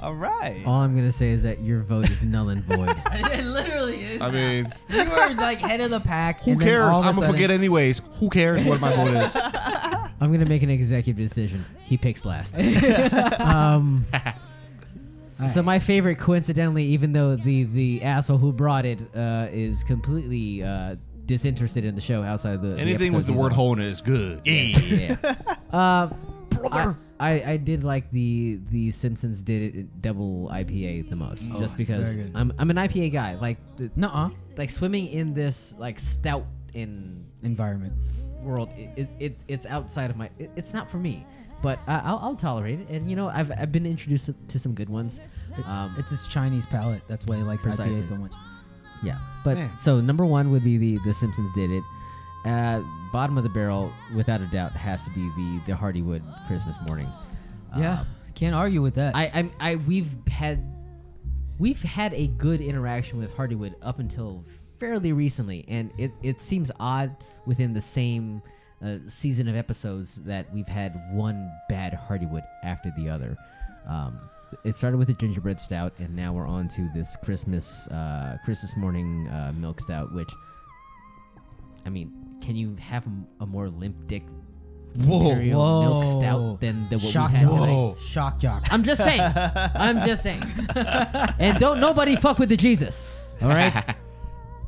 [SPEAKER 2] All right.
[SPEAKER 1] All I'm gonna say is that your vote is null and void.
[SPEAKER 3] it literally is.
[SPEAKER 5] I mean,
[SPEAKER 3] you were like head of the pack.
[SPEAKER 5] who
[SPEAKER 3] and then
[SPEAKER 5] cares?
[SPEAKER 3] all of a
[SPEAKER 5] I'm gonna
[SPEAKER 3] sudden-
[SPEAKER 5] forget anyways. Who cares what my vote is?
[SPEAKER 1] I'm gonna make an executive decision. He picks last. um, so my favorite, coincidentally, even though the the asshole who brought it uh, is completely uh, disinterested in the show outside of the the
[SPEAKER 5] Anything with
[SPEAKER 1] episodes
[SPEAKER 5] the
[SPEAKER 1] he's
[SPEAKER 5] word
[SPEAKER 1] on.
[SPEAKER 5] "hole" in it is good.
[SPEAKER 1] Yeah. uh, Brother. I, I did like the the Simpsons did it double IPA the most, just
[SPEAKER 3] that's
[SPEAKER 1] because
[SPEAKER 3] Oh, very good.
[SPEAKER 1] I'm I'm an IPA guy. Like the,
[SPEAKER 3] Nuh-uh.
[SPEAKER 1] like swimming in this like stout in
[SPEAKER 3] Environment.
[SPEAKER 1] world it, it, it's it's outside of my it, it's not for me but I, I'll, I'll tolerate it and you know I've, I've been introduced to- to some good ones um,
[SPEAKER 3] It's his Chinese palate. That's why he likes
[SPEAKER 1] Precisely.
[SPEAKER 3] IPA so much.
[SPEAKER 1] yeah but
[SPEAKER 5] Man.
[SPEAKER 1] so number one would be the the Simpsons did it uh, bottom of the barrel without a doubt has to be the the Hardywood Christmas morning
[SPEAKER 3] yeah. Can't argue with that.
[SPEAKER 1] I I'm, I we've had we've had a good interaction with Hardywood up until fairly recently, and it, it seems odd within the same uh, season of episodes that we've had one bad Hardywood after the other. Um, it started with a gingerbread stout, and now we're on to this Christmas uh, Christmas morning uh, milk stout. Which, I mean, can you have a, a more limp dick
[SPEAKER 5] Whoa.
[SPEAKER 1] imperial milk
[SPEAKER 3] Whoa.
[SPEAKER 1] stout than the what
[SPEAKER 3] Shock
[SPEAKER 1] we had
[SPEAKER 3] jock.
[SPEAKER 1] today?
[SPEAKER 2] Oh.
[SPEAKER 5] Whoa.
[SPEAKER 3] Shock jock.
[SPEAKER 1] I'm just saying. I'm just saying. And don't nobody fuck with the Jesus. All right.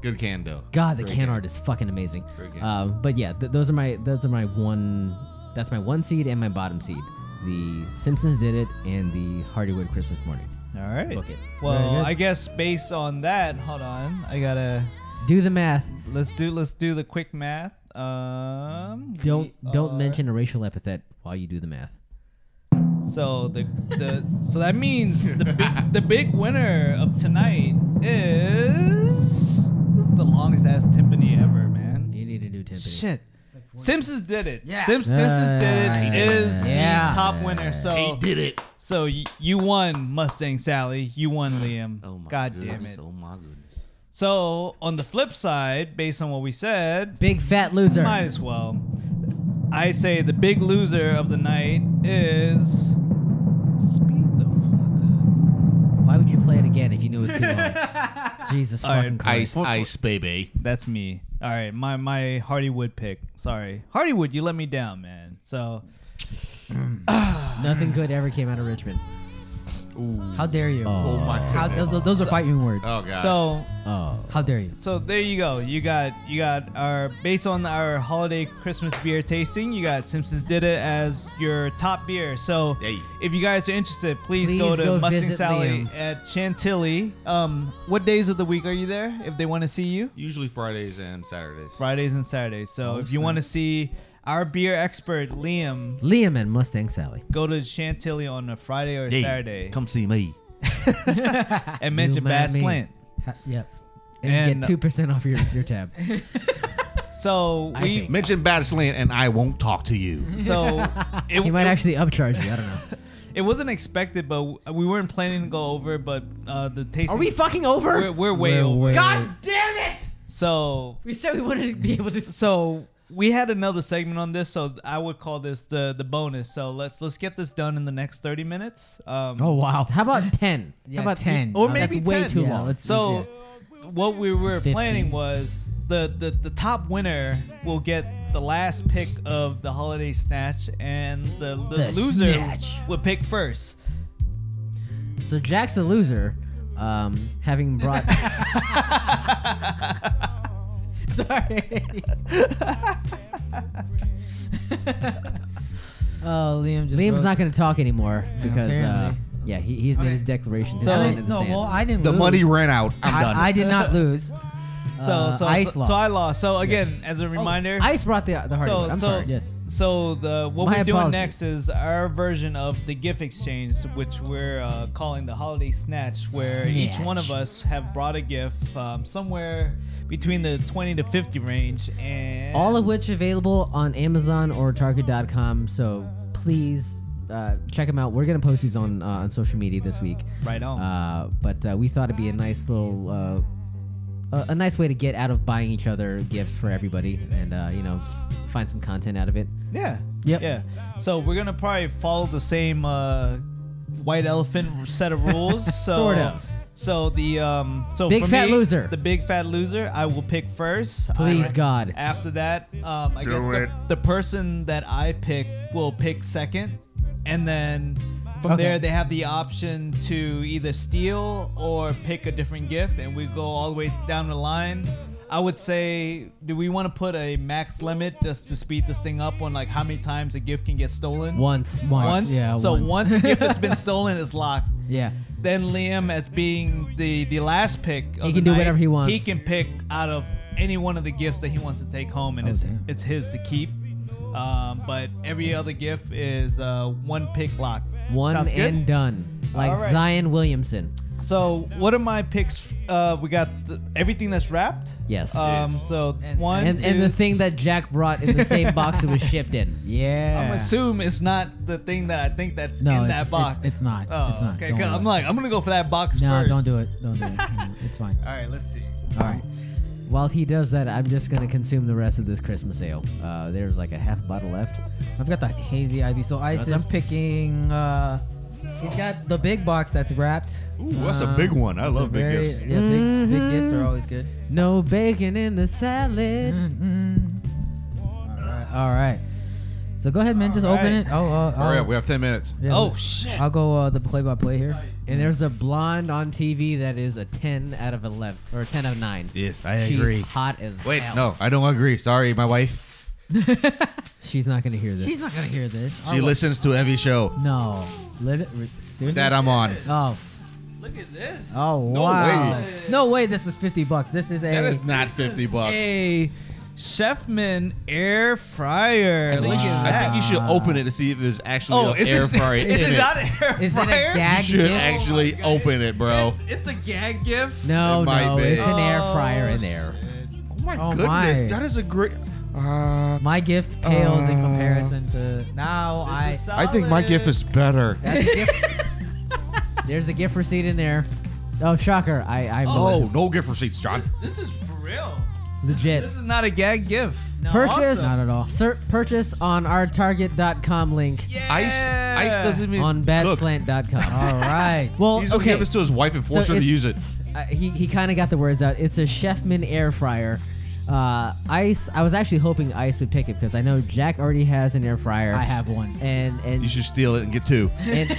[SPEAKER 5] Good can though.
[SPEAKER 1] God, the
[SPEAKER 5] Very
[SPEAKER 1] can
[SPEAKER 5] good.
[SPEAKER 1] art is fucking amazing.
[SPEAKER 5] Very good.
[SPEAKER 1] Um, but yeah, th- those are my those are my one. That's my one seed and my bottom seed. The Simpsons did it, and the Hardywood Christmas morning.
[SPEAKER 2] All right.
[SPEAKER 1] Book it.
[SPEAKER 3] Very
[SPEAKER 2] Well,
[SPEAKER 3] good.
[SPEAKER 2] I guess based on that, hold on. I gotta
[SPEAKER 1] Do the math.
[SPEAKER 2] let's do let's do the quick math. Um, we
[SPEAKER 1] Don't don't
[SPEAKER 2] are-
[SPEAKER 1] mention a racial epithet while you do the math.
[SPEAKER 2] So the the so that means the big the big winner of tonight is this is the longest ass timpani ever, man.
[SPEAKER 1] You need a new timpani.
[SPEAKER 2] Shit. Simpsons did it.
[SPEAKER 3] Yeah.
[SPEAKER 2] Simp- Simpsons did
[SPEAKER 1] Yeah.
[SPEAKER 2] it is
[SPEAKER 3] Yeah.
[SPEAKER 2] the top winner. So
[SPEAKER 4] He did it.
[SPEAKER 2] So y- you won Mustang Sally, you won Liam.
[SPEAKER 5] Oh my
[SPEAKER 2] God
[SPEAKER 5] goodness.
[SPEAKER 2] damn it.
[SPEAKER 5] Oh my goodness.
[SPEAKER 2] So on the flip side, based on what we said,
[SPEAKER 1] Big fat loser.
[SPEAKER 2] might as well. I say the big loser of the night is speed the fuck
[SPEAKER 1] Why would you play it again if you knew it too long? Jesus
[SPEAKER 2] All right,
[SPEAKER 1] fucking
[SPEAKER 5] Ice,
[SPEAKER 1] Christ.
[SPEAKER 5] ice, baby.
[SPEAKER 2] up. That's me. All right, my my Hardywood pick. Sorry, Hardywood, you let me down, man. So
[SPEAKER 1] Nothing good ever came out of Richmond.
[SPEAKER 3] How dare you?
[SPEAKER 1] Oh,
[SPEAKER 5] my
[SPEAKER 3] How,
[SPEAKER 5] goodness.
[SPEAKER 3] those, those are fighting words.
[SPEAKER 2] Uh,
[SPEAKER 5] Oh god.
[SPEAKER 2] so
[SPEAKER 1] Oh.
[SPEAKER 3] How dare you?
[SPEAKER 2] so there you go. You got you got our based on our holiday Christmas beer tasting. You got Simpsons did it as your top beer. So
[SPEAKER 5] Hey.
[SPEAKER 2] if you guys are interested, please,
[SPEAKER 1] Please
[SPEAKER 2] go to
[SPEAKER 1] go
[SPEAKER 2] Mustang
[SPEAKER 1] visit
[SPEAKER 2] Sally
[SPEAKER 1] Liam.
[SPEAKER 2] at Chantilly. Um, what days of the week are you there? If they want to see you,
[SPEAKER 5] usually Fridays and Saturdays.
[SPEAKER 2] Fridays and Saturdays. So
[SPEAKER 3] Oh,
[SPEAKER 2] if you want to see our beer expert Liam,
[SPEAKER 1] Liam and Mustang Sally.
[SPEAKER 2] go to Chantilly on a Friday or
[SPEAKER 5] Hey,
[SPEAKER 2] Saturday
[SPEAKER 5] Come see me.
[SPEAKER 2] and mention Bad
[SPEAKER 1] remind me.
[SPEAKER 2] Slant.
[SPEAKER 3] Ha- yep.
[SPEAKER 1] And,
[SPEAKER 2] And- uh,
[SPEAKER 1] get two percent off your, your tab.
[SPEAKER 2] So
[SPEAKER 1] I
[SPEAKER 2] we
[SPEAKER 1] think.
[SPEAKER 5] Mention Badisland and I won't talk to you.
[SPEAKER 2] so it,
[SPEAKER 1] He might
[SPEAKER 2] it-
[SPEAKER 1] actually upcharge you. I don't know.
[SPEAKER 2] It wasn't expected, but w- we weren't planning to go over. But uh, the taste.
[SPEAKER 1] Are we fucking over?
[SPEAKER 2] We're, we're way
[SPEAKER 1] We're
[SPEAKER 2] over.
[SPEAKER 1] way-
[SPEAKER 3] God
[SPEAKER 1] damn it!
[SPEAKER 2] So
[SPEAKER 1] We said we wanted to be able to.
[SPEAKER 2] so we had another segment on this, so I would call this the the bonus. So let's let's get this done in the next thirty minutes. Um,
[SPEAKER 1] wow! How about ten?
[SPEAKER 3] Yeah,
[SPEAKER 1] How about
[SPEAKER 3] 10.
[SPEAKER 2] or
[SPEAKER 3] Oh,
[SPEAKER 2] maybe
[SPEAKER 1] that's way
[SPEAKER 2] 10.
[SPEAKER 1] too
[SPEAKER 3] Yeah,
[SPEAKER 1] long.
[SPEAKER 3] let's-
[SPEAKER 2] So what we were
[SPEAKER 1] 15.
[SPEAKER 2] planning was the, the the top winner will get the last pick of the holiday snatch, and the, the,
[SPEAKER 3] The
[SPEAKER 2] loser
[SPEAKER 3] snatch.
[SPEAKER 2] would pick first.
[SPEAKER 1] So Jack's a loser, um, having brought. Sorry.
[SPEAKER 3] Oh, Liam just.
[SPEAKER 1] Liam's
[SPEAKER 3] wrote-
[SPEAKER 1] not going to talk anymore because, uh,
[SPEAKER 3] apparently.
[SPEAKER 1] yeah, he, he's made
[SPEAKER 2] Okay.
[SPEAKER 1] his declaration. His
[SPEAKER 2] So-
[SPEAKER 1] line
[SPEAKER 3] I
[SPEAKER 1] in
[SPEAKER 3] didn't-
[SPEAKER 1] the
[SPEAKER 3] no,
[SPEAKER 1] sand.
[SPEAKER 3] well, I didn't.
[SPEAKER 5] The
[SPEAKER 3] lose.
[SPEAKER 5] money ran out. I'm done.
[SPEAKER 3] I, I did not lose.
[SPEAKER 2] So,
[SPEAKER 3] Uh,
[SPEAKER 2] so,
[SPEAKER 3] Ice
[SPEAKER 2] so,
[SPEAKER 3] lost.
[SPEAKER 2] so I lost. So again, as a
[SPEAKER 1] Oh,
[SPEAKER 2] reminder,
[SPEAKER 1] Ice brought the, the hard
[SPEAKER 2] So-
[SPEAKER 1] one. I'm
[SPEAKER 2] so-
[SPEAKER 1] sorry.
[SPEAKER 3] yes.
[SPEAKER 2] So the what
[SPEAKER 1] My
[SPEAKER 2] we're doing
[SPEAKER 1] apologies.
[SPEAKER 2] next is our version of the gift exchange, which we're uh, calling the holiday snatch, where each one of
[SPEAKER 3] Snatch.
[SPEAKER 2] us have brought a gift um, somewhere between the twenty to fifty range, and
[SPEAKER 1] All of which available on Amazon or Target.com. So please uh, check them out. We're going to post these on uh, on social media this week.
[SPEAKER 2] right on.
[SPEAKER 1] Uh, but uh, we thought it'd be a nice little, uh, a, a nice way to get out of buying each other gifts for everybody, and uh, you know, find some content out of it.
[SPEAKER 2] yeah.
[SPEAKER 3] Yep.
[SPEAKER 2] Yeah. So we're gonna probably follow the same uh, white elephant set of rules. So,
[SPEAKER 1] Sort of.
[SPEAKER 2] So the um, so
[SPEAKER 1] Big
[SPEAKER 2] for
[SPEAKER 1] fat
[SPEAKER 2] me,
[SPEAKER 1] loser.
[SPEAKER 2] The big fat loser. I will pick first. I-
[SPEAKER 1] Please, God.
[SPEAKER 2] After that, um, I guess the, the person that I pick will pick second, and then from
[SPEAKER 1] Okay.
[SPEAKER 2] there they have the option to either steal or pick a different gift, and we go all the way down the line. I would say, do we want to put a max limit just to speed this thing up on like how many times a gift can get stolen?
[SPEAKER 1] Once, once,
[SPEAKER 2] Once.
[SPEAKER 1] yeah,
[SPEAKER 2] so
[SPEAKER 1] once.
[SPEAKER 2] once a gift has been stolen, it's locked
[SPEAKER 3] Yeah.
[SPEAKER 2] then Liam as being the the last pick. Of
[SPEAKER 1] He
[SPEAKER 2] the
[SPEAKER 1] can do
[SPEAKER 2] night,
[SPEAKER 1] whatever he wants.
[SPEAKER 2] He can pick out of any one of the gifts that he wants to take home, and
[SPEAKER 3] Oh,
[SPEAKER 2] it's
[SPEAKER 3] damn.
[SPEAKER 2] it's his to keep. Um, but every other gift is uh, one pick lock.
[SPEAKER 1] one
[SPEAKER 2] Sounds good?
[SPEAKER 1] and done, like
[SPEAKER 2] All right.
[SPEAKER 1] Zion Williamson.
[SPEAKER 2] So what are my picks? Uh, we got the, everything that's wrapped.
[SPEAKER 1] Yes.
[SPEAKER 2] Um, so
[SPEAKER 3] And-
[SPEAKER 2] one,
[SPEAKER 1] and,
[SPEAKER 2] two,
[SPEAKER 1] and the thing that Jack brought in the same box it was shipped in.
[SPEAKER 3] Yeah.
[SPEAKER 2] I'm assume it's not the thing that I think that's
[SPEAKER 3] No,
[SPEAKER 2] in
[SPEAKER 3] it's-
[SPEAKER 2] that box.
[SPEAKER 3] it's- it's not.
[SPEAKER 2] Oh,
[SPEAKER 3] It's not.
[SPEAKER 2] Okay,
[SPEAKER 3] Don't
[SPEAKER 2] 'cause
[SPEAKER 3] worry
[SPEAKER 2] I'm
[SPEAKER 3] about
[SPEAKER 2] like, I'm gonna go for that box
[SPEAKER 3] no, do
[SPEAKER 2] first.
[SPEAKER 3] don't do it. Don't do it. Mm, It's fine.
[SPEAKER 2] All right, let's see.
[SPEAKER 3] All right.
[SPEAKER 1] While he does that, I'm just gonna consume the rest of this Christmas ale. Uh, there's like a half bottle left.
[SPEAKER 3] I've got the hazy ivy. So Ice is picking. Uh, he's got the big box that's wrapped.
[SPEAKER 4] Ooh, that's a big one. I
[SPEAKER 3] it's a
[SPEAKER 4] love big
[SPEAKER 3] very-
[SPEAKER 4] gifts.
[SPEAKER 3] Yeah, big, big gifts
[SPEAKER 2] Mm-hmm.
[SPEAKER 3] are always good.
[SPEAKER 1] No bacon in the salad.
[SPEAKER 3] All right. All right. So go ahead, man. just
[SPEAKER 2] All
[SPEAKER 3] open
[SPEAKER 2] right.
[SPEAKER 3] it. Oh, uh,
[SPEAKER 6] Hurry
[SPEAKER 3] I'll-
[SPEAKER 6] up, we have 10 minutes.
[SPEAKER 3] yeah,
[SPEAKER 2] Oh shit.
[SPEAKER 3] I'll go uh, the play-by-play here.
[SPEAKER 1] And there's a blonde on TV that is a 10 out of 11 or 10 out of 9.
[SPEAKER 6] Yes, I
[SPEAKER 1] She's
[SPEAKER 6] agree.
[SPEAKER 1] hot as
[SPEAKER 6] Wait,
[SPEAKER 1] hell.
[SPEAKER 6] no, I don't agree. Sorry, my wife.
[SPEAKER 1] She's not gonna hear this.
[SPEAKER 3] She's not gonna hear this.
[SPEAKER 6] She
[SPEAKER 3] I'll-
[SPEAKER 6] listens to every show
[SPEAKER 3] No. Lit- re- seriously?
[SPEAKER 6] that I'm on.
[SPEAKER 3] oh.
[SPEAKER 2] Look at this.
[SPEAKER 3] Oh wow. No way. This is fifty bucks. This is a.
[SPEAKER 6] That is not 50
[SPEAKER 2] is
[SPEAKER 6] bucks.
[SPEAKER 2] A Chefman air fryer.
[SPEAKER 5] think
[SPEAKER 2] Look
[SPEAKER 5] you should-
[SPEAKER 2] at
[SPEAKER 5] I
[SPEAKER 2] that.
[SPEAKER 5] think you should open it to see if it's actually
[SPEAKER 2] Oh,
[SPEAKER 5] an
[SPEAKER 2] is
[SPEAKER 5] air
[SPEAKER 2] it,
[SPEAKER 5] fryer.
[SPEAKER 2] is
[SPEAKER 5] in
[SPEAKER 2] it not an air
[SPEAKER 3] Is it a
[SPEAKER 2] fryer?
[SPEAKER 3] gag
[SPEAKER 5] You should
[SPEAKER 3] gift?
[SPEAKER 5] actually
[SPEAKER 2] Oh my
[SPEAKER 5] open it, bro.
[SPEAKER 2] It's, it's a gag gift.
[SPEAKER 1] no,
[SPEAKER 6] It might
[SPEAKER 1] no,
[SPEAKER 6] be.
[SPEAKER 1] it's an air
[SPEAKER 2] Oh,
[SPEAKER 1] fryer in there.
[SPEAKER 6] Oh my
[SPEAKER 3] Oh,
[SPEAKER 6] goodness,
[SPEAKER 3] my.
[SPEAKER 6] that is a great. Uh,
[SPEAKER 3] My gift pales in
[SPEAKER 6] Uh,
[SPEAKER 3] comparison to now. I.
[SPEAKER 2] This is
[SPEAKER 6] I think my gift
[SPEAKER 2] solid.
[SPEAKER 6] is better.
[SPEAKER 3] That's a gift.
[SPEAKER 1] There's a gift receipt in there. Oh, shocker. I, I'm
[SPEAKER 6] Oh, no gift receipts, John.
[SPEAKER 2] This is for real.
[SPEAKER 1] legit.
[SPEAKER 2] This is not a gag gift.
[SPEAKER 1] Purchase
[SPEAKER 2] Awesome.
[SPEAKER 3] Not at all.
[SPEAKER 1] Sir, purchase on our target.com link
[SPEAKER 2] Yeah.
[SPEAKER 6] Ice, ice doesn't even
[SPEAKER 1] on
[SPEAKER 6] cook.
[SPEAKER 1] badslant.com.
[SPEAKER 3] All right.
[SPEAKER 1] well,
[SPEAKER 6] He's gonna
[SPEAKER 1] okay.
[SPEAKER 6] give this to his wife and force
[SPEAKER 1] So
[SPEAKER 6] her to
[SPEAKER 1] it's-
[SPEAKER 6] use it.
[SPEAKER 1] uh, he he kind of got the words out. It's a Chefman air fryer. Uh, Ice. I was actually hoping Ice would pick it because I know Jack already has an air fryer.
[SPEAKER 3] I have one.
[SPEAKER 1] And
[SPEAKER 6] You
[SPEAKER 1] and
[SPEAKER 6] should steal it and get two.
[SPEAKER 1] and,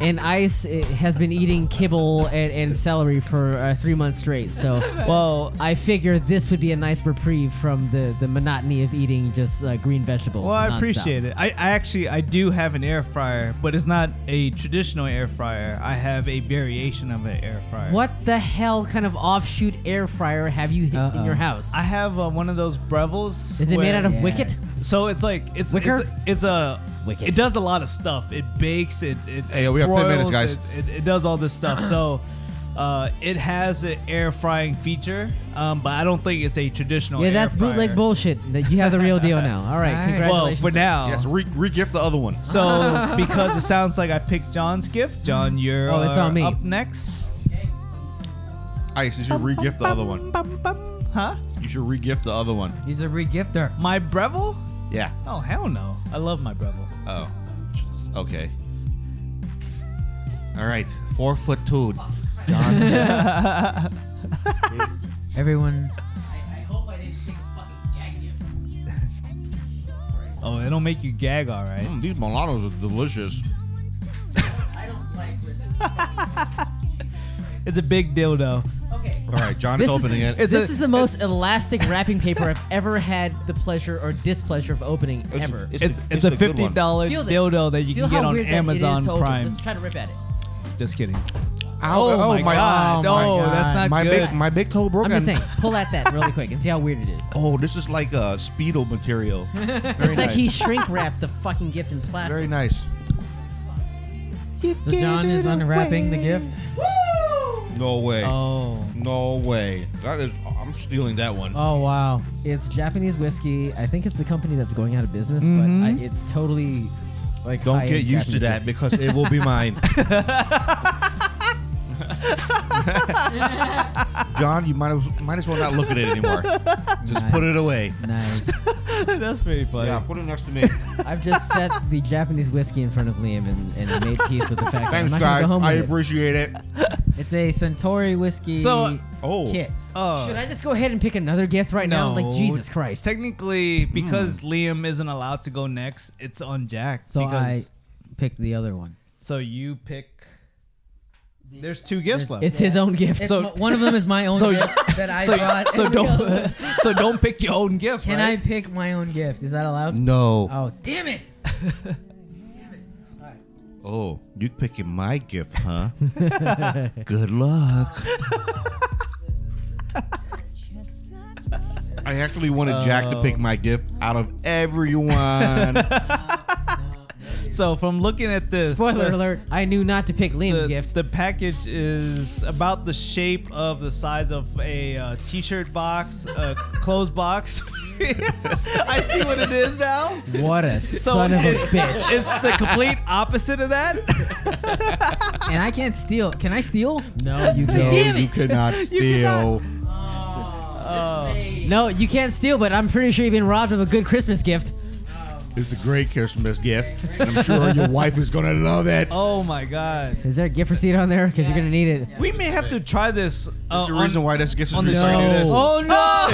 [SPEAKER 1] and Ice eh, has been eating kibble and, and celery for uh, three months straight. So
[SPEAKER 2] Well,
[SPEAKER 1] I figure this would be a nice reprieve from the, the monotony of eating just uh, green vegetables.
[SPEAKER 2] well, I appreciate it. I, I actually I do have an air fryer, but it's not a traditional air fryer. I have a variation of an air fryer.
[SPEAKER 1] What the hell kind of offshoot air fryer have you hit in
[SPEAKER 3] Uh-oh.
[SPEAKER 1] your house?
[SPEAKER 2] I have uh, one of those Brevels.
[SPEAKER 1] Is it made
[SPEAKER 2] where-
[SPEAKER 1] out of
[SPEAKER 3] Yes.
[SPEAKER 1] wicket?
[SPEAKER 2] So it's like it's
[SPEAKER 1] Wicker?
[SPEAKER 2] It's, it's a
[SPEAKER 1] Wicked.
[SPEAKER 2] It does a lot of stuff. It bakes. It. it
[SPEAKER 6] Hey,
[SPEAKER 2] it
[SPEAKER 6] we have 10 minutes, guys.
[SPEAKER 2] broils, It, it, it does all this stuff. so uh, it has an air frying feature, um, but I don't think it's a traditional.
[SPEAKER 1] Yeah,
[SPEAKER 2] air
[SPEAKER 1] that's bootleg
[SPEAKER 2] fryer.
[SPEAKER 1] bullshit. That you have the real deal now. All right,
[SPEAKER 3] All right.
[SPEAKER 2] Well,
[SPEAKER 1] congratulations.
[SPEAKER 2] for now.
[SPEAKER 6] Yes, re- re-gift the other one.
[SPEAKER 2] So because it sounds like I picked John's gift, John, you're
[SPEAKER 1] Oh, it's
[SPEAKER 2] uh,
[SPEAKER 1] on me.
[SPEAKER 2] up next.
[SPEAKER 6] Ice, you should re-gift the other one.
[SPEAKER 2] Bum, bum, huh?
[SPEAKER 6] You should re-gift the other one.
[SPEAKER 3] He's a regifter.
[SPEAKER 2] My Breville?
[SPEAKER 6] Yeah.
[SPEAKER 2] Oh hell no! I love my Breville.
[SPEAKER 6] Oh. Just- Okay. All right. Four foot two.
[SPEAKER 3] Everyone.
[SPEAKER 2] Oh, it'll make you gag, all right.
[SPEAKER 6] Mm, these Milanos are delicious.
[SPEAKER 2] It's a big dildo.
[SPEAKER 1] Okay.
[SPEAKER 5] All right, John is
[SPEAKER 3] This is-
[SPEAKER 5] opening it.
[SPEAKER 2] It's
[SPEAKER 3] this
[SPEAKER 2] a-
[SPEAKER 3] is the most elastic wrapping paper I've ever had the pleasure or displeasure of opening ever.
[SPEAKER 2] It's
[SPEAKER 5] the-
[SPEAKER 2] it's a
[SPEAKER 5] the good
[SPEAKER 2] fifty
[SPEAKER 5] one.
[SPEAKER 2] dollar
[SPEAKER 3] Feel this.
[SPEAKER 2] dildo that you
[SPEAKER 3] Feel
[SPEAKER 2] can get
[SPEAKER 3] how
[SPEAKER 2] on
[SPEAKER 3] weird that it is
[SPEAKER 2] Amazon
[SPEAKER 3] to open.
[SPEAKER 2] Prime.
[SPEAKER 3] Let's try to rip at it.
[SPEAKER 2] Just kidding.
[SPEAKER 5] Ow,
[SPEAKER 2] Oh my God. No, that's not
[SPEAKER 5] my
[SPEAKER 2] good.
[SPEAKER 5] Big, my big toe broke.
[SPEAKER 3] I'm just
[SPEAKER 5] and-
[SPEAKER 3] saying, pull at that really quick and see how weird it is.
[SPEAKER 5] Oh, this is like uh, speedo material. Very
[SPEAKER 3] It's
[SPEAKER 5] nice.
[SPEAKER 3] like he shrink wrapped the fucking gift in plastic.
[SPEAKER 5] Very nice.
[SPEAKER 4] So John is unwrapping the gift.
[SPEAKER 5] No way.
[SPEAKER 2] Oh,
[SPEAKER 5] no way. That is. I'm stealing that one.
[SPEAKER 4] Oh wow.
[SPEAKER 3] It's Japanese whiskey. I think it's the company that's going out of business, but I, it's totally like.
[SPEAKER 5] Mm-hmm. Don't
[SPEAKER 3] high-end
[SPEAKER 5] get used to
[SPEAKER 3] Japanese
[SPEAKER 5] that
[SPEAKER 3] whiskey.
[SPEAKER 5] because it will be mine. John, you might as, might as well not look at it anymore. Just
[SPEAKER 4] Nice.
[SPEAKER 5] put it away.
[SPEAKER 4] Nice.
[SPEAKER 2] that's pretty funny.
[SPEAKER 5] Yeah, put it next to me.
[SPEAKER 3] I've just set the Japanese whiskey in front of Liam and, and made peace with the fact that I'm
[SPEAKER 5] Thanks,
[SPEAKER 3] not gonna
[SPEAKER 5] guys.
[SPEAKER 3] go home
[SPEAKER 5] I
[SPEAKER 3] with it.
[SPEAKER 5] appreciate it.
[SPEAKER 4] It's a Centauri whiskey
[SPEAKER 2] So-
[SPEAKER 5] Oh,
[SPEAKER 3] Kit.
[SPEAKER 2] Oh.
[SPEAKER 3] Should I just go ahead and pick another gift right now?
[SPEAKER 2] No.
[SPEAKER 3] Like Jesus Christ.
[SPEAKER 2] Technically, because Liam isn't allowed to go next, it's on Jack.
[SPEAKER 4] So
[SPEAKER 2] because,
[SPEAKER 4] I picked the other one.
[SPEAKER 2] So you pick. There's two gifts left.
[SPEAKER 3] It's his own gift.
[SPEAKER 4] so one of them is my own
[SPEAKER 2] So-
[SPEAKER 4] gift that I
[SPEAKER 2] so,
[SPEAKER 4] got.
[SPEAKER 2] so don't so don't pick your own gift.
[SPEAKER 4] Can I
[SPEAKER 2] right?
[SPEAKER 4] pick my own gift? Is that allowed?
[SPEAKER 5] no.
[SPEAKER 4] Oh damn it!
[SPEAKER 5] Oh, you picking my gift, huh? Good luck. I actually wanted Jack to pick my gift out of everyone.
[SPEAKER 2] So from looking at this,
[SPEAKER 3] Spoiler
[SPEAKER 2] the-
[SPEAKER 3] alert, I knew not to pick Liam's
[SPEAKER 2] The,
[SPEAKER 3] gift.
[SPEAKER 2] the package is about the shape of the size of a uh, t-shirt box, a clothes box. I see what it is now.
[SPEAKER 3] what a son of a
[SPEAKER 2] it's-
[SPEAKER 3] bitch.
[SPEAKER 2] It's the complete opposite of that.
[SPEAKER 4] And I can't steal. Can I steal?
[SPEAKER 3] No, you
[SPEAKER 5] no,
[SPEAKER 3] can't.
[SPEAKER 4] Damn
[SPEAKER 5] you
[SPEAKER 4] it.
[SPEAKER 5] cannot steal.
[SPEAKER 3] No, you can't steal, but I'm pretty sure you've been robbed of a good Christmas gift.
[SPEAKER 5] It's a great Christmas gift. I'm sure your wife is gonna love it.
[SPEAKER 2] Oh my god.
[SPEAKER 3] Is there a gift receipt on there? Because you're going to need it.
[SPEAKER 2] We may have to try this. Uh,
[SPEAKER 5] That's the
[SPEAKER 2] on-
[SPEAKER 5] reason why this gets us
[SPEAKER 2] on the
[SPEAKER 5] recycled.
[SPEAKER 3] show.
[SPEAKER 2] Oh no!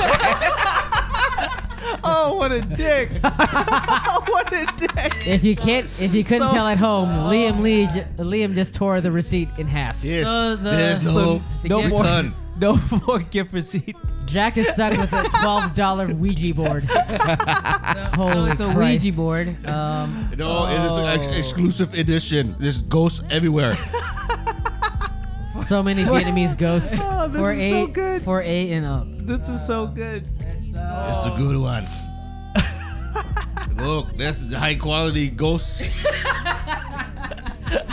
[SPEAKER 2] oh, what a dick! what a dick!
[SPEAKER 3] If you can't, if you couldn't
[SPEAKER 2] So- Oh.
[SPEAKER 3] tell at home, Liam Lee, j- Liam just tore the receipt in half.
[SPEAKER 5] Yes,
[SPEAKER 4] So the-
[SPEAKER 5] there's no
[SPEAKER 4] So the
[SPEAKER 2] no
[SPEAKER 4] gift-
[SPEAKER 2] more,
[SPEAKER 5] return.
[SPEAKER 2] no more gift receipt.
[SPEAKER 3] Jack is stuck with a twelve dollar Ouija board.
[SPEAKER 4] So
[SPEAKER 3] Holy
[SPEAKER 4] it's a
[SPEAKER 3] Christ.
[SPEAKER 4] Ouija board. Um,
[SPEAKER 5] No, it is an ex- exclusive edition. There's ghosts everywhere.
[SPEAKER 3] So many Vietnamese ghosts.
[SPEAKER 2] Oh, this
[SPEAKER 4] for
[SPEAKER 2] is
[SPEAKER 4] eight,
[SPEAKER 2] so good.
[SPEAKER 4] for eight and up.
[SPEAKER 2] this is so good.
[SPEAKER 5] It's a good one. Look, that's the high quality ghosts.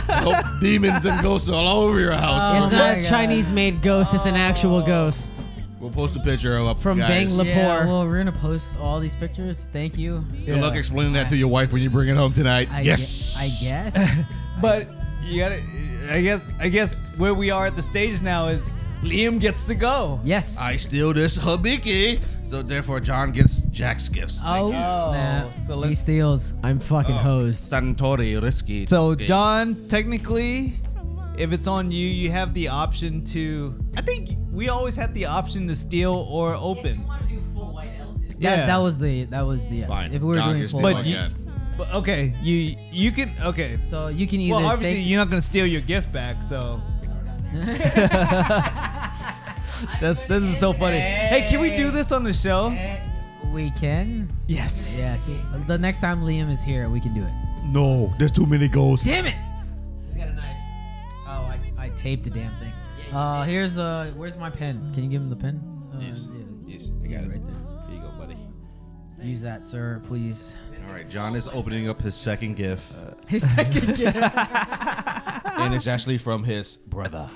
[SPEAKER 5] Nope, demons and ghosts all over your house.
[SPEAKER 3] It's
[SPEAKER 4] Oh
[SPEAKER 3] not
[SPEAKER 4] my
[SPEAKER 3] a
[SPEAKER 4] God.
[SPEAKER 3] Chinese made ghost, it's an actual ghost.
[SPEAKER 5] we'll post a picture of up
[SPEAKER 3] From
[SPEAKER 5] guys.
[SPEAKER 3] Bangla-
[SPEAKER 4] Yeah,
[SPEAKER 3] Lapore.
[SPEAKER 4] well, we're gonna post all these pictures. Thank you.
[SPEAKER 5] Good luck explaining that to your wife when you bring it home tonight.
[SPEAKER 4] I
[SPEAKER 5] yes.
[SPEAKER 4] Gue- I guess.
[SPEAKER 2] But you gotta. I guess. I guess where we are at the stage now is Liam gets to go.
[SPEAKER 4] yes.
[SPEAKER 5] I steal this hibiki, so therefore John gets Jack's gifts.
[SPEAKER 4] oh
[SPEAKER 2] you.
[SPEAKER 4] snap!
[SPEAKER 2] Oh, so
[SPEAKER 4] he
[SPEAKER 2] let's-
[SPEAKER 4] steals.
[SPEAKER 3] I'm fucking
[SPEAKER 5] Oh.
[SPEAKER 3] hosed.
[SPEAKER 5] Santori risky.
[SPEAKER 2] So
[SPEAKER 5] thing.
[SPEAKER 2] John, technically, if it's on you, you have the option to. I think we always had the option to steal or open.
[SPEAKER 4] Yeah.
[SPEAKER 2] Yeah.
[SPEAKER 4] That, that was the that was the yes.
[SPEAKER 5] Fine.
[SPEAKER 4] If we were
[SPEAKER 5] John
[SPEAKER 4] doing
[SPEAKER 5] gets
[SPEAKER 4] full,
[SPEAKER 5] the
[SPEAKER 2] But
[SPEAKER 5] fuck
[SPEAKER 2] you-
[SPEAKER 5] out.
[SPEAKER 2] But okay, you you can okay.
[SPEAKER 4] so you can either
[SPEAKER 2] Well, obviously
[SPEAKER 4] take.
[SPEAKER 2] you're not gonna steal your gift back, so. That's this is so funny. Hey, can we do this on the show?
[SPEAKER 4] we can.
[SPEAKER 2] Yes.
[SPEAKER 4] Yeah. See, the next time Liam is here, we can do it.
[SPEAKER 5] No, there's too many ghosts.
[SPEAKER 4] Damn it! He's got a knife. Oh, I, I taped the damn thing. Uh, here's uh, where's my pen? Can you give him the pen? Uh,
[SPEAKER 5] Yes.
[SPEAKER 4] yeah,
[SPEAKER 5] Yes,
[SPEAKER 4] just-
[SPEAKER 5] I got
[SPEAKER 4] yeah,
[SPEAKER 5] it.
[SPEAKER 4] right there.
[SPEAKER 5] Here you go, buddy.
[SPEAKER 4] Use that, sir, please.
[SPEAKER 5] All right, John is opening up his second gift,
[SPEAKER 4] His second
[SPEAKER 5] and
[SPEAKER 4] gift.
[SPEAKER 5] it's actually from his brother.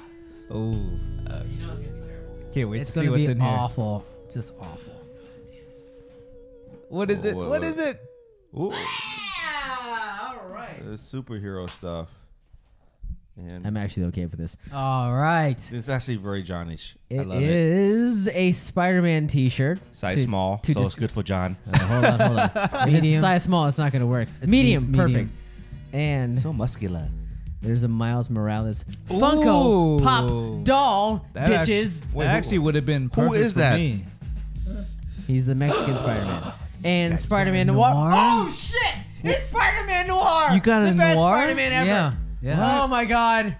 [SPEAKER 2] Oh. Can't wait
[SPEAKER 4] It's
[SPEAKER 2] to see
[SPEAKER 4] gonna
[SPEAKER 2] what's
[SPEAKER 4] be
[SPEAKER 2] in here.
[SPEAKER 4] awful. Just awful.
[SPEAKER 2] What is it?
[SPEAKER 5] Whoa,
[SPEAKER 2] what
[SPEAKER 5] whoa.
[SPEAKER 2] is it?
[SPEAKER 5] Ooh,
[SPEAKER 3] Ah, All right.
[SPEAKER 5] superhero stuff. And
[SPEAKER 3] I'm actually okay with this.
[SPEAKER 4] All right.
[SPEAKER 5] it's actually very Johnish. I
[SPEAKER 3] It
[SPEAKER 5] love it.
[SPEAKER 3] is a Spider Man t shirt.
[SPEAKER 5] Size small,
[SPEAKER 3] to
[SPEAKER 5] so
[SPEAKER 3] dis-
[SPEAKER 5] it's good for John.
[SPEAKER 4] hold on, hold on.
[SPEAKER 3] If
[SPEAKER 4] Medium.
[SPEAKER 3] it's size small, it's not going to work.
[SPEAKER 4] It's
[SPEAKER 3] medium,
[SPEAKER 4] me- medium.
[SPEAKER 3] perfect. And
[SPEAKER 5] so muscular.
[SPEAKER 3] there's a Miles Morales Funko
[SPEAKER 2] Ooh.
[SPEAKER 3] Pop doll,
[SPEAKER 2] That actu-
[SPEAKER 3] bitches.
[SPEAKER 2] that actually would have been perfect
[SPEAKER 5] is
[SPEAKER 2] for
[SPEAKER 5] that?
[SPEAKER 2] me.
[SPEAKER 3] He's the Mexican Spider Man. And Spider Man
[SPEAKER 4] got a
[SPEAKER 3] Noir.
[SPEAKER 4] noir?
[SPEAKER 3] Oh, shit! It's Spider Man Noir!
[SPEAKER 2] You got
[SPEAKER 3] the
[SPEAKER 2] a
[SPEAKER 3] best
[SPEAKER 2] noir?
[SPEAKER 1] Oh
[SPEAKER 3] Spider Man ever.
[SPEAKER 4] yeah. Yeah.
[SPEAKER 3] Oh my god.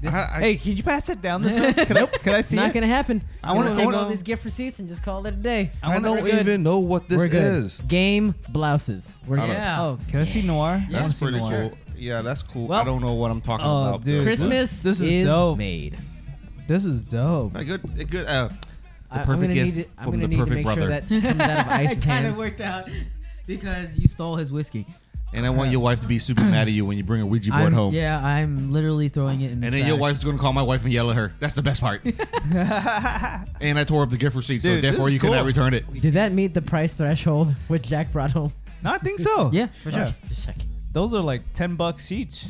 [SPEAKER 2] This, hey, can you pass it down this way? Can, I, can I see
[SPEAKER 1] Not
[SPEAKER 2] it?
[SPEAKER 1] gonna happen.
[SPEAKER 2] I
[SPEAKER 1] I want
[SPEAKER 2] wanna-
[SPEAKER 1] to
[SPEAKER 2] I
[SPEAKER 1] take
[SPEAKER 2] wanna-
[SPEAKER 1] all these gift receipts and just call it a day.
[SPEAKER 2] I
[SPEAKER 5] I
[SPEAKER 2] wanna-
[SPEAKER 5] don't
[SPEAKER 1] we're good.
[SPEAKER 5] even know what this
[SPEAKER 1] We're good.
[SPEAKER 5] is.
[SPEAKER 1] Game blouses. We're good.
[SPEAKER 3] Yeah.
[SPEAKER 2] Oh, can I see noir? I wanna
[SPEAKER 5] That's
[SPEAKER 2] see
[SPEAKER 5] pretty
[SPEAKER 2] noir.
[SPEAKER 5] cool. Yeah, that's cool. I
[SPEAKER 1] Well-
[SPEAKER 5] don't know what I'm talking
[SPEAKER 2] Oh,
[SPEAKER 5] about.
[SPEAKER 2] dude.
[SPEAKER 5] though.
[SPEAKER 1] Christmas
[SPEAKER 2] This- this is
[SPEAKER 1] is,
[SPEAKER 2] dope.
[SPEAKER 1] made.
[SPEAKER 2] This is dope.
[SPEAKER 5] A good, a good. Uh,
[SPEAKER 1] I-
[SPEAKER 5] the
[SPEAKER 1] I'm
[SPEAKER 5] perfect
[SPEAKER 1] gonna
[SPEAKER 5] gift
[SPEAKER 1] need to, I'm
[SPEAKER 5] from
[SPEAKER 1] gonna
[SPEAKER 5] the
[SPEAKER 1] need to
[SPEAKER 5] perfect
[SPEAKER 1] make
[SPEAKER 5] brother.
[SPEAKER 1] sure that comes out of Ice's
[SPEAKER 3] it kind of
[SPEAKER 1] hands.
[SPEAKER 3] worked out because you stole his whiskey.
[SPEAKER 5] and I want your wife to be super mad at you when you bring a Ouija board
[SPEAKER 3] I'm-
[SPEAKER 5] home.
[SPEAKER 3] Yeah, I'm literally throwing it in. The
[SPEAKER 5] And then your
[SPEAKER 3] trash.
[SPEAKER 5] wife's gonna call my wife and yell at her. That's the best part. and I tore up the gift receipt,
[SPEAKER 2] Dude,
[SPEAKER 5] so
[SPEAKER 2] this
[SPEAKER 5] therefore
[SPEAKER 2] is
[SPEAKER 5] you
[SPEAKER 2] cool.
[SPEAKER 5] cannot return it.
[SPEAKER 1] Did that meet the price threshold which Jack brought home?
[SPEAKER 2] No, I think so.
[SPEAKER 3] Yeah, for sure.
[SPEAKER 2] Yeah.
[SPEAKER 1] Just checking.
[SPEAKER 2] Those are like ten bucks each,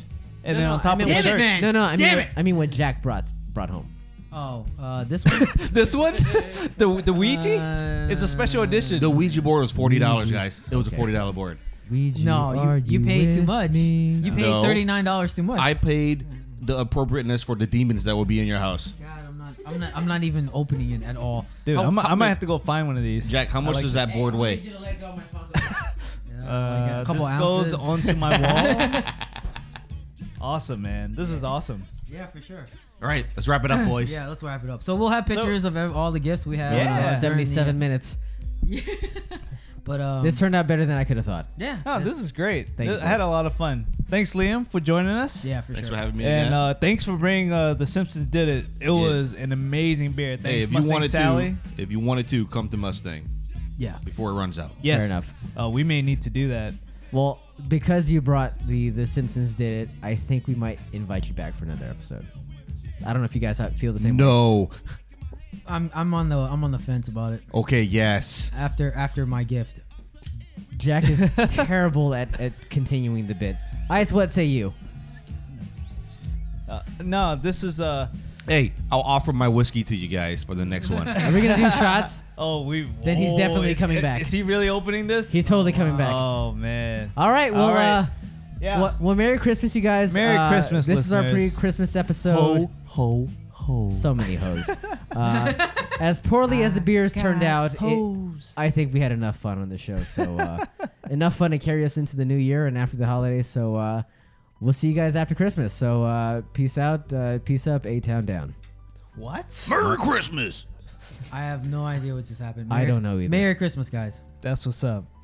[SPEAKER 2] and
[SPEAKER 1] No,
[SPEAKER 2] then
[SPEAKER 1] no,
[SPEAKER 2] on top
[SPEAKER 1] I mean
[SPEAKER 2] of the
[SPEAKER 1] what-
[SPEAKER 3] Damn
[SPEAKER 2] shirt,
[SPEAKER 3] it, man.
[SPEAKER 1] No, no, I mean,
[SPEAKER 3] Damn
[SPEAKER 1] what,
[SPEAKER 3] it.
[SPEAKER 1] I mean what Jack brought brought home.
[SPEAKER 3] Oh, uh, this one.
[SPEAKER 2] this one, the the Ouija,
[SPEAKER 3] Uh,
[SPEAKER 2] it's a special edition.
[SPEAKER 5] The Ouija board was forty dollars,
[SPEAKER 1] Ouija.
[SPEAKER 5] guys. It was a forty dollar board.
[SPEAKER 1] Ouija,
[SPEAKER 3] no,
[SPEAKER 1] are
[SPEAKER 3] you, you paid too
[SPEAKER 1] with
[SPEAKER 3] much.
[SPEAKER 1] me?
[SPEAKER 3] You paid
[SPEAKER 5] No.
[SPEAKER 3] thirty nine dollars too much.
[SPEAKER 5] I paid the appropriateness for the demons that will be in your house.
[SPEAKER 3] God, I'm not. I'm not. I'm not even opening it at all.
[SPEAKER 2] Dude,
[SPEAKER 5] How-
[SPEAKER 2] I'm,
[SPEAKER 5] how
[SPEAKER 2] I might
[SPEAKER 5] big-
[SPEAKER 2] have to go find one of these.
[SPEAKER 5] Jack, how much
[SPEAKER 2] like
[SPEAKER 5] does that board weigh?
[SPEAKER 3] Oh my
[SPEAKER 2] Uh,
[SPEAKER 3] God. Couple
[SPEAKER 2] this
[SPEAKER 3] ounces.
[SPEAKER 2] goes onto my wall. awesome, man. This is awesome.
[SPEAKER 3] Yeah, for sure.
[SPEAKER 5] All right, let's wrap it up, boys.
[SPEAKER 3] Yeah, let's wrap it up. So we'll have
[SPEAKER 2] So-
[SPEAKER 3] pictures of ev- all the gifts we have.
[SPEAKER 2] Yeah.
[SPEAKER 3] during the-
[SPEAKER 1] 77 minutes.
[SPEAKER 3] But um,
[SPEAKER 1] This turned out better than I could have thought.
[SPEAKER 3] yeah.
[SPEAKER 2] Oh, this is great.
[SPEAKER 1] Thank
[SPEAKER 2] Th-
[SPEAKER 1] you,
[SPEAKER 2] I had
[SPEAKER 1] guys.
[SPEAKER 2] a lot of fun. Thanks, Liam, for joining us.
[SPEAKER 3] yeah for
[SPEAKER 5] Thanks
[SPEAKER 3] sure.
[SPEAKER 5] for having me.
[SPEAKER 2] And
[SPEAKER 5] again.
[SPEAKER 2] uh, thanks for bringing uh, the Simpsons did it. It was an amazing beer. Thanks,
[SPEAKER 5] hey, if you
[SPEAKER 2] Mustang
[SPEAKER 5] wanted
[SPEAKER 2] Sally.
[SPEAKER 5] to, if you wanted to, come to Mustang
[SPEAKER 3] yeah.
[SPEAKER 5] before it runs out.
[SPEAKER 2] Yes.
[SPEAKER 1] Fair enough.
[SPEAKER 2] Uh, we may need to do that.
[SPEAKER 1] Well, because you brought the the Simpsons did it, I think we might invite you back for another episode. I don't know if you guys ha- feel the same. way.
[SPEAKER 5] No.
[SPEAKER 3] I'm I'm on the I'm on the fence about it.
[SPEAKER 5] Okay. Yes.
[SPEAKER 3] After after my gift.
[SPEAKER 1] Jack is terrible at, at continuing the bit. Ice, what say you?
[SPEAKER 2] Uh, no, this is uh
[SPEAKER 5] Hey, I'll offer my whiskey to you guys for the next one.
[SPEAKER 1] Are we gonna do shots?
[SPEAKER 2] oh we.
[SPEAKER 1] Then he's
[SPEAKER 2] whoa,
[SPEAKER 1] definitely
[SPEAKER 2] is-
[SPEAKER 1] coming
[SPEAKER 2] is-
[SPEAKER 1] back.
[SPEAKER 2] Is he really opening this?
[SPEAKER 1] He's totally coming back.
[SPEAKER 2] Oh man.
[SPEAKER 1] All right. Well,
[SPEAKER 2] All right.
[SPEAKER 1] Uh,
[SPEAKER 2] Yeah.
[SPEAKER 1] well, well, Merry Christmas, you guys.
[SPEAKER 2] Merry
[SPEAKER 1] Uh,
[SPEAKER 2] Christmas,
[SPEAKER 1] This is our
[SPEAKER 2] listeners.
[SPEAKER 1] pre-Christmas episode.
[SPEAKER 6] Ho, ho, ho.
[SPEAKER 1] So many hoes. uh, as poorly as the beers turned out, it, I think we had enough fun on the show. So uh, enough fun to carry us into the new year and after the holidays. So uh, we'll see you guys after Christmas. So uh, peace out, uh, peace up, A Town down.
[SPEAKER 2] What?
[SPEAKER 6] Merry Christmas.
[SPEAKER 3] I have no idea what just happened.
[SPEAKER 1] I don't know either.
[SPEAKER 3] Merry Christmas, guys.
[SPEAKER 2] That's what's up.